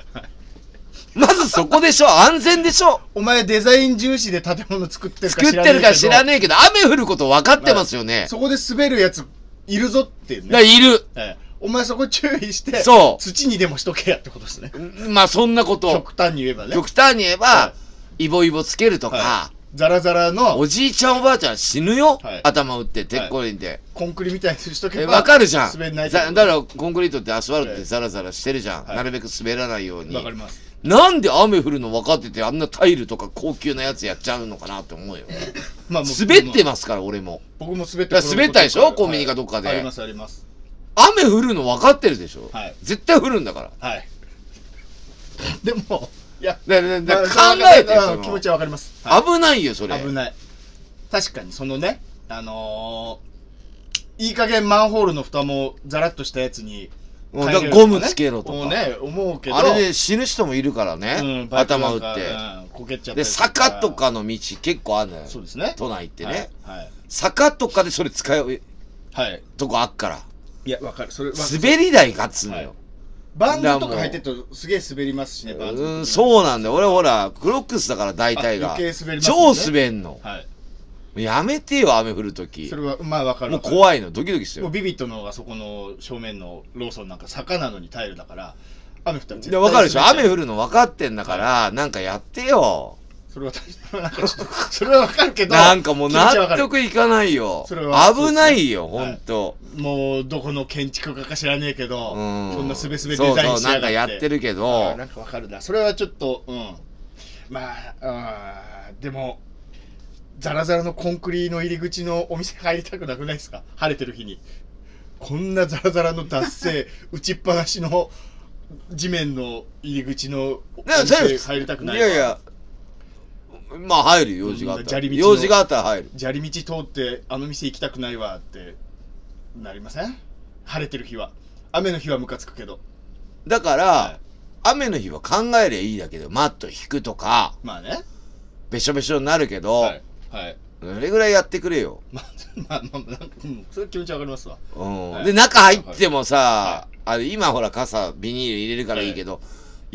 Speaker 1: まずそこでしょ、安全でしょ。
Speaker 2: お前デザイン重視で建物作ってるか
Speaker 1: 作っ
Speaker 2: 知ら
Speaker 1: てるか知ら
Speaker 2: ね
Speaker 1: ねえけど、雨降ること分かってますよね。
Speaker 2: そこで滑るやついるぞって
Speaker 1: だか
Speaker 2: ね。
Speaker 1: らいる。
Speaker 2: ええお前そこ注意して、
Speaker 1: そう
Speaker 2: 土にでもしとけやってことですね。
Speaker 1: まあそんなこと。
Speaker 2: 極端に言えばね。
Speaker 1: 極端に言えば、
Speaker 2: は
Speaker 1: イボイボつけるとか、
Speaker 2: はいザラザラの
Speaker 1: おじいちゃんおばあちゃん死ぬよ、
Speaker 2: はい
Speaker 1: 頭打って、鉄骨にで。
Speaker 2: コンクリみたいにしとけ
Speaker 1: え
Speaker 2: ば。
Speaker 1: わかるじゃん。
Speaker 2: 滑んない、
Speaker 1: ざだからら、コンクリートってアスファルトっ
Speaker 2: え
Speaker 1: て
Speaker 2: え
Speaker 1: ザラザラしてるじゃん。
Speaker 2: はい
Speaker 1: なるべく滑らないように
Speaker 2: わ。かります。
Speaker 1: なんで雨降るの分かってて、あんなタイルとか高級なやつやっちゃうのかなって思うよ。
Speaker 2: まあもう
Speaker 1: 滑ってますから、俺も。
Speaker 2: 僕も滑って
Speaker 1: だから滑ったでしょコンビニかどっかで
Speaker 2: はいありますあります。
Speaker 1: 雨降るの分かってるでしょ
Speaker 2: はい
Speaker 1: 絶対降るんだから。
Speaker 2: はい。でも、いや、
Speaker 1: だだだ考
Speaker 2: まあ
Speaker 1: えてよ
Speaker 2: うん
Speaker 1: その
Speaker 2: 気持ちはわかります。はい
Speaker 1: 危ないよ、それ。
Speaker 2: 危ない。確かに、そのね、あのー、いい加減マンホールの蓋もザラッとしたやつに
Speaker 1: うん
Speaker 2: 変
Speaker 1: だ
Speaker 2: え
Speaker 1: か
Speaker 2: れ
Speaker 1: ら
Speaker 2: るとかね、
Speaker 1: ゴムつけろとか。
Speaker 2: もうね、思うけど、
Speaker 1: あれで死ぬ人もいるからね。
Speaker 2: うん
Speaker 1: 頭打っ、
Speaker 2: バイク
Speaker 1: て。
Speaker 2: なんかうんこけちゃったり
Speaker 1: で、坂とかの道結構あるのよ。
Speaker 2: そうですね。
Speaker 1: 都内ってね。
Speaker 2: はい。
Speaker 1: 坂とかでそれ使う
Speaker 2: はい。はい、
Speaker 1: とこあっから。
Speaker 2: いや、わかる。それ、わかる
Speaker 1: 滑り台がっつうのよ。
Speaker 2: バンドとか入ってるとすげえ滑りますしね、バンド。
Speaker 1: うん、
Speaker 2: う。
Speaker 1: そうなんだよ。俺ほら、クロックスだから大体
Speaker 2: あ
Speaker 1: が。
Speaker 2: 余計滑ります
Speaker 1: 超
Speaker 2: よね
Speaker 1: 滑んの。
Speaker 2: はい。
Speaker 1: やめてよ、雨降るとき
Speaker 2: そ。れは、まあわかる。
Speaker 1: もう
Speaker 2: い。
Speaker 1: 怖いの、ドキドキして
Speaker 2: もう
Speaker 1: る。
Speaker 2: ビビットのがそこの正面のローソンなんか坂なのにタイルだから、雨降ったら絶
Speaker 1: い
Speaker 2: 対
Speaker 1: や、わかるでしょ
Speaker 2: 滑っちゃう
Speaker 1: 雨降るの分かってんだから、なんかやってよ。
Speaker 2: それは確かに、なんかちょっと、それはわかるけど、
Speaker 1: なんかもう
Speaker 2: 気持ちはわ
Speaker 1: 納
Speaker 2: かる
Speaker 1: 得いかないよ。
Speaker 2: それは
Speaker 1: 危ないよ、
Speaker 2: そう
Speaker 1: ほ
Speaker 2: ですね
Speaker 1: んと。
Speaker 2: もう、どこの建築家か知らねえけど、
Speaker 1: うん。
Speaker 2: そんなすべすべデザインし
Speaker 1: そうそう、な
Speaker 2: や
Speaker 1: んか
Speaker 2: が
Speaker 1: や
Speaker 2: って。
Speaker 1: ってるけ
Speaker 2: あー
Speaker 1: ど
Speaker 2: な、んかわかるな。それはちょっと、うん。まああーでもザラザラのコンクリの入り口のお店入りたくなくないですか晴れてる日にこんなザラザラの 脱製打ちっぱなしの地面の入り口のお
Speaker 1: ね
Speaker 2: 店入りたくないい
Speaker 1: やいや、まあ入る用事があったら。
Speaker 2: 砂利道の
Speaker 1: 用事があったら入る。
Speaker 2: 砂利道通ってあの店行きたくないわってなりません晴れてる日は雨の日はムカつくけど
Speaker 1: だから、
Speaker 2: はい
Speaker 1: 雨の日は考えりゃいいだけど、マット引くとか、
Speaker 2: まあね
Speaker 1: べしょべしょになるけど、
Speaker 2: はいはい
Speaker 1: それぐらいやってくれよ。
Speaker 2: まあまあまあ、なんかうんそれ気持ちわかりますわ
Speaker 1: うん。
Speaker 2: はい
Speaker 1: で、中入ってもさ、
Speaker 2: は
Speaker 1: あれ今ほら傘、ビニール入れるからいいけど、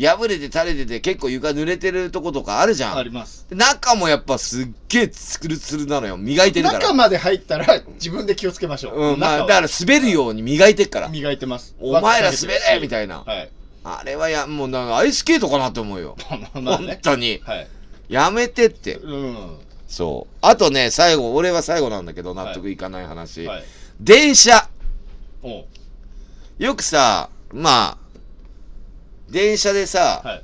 Speaker 1: 破れて垂れてて結構床濡れてるとことかあるじゃん。
Speaker 2: あります
Speaker 1: で中もやっぱすっげえツルツルなのよ。磨いてるから。
Speaker 2: 中まで入ったら自分で気をつけましょう、
Speaker 1: うん、まあ、
Speaker 2: 中は
Speaker 1: だから滑るように磨いてっから。
Speaker 2: 磨いてます
Speaker 1: お前ら滑れみ
Speaker 2: い
Speaker 1: たいな。
Speaker 2: はい
Speaker 1: あれはや、もうなんかアイスケートかなって思うよ。
Speaker 2: まあまあ
Speaker 1: 本
Speaker 2: ね
Speaker 1: 当に。
Speaker 2: はい
Speaker 1: やめてって。
Speaker 2: うん
Speaker 1: そう。あとね、最後、俺は最後なんだけど、納得いかない話。
Speaker 2: はい
Speaker 1: 電車。
Speaker 2: おう
Speaker 1: よくさ、まあ、電車でさ、
Speaker 2: はい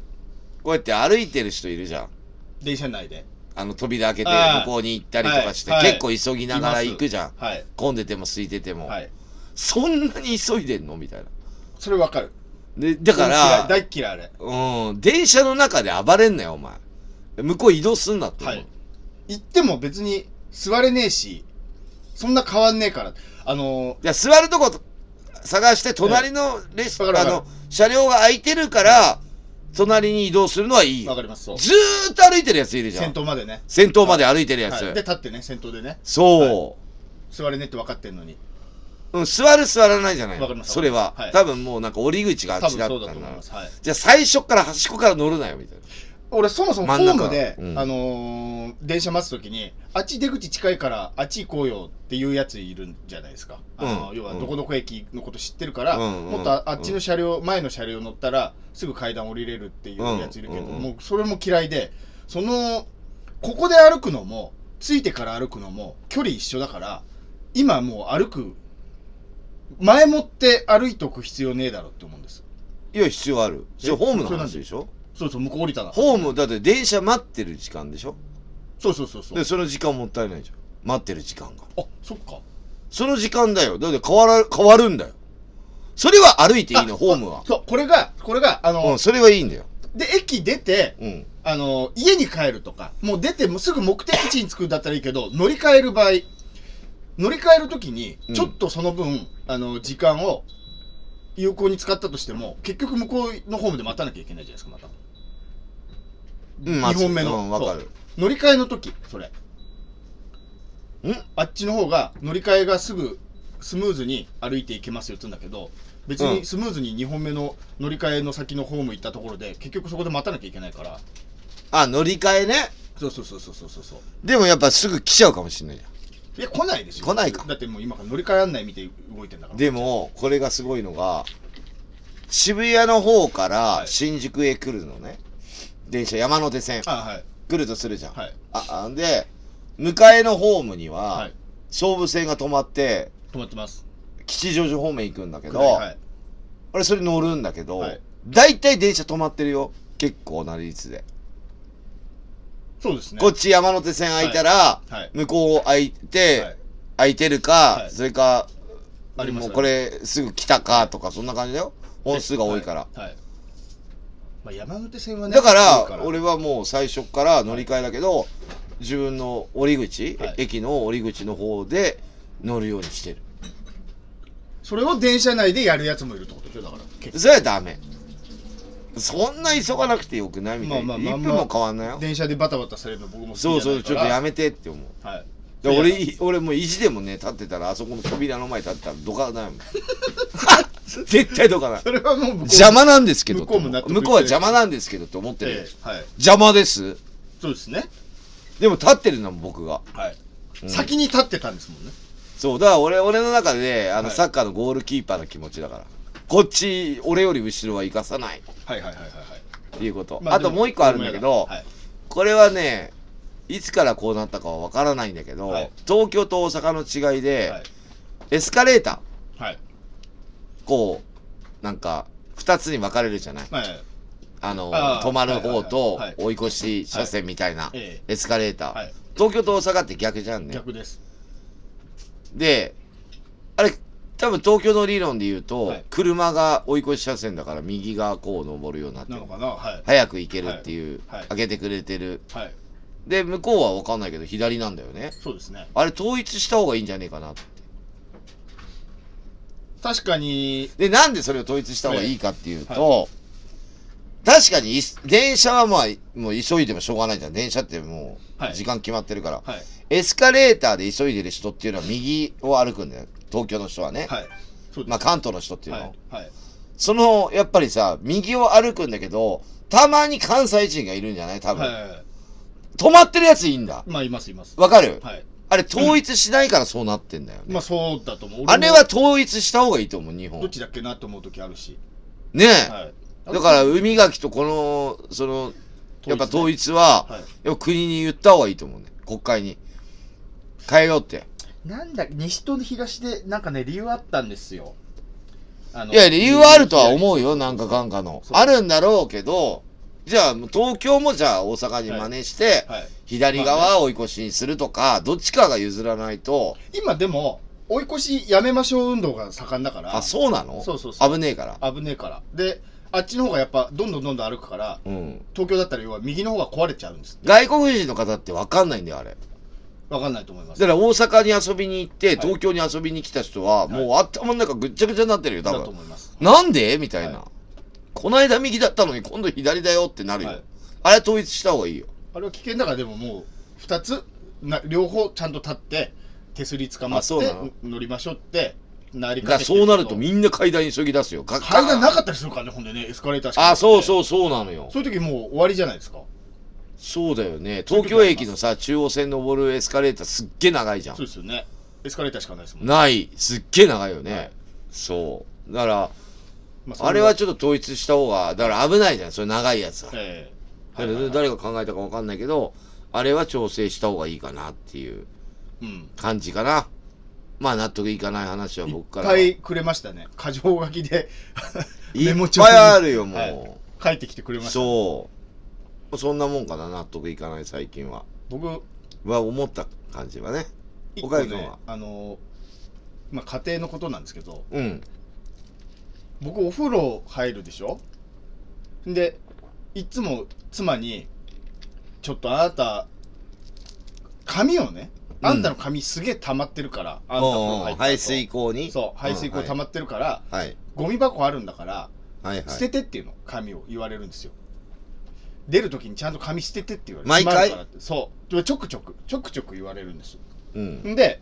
Speaker 1: こうやって歩いてる人いるじゃん。
Speaker 2: 電車内で
Speaker 1: あの扉開けて
Speaker 2: ああ
Speaker 1: 向こうに行ったりとかして、
Speaker 2: はいはい
Speaker 1: 結構急ぎながら行くじゃん。
Speaker 2: はい
Speaker 1: 混んでても空いてても、
Speaker 2: はい
Speaker 1: そんなに急いでんのみたいな。
Speaker 2: それわかる
Speaker 1: で、だか
Speaker 2: うん嫌い
Speaker 1: ら、
Speaker 2: 大っ嫌いあれ
Speaker 1: うん、電車の中で暴れんなよ、お前。向こう移動すんなって思う。
Speaker 2: はい行っても別に座れねえしそんな変わんねえからあの
Speaker 1: いや、座るとこ探して、隣のレス、
Speaker 2: わかる
Speaker 1: あ
Speaker 2: わかる
Speaker 1: の、車両が空いてるから、隣に移動するのはいい
Speaker 2: ーわ
Speaker 1: よ。
Speaker 2: かりますそう
Speaker 1: ずーっと歩いてるやついるじゃ
Speaker 2: 先
Speaker 1: ん。
Speaker 2: 頭までね、
Speaker 1: 先頭まで歩いてるや
Speaker 2: はい、
Speaker 1: つ
Speaker 2: で。立ってね先頭でね
Speaker 1: そ
Speaker 2: 座れねえって分かってんのに
Speaker 1: う。うん、座る座らないじゃない
Speaker 2: わかりま。す
Speaker 1: それは
Speaker 2: はい。
Speaker 1: 多分もうなんか折り口が
Speaker 2: 多
Speaker 1: あっ
Speaker 2: 分
Speaker 1: ちだっ
Speaker 2: そう
Speaker 1: た
Speaker 2: だと
Speaker 1: ん
Speaker 2: 思
Speaker 1: だ
Speaker 2: い。ますはい
Speaker 1: じゃあ最初から端っこから乗るなよ、みたいな。
Speaker 2: 俺そもそもホ
Speaker 1: 真
Speaker 2: ー
Speaker 1: ん中
Speaker 2: ムで、
Speaker 1: うん
Speaker 2: あのー電車待つときにあっち出口近いからあっち行こうよっていうやついるんじゃないですか、あの
Speaker 1: うん
Speaker 2: 要はどこどこ駅のこと知ってるから、
Speaker 1: うん
Speaker 2: もっとああっちの車両、前の車両乗ったらすぐ階段降りれるっていうやついるけど、
Speaker 1: うんうんうん
Speaker 2: もうそれも嫌いでそのここで歩くのもついてから歩くのも距離一緒だから今もう歩く前もって歩いとく必要ねえだろって思うんです
Speaker 1: いや、必要ある。それ
Speaker 2: え
Speaker 1: ホームの
Speaker 2: それなんで
Speaker 1: 話でしょ
Speaker 2: そうそう向こう降りたな
Speaker 1: ホーム、だって電車待ってる時間でしょ
Speaker 2: そうそうそうそう
Speaker 1: で、その時間もったいないじゃん。待ってる時間が。
Speaker 2: あそっか
Speaker 1: その時間だよ。だって変わら、変わるんだよ。それは歩いていい の、
Speaker 2: あ
Speaker 1: ホームは。
Speaker 2: そう、これが、これが、あ
Speaker 1: う
Speaker 2: の
Speaker 1: ん、、それはいいんだよ。
Speaker 2: で、駅出て、
Speaker 1: うん。
Speaker 2: あの、家に帰るとか、もう出て、もうすぐ目的地に着くんだったらいいけど、乗り換える場合、乗り換えるときに
Speaker 1: う、ん
Speaker 2: ちょっとその分、あの、時間を有効に使ったとしても、結局向こうのホームで待たなきゃいけないじゃないですか、また。
Speaker 1: うん、
Speaker 2: 二本目の
Speaker 1: うん、わかる。
Speaker 2: 乗り換えの時それ。
Speaker 1: ん
Speaker 2: あっちの方が、乗り換えがすぐ、スムーズに歩いていけますよって言うんだけど、別
Speaker 1: う
Speaker 2: に
Speaker 1: ん
Speaker 2: スムーズに2本目の乗り換えの先のホーム行ったところで、結局そこで待たなきゃいけないから、
Speaker 1: あ、乗り換えね。
Speaker 2: そうそうそうそうそうそうそう
Speaker 1: でもやっぱすぐ来ちゃうかもしれないじゃ
Speaker 2: いや来ないでしょ
Speaker 1: 来ないか
Speaker 2: だってもう今から乗り換え案内見て動いてんだか
Speaker 1: ん。
Speaker 2: ら
Speaker 1: でも、これがすごいのが、渋谷の方から
Speaker 2: はい
Speaker 1: 新宿へ来るのね。電車山手線
Speaker 2: あはい
Speaker 1: 来るとするじゃん。
Speaker 2: はい
Speaker 1: あ、あんで、迎えのホームには、
Speaker 2: はい
Speaker 1: 総武線が止まって、
Speaker 2: 止まってます
Speaker 1: 吉祥寺方面行くんだけど、
Speaker 2: はい
Speaker 1: 俺それ乗るんだけど、
Speaker 2: はい
Speaker 1: 大体電車止まってるよ。結構な率で。
Speaker 2: そうですね
Speaker 1: こっち山手線空いたら、
Speaker 2: はい
Speaker 1: 向こう空いて、
Speaker 2: はい
Speaker 1: 空いてるか、
Speaker 2: い
Speaker 1: それか、
Speaker 2: あります
Speaker 1: もうこれすぐ来たかとか、そんな感じだよ。本数が多いから。
Speaker 2: はい、はいまあ、山手線はね
Speaker 1: だか
Speaker 2: 多い
Speaker 1: ら、俺はもう最初から乗り換えだけど、自分の折り口、
Speaker 2: はい
Speaker 1: 駅の折り口の方で乗るようにしてる。
Speaker 2: それを電車内でやるやつもいるってことでしょだから結
Speaker 1: それはダメ。そんな急がなくてよくないみたいな。
Speaker 2: まあ
Speaker 1: 一
Speaker 2: まあまあ
Speaker 1: 1分も変わんない
Speaker 2: 構
Speaker 1: よ。
Speaker 2: 電車でバタバタされるの僕も好きじゃ
Speaker 1: そ
Speaker 2: な
Speaker 1: うそ
Speaker 2: いから
Speaker 1: う、ちょっとやめてって思う。
Speaker 2: はい
Speaker 1: で俺い俺もう意地でもね立ってたらあそこの扉の前立ってたらどか ないもん絶対どかない
Speaker 2: それはもう向こう
Speaker 1: 邪魔なんですけどって思
Speaker 2: 向こうも納得
Speaker 1: 向こうは邪魔なんですけどって思ってる、
Speaker 2: ええはい
Speaker 1: 邪魔です
Speaker 2: そうですね
Speaker 1: でも立ってるのも僕が
Speaker 2: はい、
Speaker 1: うん
Speaker 2: 先に立ってたんですもんね
Speaker 1: そうだから俺俺の中であの、
Speaker 2: はい
Speaker 1: サッカーのゴールキーパーの気持ちだからこっち俺より後ろは生かさないっ
Speaker 2: はいはいはいはいはい
Speaker 1: ていうこと、
Speaker 2: ま
Speaker 1: あ、と
Speaker 2: で
Speaker 1: もう一個あるんだけど、
Speaker 2: はい、
Speaker 1: これはねいつからこうなったかはわからないんだけど、
Speaker 2: はい
Speaker 1: 東京と大阪の違いで、
Speaker 2: はい
Speaker 1: エスカレーター
Speaker 2: はい
Speaker 1: こう、なんか、二つに分かれるじゃない。
Speaker 2: はい
Speaker 1: あの
Speaker 2: あー
Speaker 1: 止まる方と
Speaker 2: はいはいはいはい
Speaker 1: 追い越し車線みたいな
Speaker 2: え
Speaker 1: エスカレーター、
Speaker 2: えはい
Speaker 1: 東京と大阪って逆じゃんね
Speaker 2: 逆です
Speaker 1: であれ多分東京の理論で言うと、
Speaker 2: はい
Speaker 1: 車が追い越し車線だから右側こう登るようになって
Speaker 2: な
Speaker 1: る
Speaker 2: のかなはい
Speaker 1: 早く行けるっていう、
Speaker 2: はいはい
Speaker 1: 上げてくれてる
Speaker 2: はい
Speaker 1: で向こうは分かんないけど左なんだよね
Speaker 2: そうですね
Speaker 1: あれ統一した方がいいんじゃねえかなって
Speaker 2: 確かに
Speaker 1: でなんでそれを統一した方がいいかっていうと、
Speaker 2: は
Speaker 1: 確かにい電車はまあもう急いでもしょうがないじゃん電車っても
Speaker 2: はいう
Speaker 1: 時間決まってるから、
Speaker 2: はい
Speaker 1: エスカレーターで急いでる人っていうのは右を歩くんだよ東京の人はね、
Speaker 2: はいそうです
Speaker 1: まあ関東の人っていう
Speaker 2: は
Speaker 1: のは、
Speaker 2: いはい
Speaker 1: そのやっぱりさ右を歩くんだけどたまに関西人がいるんじゃない多分、
Speaker 2: は
Speaker 1: 止まってるやついいんだ
Speaker 2: いまあいますいます
Speaker 1: わかる、
Speaker 2: はい
Speaker 1: あれ統一しないからそうなってんだよね、
Speaker 2: まあそうだと思う
Speaker 1: あれ
Speaker 2: 俺
Speaker 1: は
Speaker 2: も
Speaker 1: 統一した方がいいと思う日本
Speaker 2: どっちだっけなと思う時あるし
Speaker 1: ねえ、
Speaker 2: はい
Speaker 1: だから海垣とこのそのやっぱ統
Speaker 2: 一
Speaker 1: 一は、
Speaker 2: はい
Speaker 1: やっぱ国に言った方がいいと思うね国会に変えようって
Speaker 2: なんだ西と東でなんかね理由あったんですよあの
Speaker 1: いや理由はあるとは思うよなんかかんかの
Speaker 2: そう
Speaker 1: あるんだろうけどじゃあ東京もじゃあ大阪に真似して、
Speaker 2: はい
Speaker 1: 左側を追い越しにするとか、どっちかが譲らないと、
Speaker 2: 今でも追い越しやめましょう運動が盛んだから
Speaker 1: あ、そうなの
Speaker 2: そうそうそう
Speaker 1: 危ねえから。
Speaker 2: 危ねえからであっちの方がやっぱどんどんどんどん歩くから
Speaker 1: うん。
Speaker 2: 東京だったら要は右の方が壊れちゃうんです
Speaker 1: 外国人の方って分かんないんだよ、あれ。
Speaker 2: わかんないと思いま
Speaker 1: だ
Speaker 2: す
Speaker 1: から大阪に遊びに行って、
Speaker 2: い
Speaker 1: 東京に遊びに来た人は、
Speaker 2: い
Speaker 1: もう頭の中ぐっちゃぐちゃになってるよ、多
Speaker 2: だと
Speaker 1: 分。
Speaker 2: 思います
Speaker 1: なんでみたいな。
Speaker 2: は
Speaker 1: こないだ右だったのに今度左だよってなるよ。
Speaker 2: はい
Speaker 1: あれは統一した方がいいよ。
Speaker 2: あれは危険だからでももう2つな両方ちゃんと立って手すり捕ま
Speaker 1: あ
Speaker 2: っ
Speaker 1: そうなの
Speaker 2: て乗りましょうってなり
Speaker 1: が
Speaker 2: かけてる
Speaker 1: そうなるとみんな階段急ぎ出すよ。階
Speaker 2: 階段なかったりするからねほんでねエスカレーターしか
Speaker 1: あ、そう
Speaker 2: う
Speaker 1: そうそうなのよ。
Speaker 2: そういう時もう終わりじゃないですか
Speaker 1: そうだよね。
Speaker 2: そうい
Speaker 1: 東
Speaker 2: う時ありま
Speaker 1: 京
Speaker 2: す
Speaker 1: 駅のさ、中央線登るエスカレーターすっげえ長いじゃん
Speaker 2: そう。ですよねエスカレーターしかないですもんね
Speaker 1: ない。すっげえ長いよね。
Speaker 2: はい
Speaker 1: そう。だから、
Speaker 2: まそ
Speaker 1: あれはちょっと統一した方が、だから危ないじゃん、それ長いやつは。
Speaker 2: ええ
Speaker 1: だけど誰が考えたかわかんないけど、あれは調整した方がいいかなっていう
Speaker 2: うん
Speaker 1: 感じかな。まあ納得いかない話は僕からは。
Speaker 2: い
Speaker 1: い
Speaker 2: っぱいくれましたね過剰書きで メモ
Speaker 1: っ
Speaker 2: 帳
Speaker 1: ぱ
Speaker 2: に
Speaker 1: いあるよ、もう。
Speaker 2: はい書いてきてくれましたね
Speaker 1: そう。そんなもんかな、納得いかない最近は。
Speaker 2: 僕
Speaker 1: は思った感じはね。
Speaker 2: 一個
Speaker 1: 岡井君
Speaker 2: ね
Speaker 1: は
Speaker 2: あのまあ家庭のことなんですけど
Speaker 1: うん。
Speaker 2: 僕お風呂入るでしょでいつも妻に「ちょっとあなた髪をね
Speaker 1: うん
Speaker 2: あんたの髪すげえ溜まってるから、あんたお風呂
Speaker 1: おうお
Speaker 2: 入
Speaker 1: う
Speaker 2: った後
Speaker 1: 排水口に。
Speaker 2: そう排水口溜まってるから、
Speaker 1: うん。はい。
Speaker 2: ゴミ箱あるんだから
Speaker 1: はいはい。
Speaker 2: 捨ててっていうの紙を言われるんですよ出る時にちゃんと紙捨ててって言われる
Speaker 1: 毎回
Speaker 2: 詰まるからってそうでちょくちょくちょくちょく言われるんです
Speaker 1: うん。
Speaker 2: んで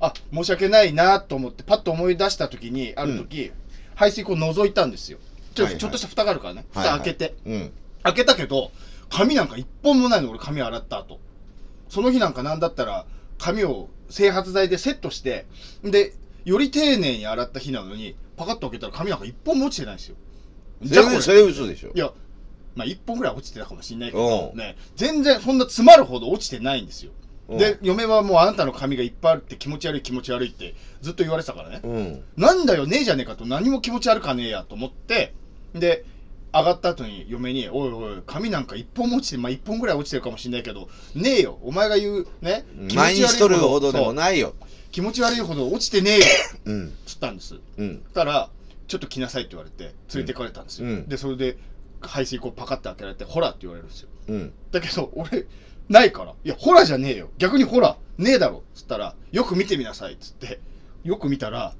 Speaker 2: あ申し訳ないなと思ってパッと思い出した時にある時、排水口覗いたんですよちょ,、
Speaker 1: はいはい
Speaker 2: ちょっとした蓋があるからね
Speaker 1: はいは
Speaker 2: 蓋
Speaker 1: い
Speaker 2: 開けて、
Speaker 1: うん。
Speaker 2: 開けたけど髪なんか一本もないの俺髪洗った後その日なんかなんだったら髪を整髪剤でセットしてでより丁寧に洗った日なのにパカッと開けたら髪なんか一本も落ちてないんですよ
Speaker 1: それ、そ
Speaker 2: い
Speaker 1: れ嘘でしょ。
Speaker 2: やまあ一本ぐらい落ちてたかもしれないけど
Speaker 1: うん
Speaker 2: ね全然そんな詰まるほど落ちてないんですよ
Speaker 1: うん
Speaker 2: で、嫁はもうあなたの髪がいっぱいあるって気持ち悪い気持ち悪いってずっと言われてたからね。
Speaker 1: うん。
Speaker 2: なんだよ、ねえじゃねえかと何も気持ち悪かねえやと思って、で、上がった後に嫁に、おいおい、髪なんか一本も落ちて、まあ一本ぐらい落ちてるかもしれないけど、ねえよ、お前が言うね、
Speaker 1: 毎日取るほどでも
Speaker 2: そう
Speaker 1: ないよ。
Speaker 2: 気持ち悪いほど落ちてねえよ、
Speaker 1: うん。
Speaker 2: つったんです。
Speaker 1: うん。
Speaker 2: たら、ちょっと来なさいって言われて、連れてかれたんですよ。
Speaker 1: うん
Speaker 2: で、それで排水口パカって開けられて、ほらって言われるんですよ。
Speaker 1: うん。
Speaker 2: だけど俺ないから「いやホラじゃねえよ逆にホラねえだろ」っつったら「よく見てみなさい」っつってよく見たら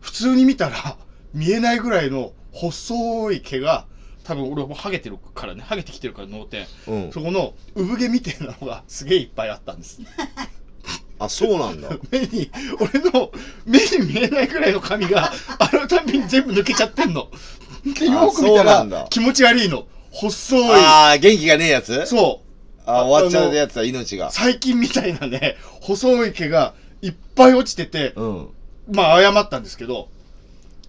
Speaker 2: 普通に見たら見えないぐらいの細い毛が多分俺もハゲてるからねハゲてきてるから脳天
Speaker 1: うん
Speaker 2: そ。この産毛みたいなのがすげえいっぱいあったんです
Speaker 1: あ、そうなんだ。
Speaker 2: 目に俺の目に見えないぐらいの髪があのたびに全部抜けちゃってんのでよく見
Speaker 1: そ
Speaker 2: た
Speaker 1: うなんだ
Speaker 2: ら気持ち悪いの細い
Speaker 1: ああ、元気がねえやつ
Speaker 2: そう
Speaker 1: あ終わっちゃうやつだ、命が。
Speaker 2: 最近みたいなね、細い毛がいっぱい落ちてて、
Speaker 1: うん。
Speaker 2: まあ謝ったんですけど、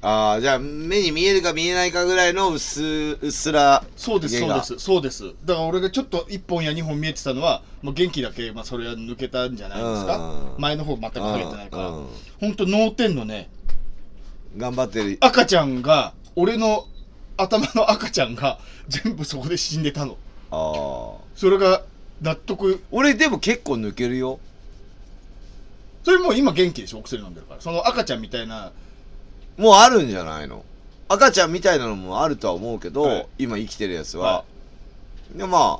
Speaker 1: ああ、じゃあ、目に見えるか見えないかぐらいの薄、うっすら。
Speaker 2: そうです、
Speaker 1: 毛
Speaker 2: そう
Speaker 1: が
Speaker 2: です、そうです。だから俺がちょっと1本や2本見えてたのは、もう元気だけ、まあそれは抜けたんじゃないですか。
Speaker 1: うん
Speaker 2: 前の方全く
Speaker 1: う
Speaker 2: 剥げてないから。
Speaker 1: んうん
Speaker 2: ほんと脳天のね、
Speaker 1: 頑張ってる。
Speaker 2: 赤ちゃんが俺の頭の赤ちゃんが全部そこで死んでたの
Speaker 1: ああ
Speaker 2: それが納得
Speaker 1: 俺でも結構抜けるよ
Speaker 2: それもう今元気でしょお薬飲んでるからその赤ちゃんみたいな
Speaker 1: もうあるんじゃないの赤ちゃんみたいなのもあるとは思うけど、
Speaker 2: はい
Speaker 1: 今生きてるやつは、
Speaker 2: は
Speaker 1: でまあ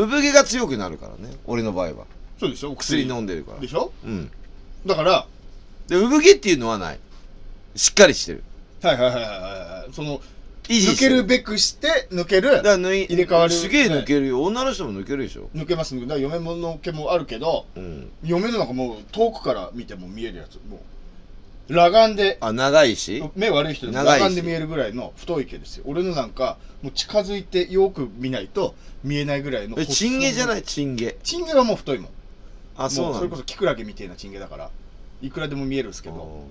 Speaker 1: 産毛が強くなるからね俺の場合は
Speaker 2: そうでしょお
Speaker 1: 薬飲んでるから
Speaker 2: でしょ
Speaker 1: うん
Speaker 2: だから
Speaker 1: で産毛っていうのはないしっかりしてる
Speaker 2: はいはいはいはいはいはいその
Speaker 1: 維持
Speaker 2: 抜
Speaker 1: して
Speaker 2: け
Speaker 1: る
Speaker 2: るべくして抜ける
Speaker 1: だから抜い
Speaker 2: 入れ替わる
Speaker 1: すげえ抜けるよ、女の人も抜けるでしょ
Speaker 2: 抜けます抜けだから嫁もの毛もあるけど
Speaker 1: うん
Speaker 2: 嫁のなんかもう遠くから見ても見えるやつもう裸眼で
Speaker 1: あ長いし
Speaker 2: 目悪い人でも
Speaker 1: 長いし
Speaker 2: 裸眼で見えるぐらいの太い毛ですよ俺のなんかもう近づいてよく見ないと見えないぐらいの
Speaker 1: えチンゲじゃないいチンゲ
Speaker 2: チンゲはもう太いもん
Speaker 1: あそう
Speaker 2: も
Speaker 1: な
Speaker 2: それ
Speaker 1: ん
Speaker 2: こ
Speaker 1: だ
Speaker 2: そキクラゲみたいなチンゲだからいくらでも見えるんですけど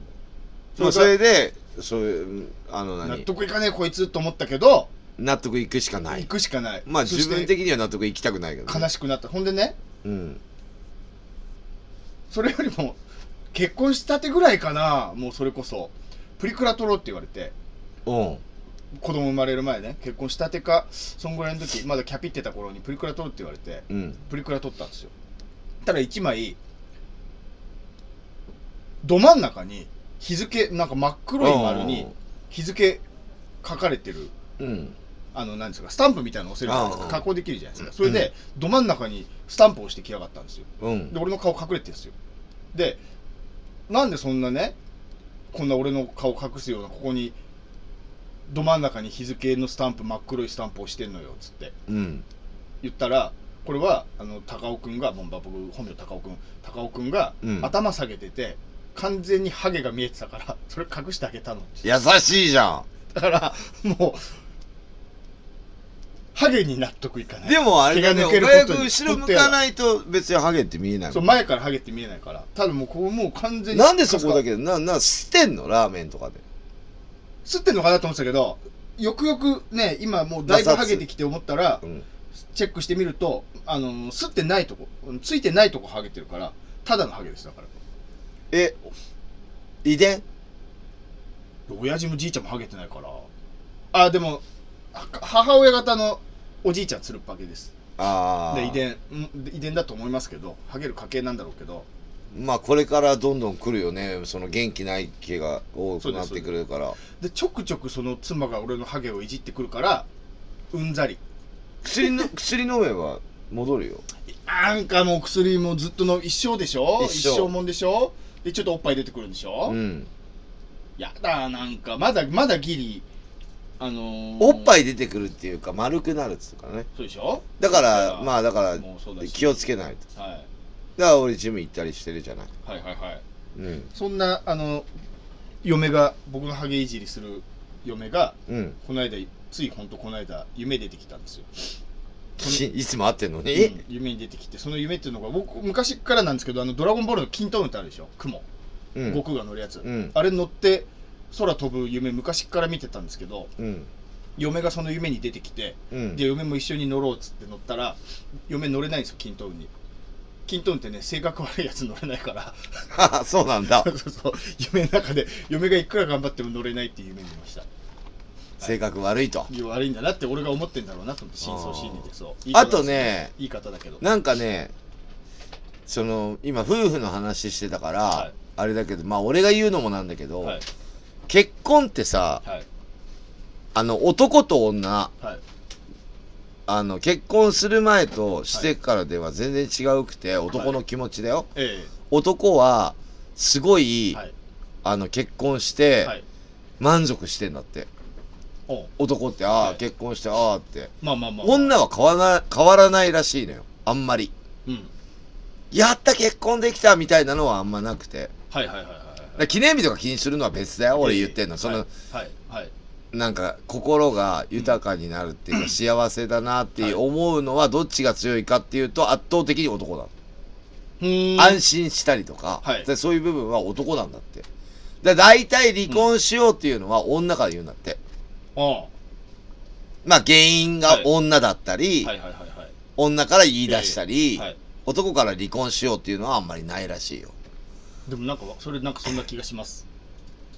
Speaker 1: そそ
Speaker 2: それ
Speaker 1: れでそういうあの
Speaker 2: 納
Speaker 1: 何
Speaker 2: 得いかねえこいつと思ったけど
Speaker 1: 納得いくしかない
Speaker 2: 行くしかない
Speaker 1: まあ
Speaker 2: そ
Speaker 1: 自
Speaker 2: して
Speaker 1: 分的には納得いきたくないけど、ね、
Speaker 2: 悲しくなったほんでね
Speaker 1: うん
Speaker 2: それよりも結婚したてぐらいかなもうそれこそプリクラ撮ろうって言われて
Speaker 1: うん
Speaker 2: 子供生まれる前ね結婚したてかそんぐらいの時まだキャピってた頃にプリクラ撮るって言われて
Speaker 1: うん
Speaker 2: プリクラ撮ったんですよただ1枚ど真ん中に日付なんか真っ黒い丸に日付書かれてる
Speaker 1: うん
Speaker 2: あの何ですかスタンプみたいなの押せるじゃないです
Speaker 1: う
Speaker 2: か
Speaker 1: ん
Speaker 2: 加工できるじゃないですかそれでど真ん中にスタンプを押してきやがったんですよ
Speaker 1: うん
Speaker 2: で俺の顔隠れてるんですよでなんでそんなねこんな俺の顔隠すようなここにど真ん中に日付のスタンプ真っ黒いスタンプをしてんのよっつって
Speaker 1: うん
Speaker 2: 言ったらこれはあの高尾くんがもう僕本名高尾くん高尾くんが
Speaker 1: うん
Speaker 2: 頭下げてて、完全にハゲが見えてたから それ隠してあげたの
Speaker 1: 優しいじゃ
Speaker 2: だからもうハゲに納得いかなんい
Speaker 1: でもあれだね
Speaker 2: 毛が抜ける
Speaker 1: 親
Speaker 2: ことに
Speaker 1: 役後ろ向かないと別にハゲって見えない
Speaker 2: そう前からハゲって見えないからただもうこうもう完全に
Speaker 1: なんでそこだ
Speaker 2: け
Speaker 1: けなな捨てんのラーメンとかで
Speaker 2: 吸ってんのかなと思ってたけどよくよくね今もうだいぶハゲてきて思ったら
Speaker 1: うん
Speaker 2: チェックしてみるとあの吸ってないとこついてないとこハゲてるからただのハゲですだから
Speaker 1: え遺伝
Speaker 2: 親父もじいちゃんもハゲてないからあでもは母親方のおじいちゃんつるっぱげです
Speaker 1: ああ
Speaker 2: で遺伝ん遺伝だと思いますけどハゲる家系なんだろうけど
Speaker 1: まあこれからどんどん来るよねその元気ない毛が多くなってくるから
Speaker 2: でちょくちょくその妻が俺のハゲをいじってくるからうんざり
Speaker 1: 薬の薬飲めば戻るよ
Speaker 2: なんかもう薬もずっとの一生でしょ
Speaker 1: 一
Speaker 2: 一
Speaker 1: 生
Speaker 2: 生もんでしょでちょっとおっぱい出てくるんでしょ、
Speaker 1: うん
Speaker 2: やだなんかまだまだギリあのー
Speaker 1: おっぱ
Speaker 2: い
Speaker 1: い出てくるっていうか丸くなるっつうかね
Speaker 2: そうでしょ
Speaker 1: だからまあだから
Speaker 2: もうそうだし
Speaker 1: 気をつけないと
Speaker 2: はい
Speaker 1: だから俺ジム行ったりしてるじゃない
Speaker 2: はいはいはい
Speaker 1: うん
Speaker 2: そんなあの嫁が僕のハゲいじりする嫁が
Speaker 1: うん
Speaker 2: この間ついほんとこの間夢出てきたんですよ、
Speaker 1: し いつも会ってんのに
Speaker 2: うん夢に出てきてその夢っていうのが僕昔からなんですけどあのドラゴンボールの金ンってあるでしょ雲
Speaker 1: うん
Speaker 2: 悟空が乗るやつ、
Speaker 1: うん
Speaker 2: あれ乗って空飛ぶ夢昔から見てたんですけど
Speaker 1: うん
Speaker 2: 嫁がその夢に出てきて
Speaker 1: うん
Speaker 2: で嫁も一緒に乗ろうっつって乗ったら嫁乗れないんですよ金ンに金ンってね性格悪いやつ乗れないから
Speaker 1: はは そうなんだ
Speaker 2: そうそうそう夢の中で嫁がいくら頑張っても乗れないっていう夢見ました
Speaker 1: 性格悪いと
Speaker 2: いや悪いんだなって俺が思ってんだろうなと思って真相心理でそう言い方
Speaker 1: あとね
Speaker 2: 言い方だけど
Speaker 1: なんかねその今夫婦の話してたから、
Speaker 2: はい
Speaker 1: あれだけどまあ俺が言うのもなんだけど、
Speaker 2: はい
Speaker 1: 結婚ってさ
Speaker 2: はい
Speaker 1: あの男と女
Speaker 2: はい
Speaker 1: あの結婚する前としてからでは全然違うくて、男の気持ちだよ、
Speaker 2: え
Speaker 1: 男はすご
Speaker 2: え
Speaker 1: い、
Speaker 2: はい
Speaker 1: あの結婚して、
Speaker 2: はい
Speaker 1: 満足してんだって
Speaker 2: おう
Speaker 1: 男ってああ、
Speaker 2: はい
Speaker 1: 結婚してああって
Speaker 2: まあまあまあ
Speaker 1: 女は変わら変わらないらしいのよあんまり
Speaker 2: うん
Speaker 1: やった結婚できたみたいなのはあんまなくて
Speaker 2: はいはいはいは
Speaker 1: だか
Speaker 2: いは
Speaker 1: ら
Speaker 2: い
Speaker 1: 記念日とか気にするのは別だよ俺言ってんの、
Speaker 2: ええ
Speaker 1: その、
Speaker 2: はいはいはい
Speaker 1: なんか心が豊かになるっていうか、幸せだなっていう思うのはどっちが強いかっていうと圧倒的に男だ、
Speaker 2: うーん
Speaker 1: 安心したりとか、
Speaker 2: はい
Speaker 1: でそういう部分は男なんだってだ大体離婚しようっていうのは女から言うんだって、
Speaker 2: おう
Speaker 1: まあ原因が女だったり、
Speaker 2: はいはいはいはい
Speaker 1: 女から言い出したり、
Speaker 2: はい
Speaker 1: 男から離婚しようっていうのはあんまりないらしいよ
Speaker 2: でもなんかそれなんかそんな気がします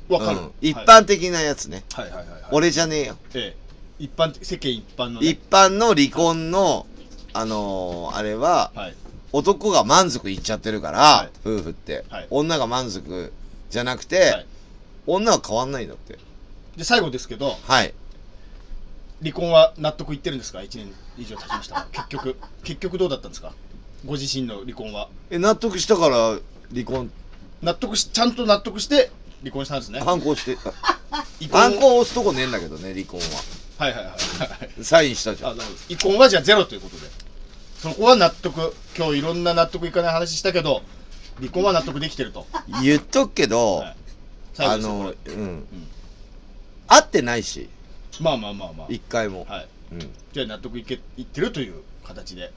Speaker 2: わかる、
Speaker 1: うん一般的なやつね、
Speaker 2: はいはいはいはい、
Speaker 1: 俺じゃねえよ
Speaker 2: ええ一般的世間一般の、ね、
Speaker 1: 一般の離婚のあのーあれは
Speaker 2: はい
Speaker 1: 男が満足いっちゃってるから、
Speaker 2: はい
Speaker 1: 夫婦って、
Speaker 2: はい
Speaker 1: 女が満足じゃなくて、
Speaker 2: はい
Speaker 1: 女は変わんないんだって
Speaker 2: で最後ですけど
Speaker 1: はい
Speaker 2: 離婚は納得いってるんですか1年以上経ちましたが結局結局どうだったんですかご自身の離婚は
Speaker 1: え納得したから離婚
Speaker 2: 納得しちゃんと納得して離婚したんですね
Speaker 1: 反抗して
Speaker 2: 遺婚
Speaker 1: 反抗押すとこねえんだけどね離婚は
Speaker 2: はいはいはいはい
Speaker 1: サインしたじゃ
Speaker 2: あ
Speaker 1: ん
Speaker 2: なるほど遺婚はじゃあゼロということでそこは納得今日いろんな納得いかない話したけど離婚は納得できてると
Speaker 1: 言っとくけど、
Speaker 2: はい最後
Speaker 1: あ
Speaker 2: ですよこ
Speaker 1: の
Speaker 2: れ
Speaker 1: うん、会ってないし
Speaker 2: まあまあまあま
Speaker 1: 一回も、
Speaker 2: あはい
Speaker 1: うん、
Speaker 2: じゃあ納得いけいってるという形で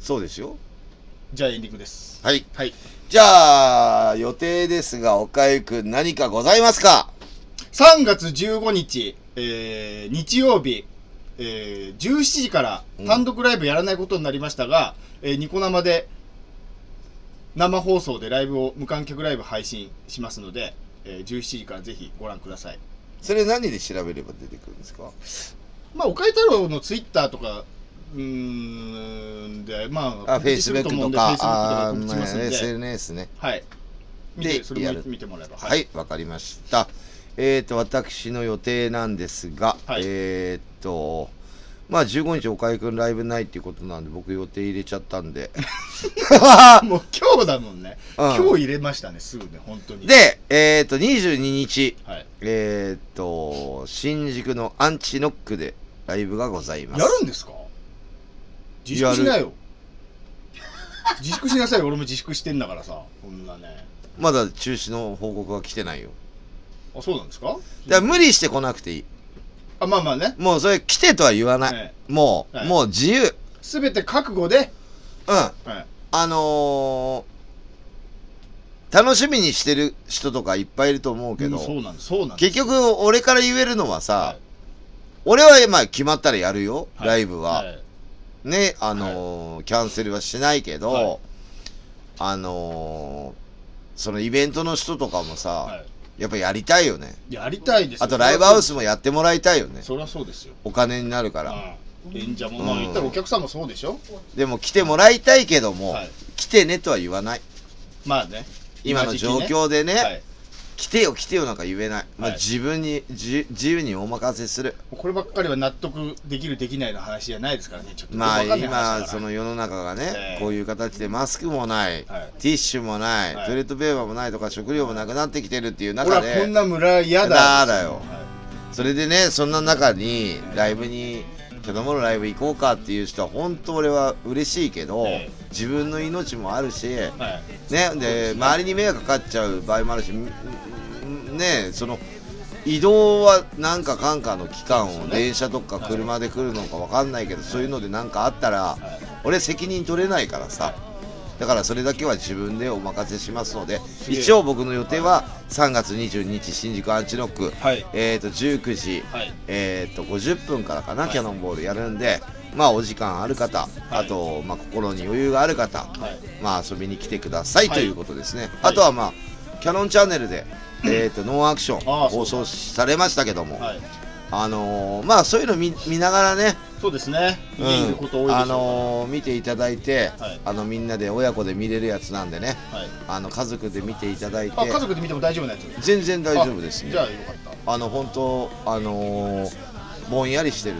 Speaker 1: そうですよ
Speaker 2: じゃあエンディングです
Speaker 1: はい
Speaker 2: はい
Speaker 1: じゃあ予定ですがおかゆくん何かございますか
Speaker 2: 3月15日、えー日曜日、えー17時から単独ライブやらないことになりましたが、えーニコ生で生放送でライブを無観客ライブ配信しますので、えー17時からぜひご覧ください
Speaker 1: それ何で調べれば出てくるんですか
Speaker 2: まあ岡井太郎のツイッターとかうーんでまあ
Speaker 1: あフェイスブックとかあ
Speaker 2: フェイスブックとか告知しますん
Speaker 1: ーまあ
Speaker 2: で
Speaker 1: SNS ね
Speaker 2: はい見て
Speaker 1: で
Speaker 2: それ
Speaker 1: や
Speaker 2: も
Speaker 1: る
Speaker 2: 見てもらえば
Speaker 1: はい、わかりました。えっ、と、私の予定なんですが、
Speaker 2: はい
Speaker 1: えっ、と、まあ15日、岡井くんライブないっていうことなんで、僕予定入れちゃったん で。
Speaker 2: もう今日だもんね、
Speaker 1: うん
Speaker 2: 今日入れましたねすぐね本当に
Speaker 1: で、えっ、と、22日、
Speaker 2: はい、
Speaker 1: えっ、と、新宿のアンチノックでライブがございます。
Speaker 2: やるんですか自粛しなよ自粛しなさい俺も自粛してんだからさこんなね
Speaker 1: まだ中止の報告は来てないよ。
Speaker 2: あそうなんですか
Speaker 1: だから無理してこなくていい。
Speaker 2: あまあまあね
Speaker 1: もうそれ来てとは言わない。
Speaker 2: え
Speaker 1: もう、
Speaker 2: はい
Speaker 1: もう自由。うん。
Speaker 2: 全て覚悟で、はい、
Speaker 1: あのー楽しみにしてる人とかいっぱいいると思うけど、
Speaker 2: うんそうなんですそうなんです
Speaker 1: 結局俺から言えるのはさ、
Speaker 2: はい
Speaker 1: 俺はまあ決まったらやるよ、
Speaker 2: はい
Speaker 1: ライブは。
Speaker 2: い
Speaker 1: ね、あのーキャンセルはしないけど、
Speaker 2: はい
Speaker 1: あのーそのイベントの人とかもさ、
Speaker 2: は
Speaker 1: やっぱやりたいよね。
Speaker 2: い、やりたいですよ
Speaker 1: あとライブハウスもやってもらいたいよね。
Speaker 2: そりゃそうですよ、
Speaker 1: お金になるから。
Speaker 2: うん、演者もまあ
Speaker 1: うん
Speaker 2: 言ったらお客さんもそうでしょ、
Speaker 1: でも来てもらいたいけども、
Speaker 2: はい
Speaker 1: 来てねとは言わない。
Speaker 2: まあね
Speaker 1: 今の
Speaker 2: 時期
Speaker 1: 状況でね、
Speaker 2: ね、はい、
Speaker 1: 来てよ来てよなんか言えない、まあ、
Speaker 2: はい
Speaker 1: 自分に自自由にお任せする
Speaker 2: こればっかりは納得できるできないの話じゃないですからねちょっと
Speaker 1: まあ
Speaker 2: よくわかんない話
Speaker 1: 今
Speaker 2: だか
Speaker 1: そ
Speaker 2: ら
Speaker 1: の世の中がね
Speaker 2: ええ
Speaker 1: こういう形でマスクもない
Speaker 2: はい
Speaker 1: ティッシュもない
Speaker 2: はい
Speaker 1: トイレットペーパーもないとか食料もなくなってきてるっていう
Speaker 2: ほら
Speaker 1: 中
Speaker 2: こん
Speaker 1: で
Speaker 2: な村嫌だ
Speaker 1: やだよ
Speaker 2: はい
Speaker 1: それでねそんな中にライブに子供のライブ行こうかっていう人は本当俺は嬉しいけど
Speaker 2: ええ
Speaker 1: 自分の命もあるしね
Speaker 2: はい、
Speaker 1: で周りに迷惑かかっちゃう場合もあるしんんねその移動はなんかかんかの期間を電車とか車で来るのかわかんないけどそういうのでなんかあったら俺責任取れないからさだからそれだけは自分でお任せしますので
Speaker 2: げえ
Speaker 1: 一応僕の予定は3月22日新宿アンチノック、
Speaker 2: はい
Speaker 1: えー、と19時、
Speaker 2: はい
Speaker 1: えー、と50分からかな、
Speaker 2: はい
Speaker 1: キャノンボールやるんでまあお時間ある方、あと、まあ、心に余裕がある方、
Speaker 2: はい
Speaker 1: まあ遊びに来てください
Speaker 2: は
Speaker 1: と
Speaker 2: い
Speaker 1: いうことですね、あとはまあキャノンチャンネルで、えー、とノンアクション
Speaker 2: あーそう
Speaker 1: 放送されましたけども、
Speaker 2: はい、
Speaker 1: あのーまあそういうの見見ながらね、
Speaker 2: そうですね。
Speaker 1: うん
Speaker 2: 家いること多いです
Speaker 1: あのー見ていただいて、
Speaker 2: はい
Speaker 1: あのみんなで親子で見れるやつなんでね
Speaker 2: はい。
Speaker 1: あの家族で見ていただいて
Speaker 2: あ、家族で見ても大丈夫なやつ。
Speaker 1: 全然大丈夫ですね
Speaker 2: じゃあよかった。
Speaker 1: あの本当あのーぼんやりしてる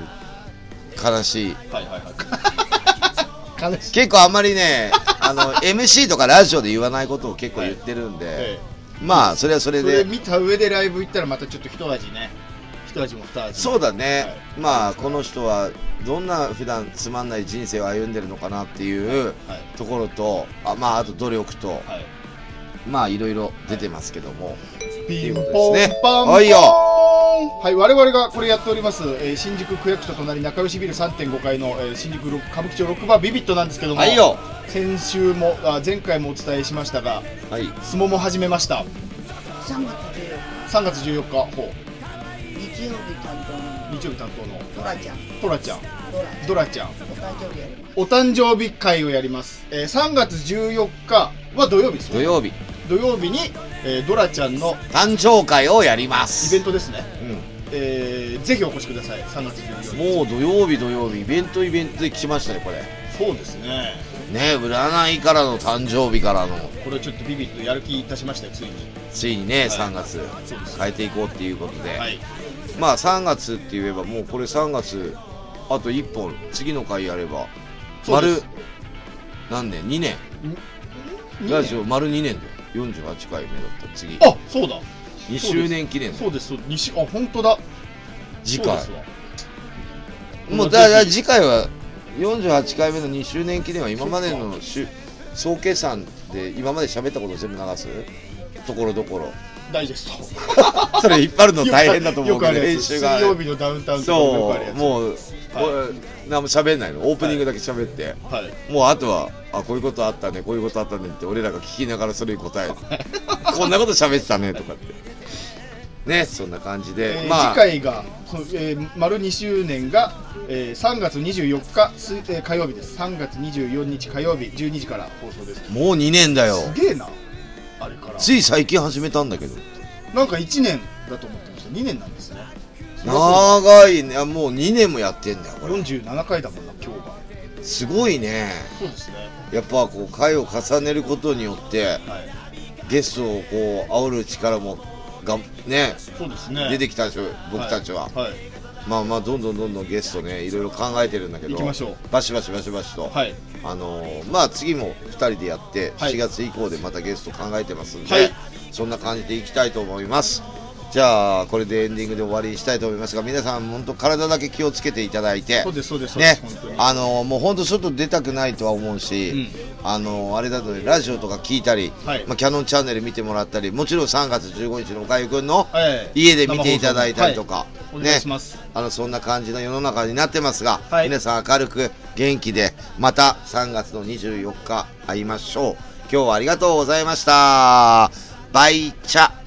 Speaker 1: 悲しい
Speaker 2: はいはいはい。悲しい。
Speaker 1: 結構あんまりねあの MC とかラジオで言わないことを結構言ってるんで、
Speaker 2: え
Speaker 1: まあそれはそ
Speaker 2: え
Speaker 1: れ
Speaker 2: それ
Speaker 1: で
Speaker 2: 見た上でライブ行ったらまたちょっと一味ね。一味も二味も。
Speaker 1: そうだね、まあこの人はどんな普段つまんない人生を歩んでるのかなっていう
Speaker 2: はい
Speaker 1: ところとあまああと努力と
Speaker 2: はい。
Speaker 1: まあいろいろ出てますけども、
Speaker 2: ピン
Speaker 1: ン
Speaker 2: ポ
Speaker 1: ポ
Speaker 2: ン
Speaker 1: ン
Speaker 2: パ
Speaker 1: パ
Speaker 2: ン
Speaker 1: ンポ
Speaker 2: ポン
Speaker 1: ン
Speaker 2: はい、我々がこれやっております、えー新宿区役所隣仲良しビル3.5階の、えー新宿ロック歌舞伎町ロックバービビットなんですけども、
Speaker 1: はいよ
Speaker 2: 先週もあ前回もお伝えしましたが
Speaker 1: はい
Speaker 2: 相撲も始めました
Speaker 4: 3月14
Speaker 2: 3月14日ほう
Speaker 4: 日日曜日担当の
Speaker 2: 日曜日担当の
Speaker 4: ドラちゃん
Speaker 2: トラちゃん
Speaker 4: ドラ
Speaker 2: ドラちゃん
Speaker 4: お誕生日やります
Speaker 2: お誕生日会をやります、えー3月14日は土曜日ですね
Speaker 1: 土曜日
Speaker 2: 土曜日に、えードラちゃんの
Speaker 1: 誕生会をやりま
Speaker 2: イ
Speaker 1: す
Speaker 2: ベントですね、
Speaker 1: う
Speaker 2: えーぜひお越しください3月14日
Speaker 1: もう土曜日土曜日イベントイベントで来ましたねこれ
Speaker 2: そうですね
Speaker 1: ね占いからの誕生日からの
Speaker 2: これちょっとビビッとやる気いたしましたよついに
Speaker 1: ついにね
Speaker 2: い
Speaker 1: 3月
Speaker 2: そうです
Speaker 1: 変えていこうっていうことで、
Speaker 2: はい
Speaker 1: まあ3月って言えばもうこれ3月あと1本次の回やれば
Speaker 2: そうで
Speaker 1: 丸
Speaker 2: す
Speaker 1: 何年2年
Speaker 2: 二年
Speaker 1: ラジオ丸2年だよ48回目だった次
Speaker 2: あそうだ
Speaker 1: 2周年記念だ
Speaker 2: そうですそう西あ本当だ
Speaker 1: 次
Speaker 2: そう
Speaker 1: 回
Speaker 2: ですわ
Speaker 1: もうだから次回は48回目の2周年記念は今までのしゅ総計算で今まで喋ったことを全部流すところどこ ろ
Speaker 2: ダイジェス
Speaker 1: それ引っ張るの
Speaker 2: ト
Speaker 1: 大変だと思うけど
Speaker 2: 練
Speaker 1: 練
Speaker 2: 習
Speaker 1: 習
Speaker 2: が
Speaker 1: が
Speaker 2: 水曜日のダウンタウンとかもよくあ
Speaker 1: そ
Speaker 2: るや
Speaker 1: う
Speaker 2: つ
Speaker 1: もう俺何も喋んないのオープニングだけ喋って、
Speaker 2: はい
Speaker 1: もうあとはあこういうことあったねこういうことあったねって俺らが聞きながらそれに答え るこんなこと喋ってたねとかってねそんな感じで、
Speaker 2: えー
Speaker 1: まあ
Speaker 2: 次回が、そうえー丸2周年が、えー3月24日水、えー火曜日です3月24日火曜日12時から放送です
Speaker 1: もう2年だよ
Speaker 2: すげえなあれから
Speaker 1: つい最近始めたんだけど
Speaker 2: なんか1年だと思ってました2年なんですね
Speaker 1: 長いねあもう2年もやってんだよこれ
Speaker 2: 47回だもんな今日が
Speaker 1: すごいね
Speaker 2: そうですね
Speaker 1: やっぱこう回を重ねることによって
Speaker 2: はい
Speaker 1: ゲストをこう煽る力もがね
Speaker 2: そうですね
Speaker 1: 出て
Speaker 2: き
Speaker 1: きたでしょ僕たちは、
Speaker 2: はい、はい
Speaker 1: まあまあどんどんどんどんゲストねいろいろ考えてるんだけど
Speaker 2: 行きましょう
Speaker 1: バシバシバシバシと、
Speaker 2: はい
Speaker 1: あのーまあ次も2人でやって
Speaker 2: はい
Speaker 1: 4月以降でまたゲスト考えてますんで、
Speaker 2: はい
Speaker 1: そんな感じでいきたいと思いますじゃあこれでエンディングで終わりにしたいと思いますが皆さん本当体だけ気をつけていただいて
Speaker 2: そうですそうですそうで
Speaker 1: ね
Speaker 2: す、本当に
Speaker 1: あのーもう本当外出たくないとは思うし、あのーあれだとねラジオとか聞いたり、
Speaker 2: はい
Speaker 1: まあ、キャノンチャンネル見てもらったりもちろん3月15日のおかゆくんの
Speaker 2: はい
Speaker 1: 家で見ていただいたりとか、
Speaker 2: お願いします、
Speaker 1: あのそんな感じの世の中になってますが、
Speaker 2: はい
Speaker 1: 皆さん明るく元気でまた3月の24日会いましょう今日はありがとうございましたバイチャ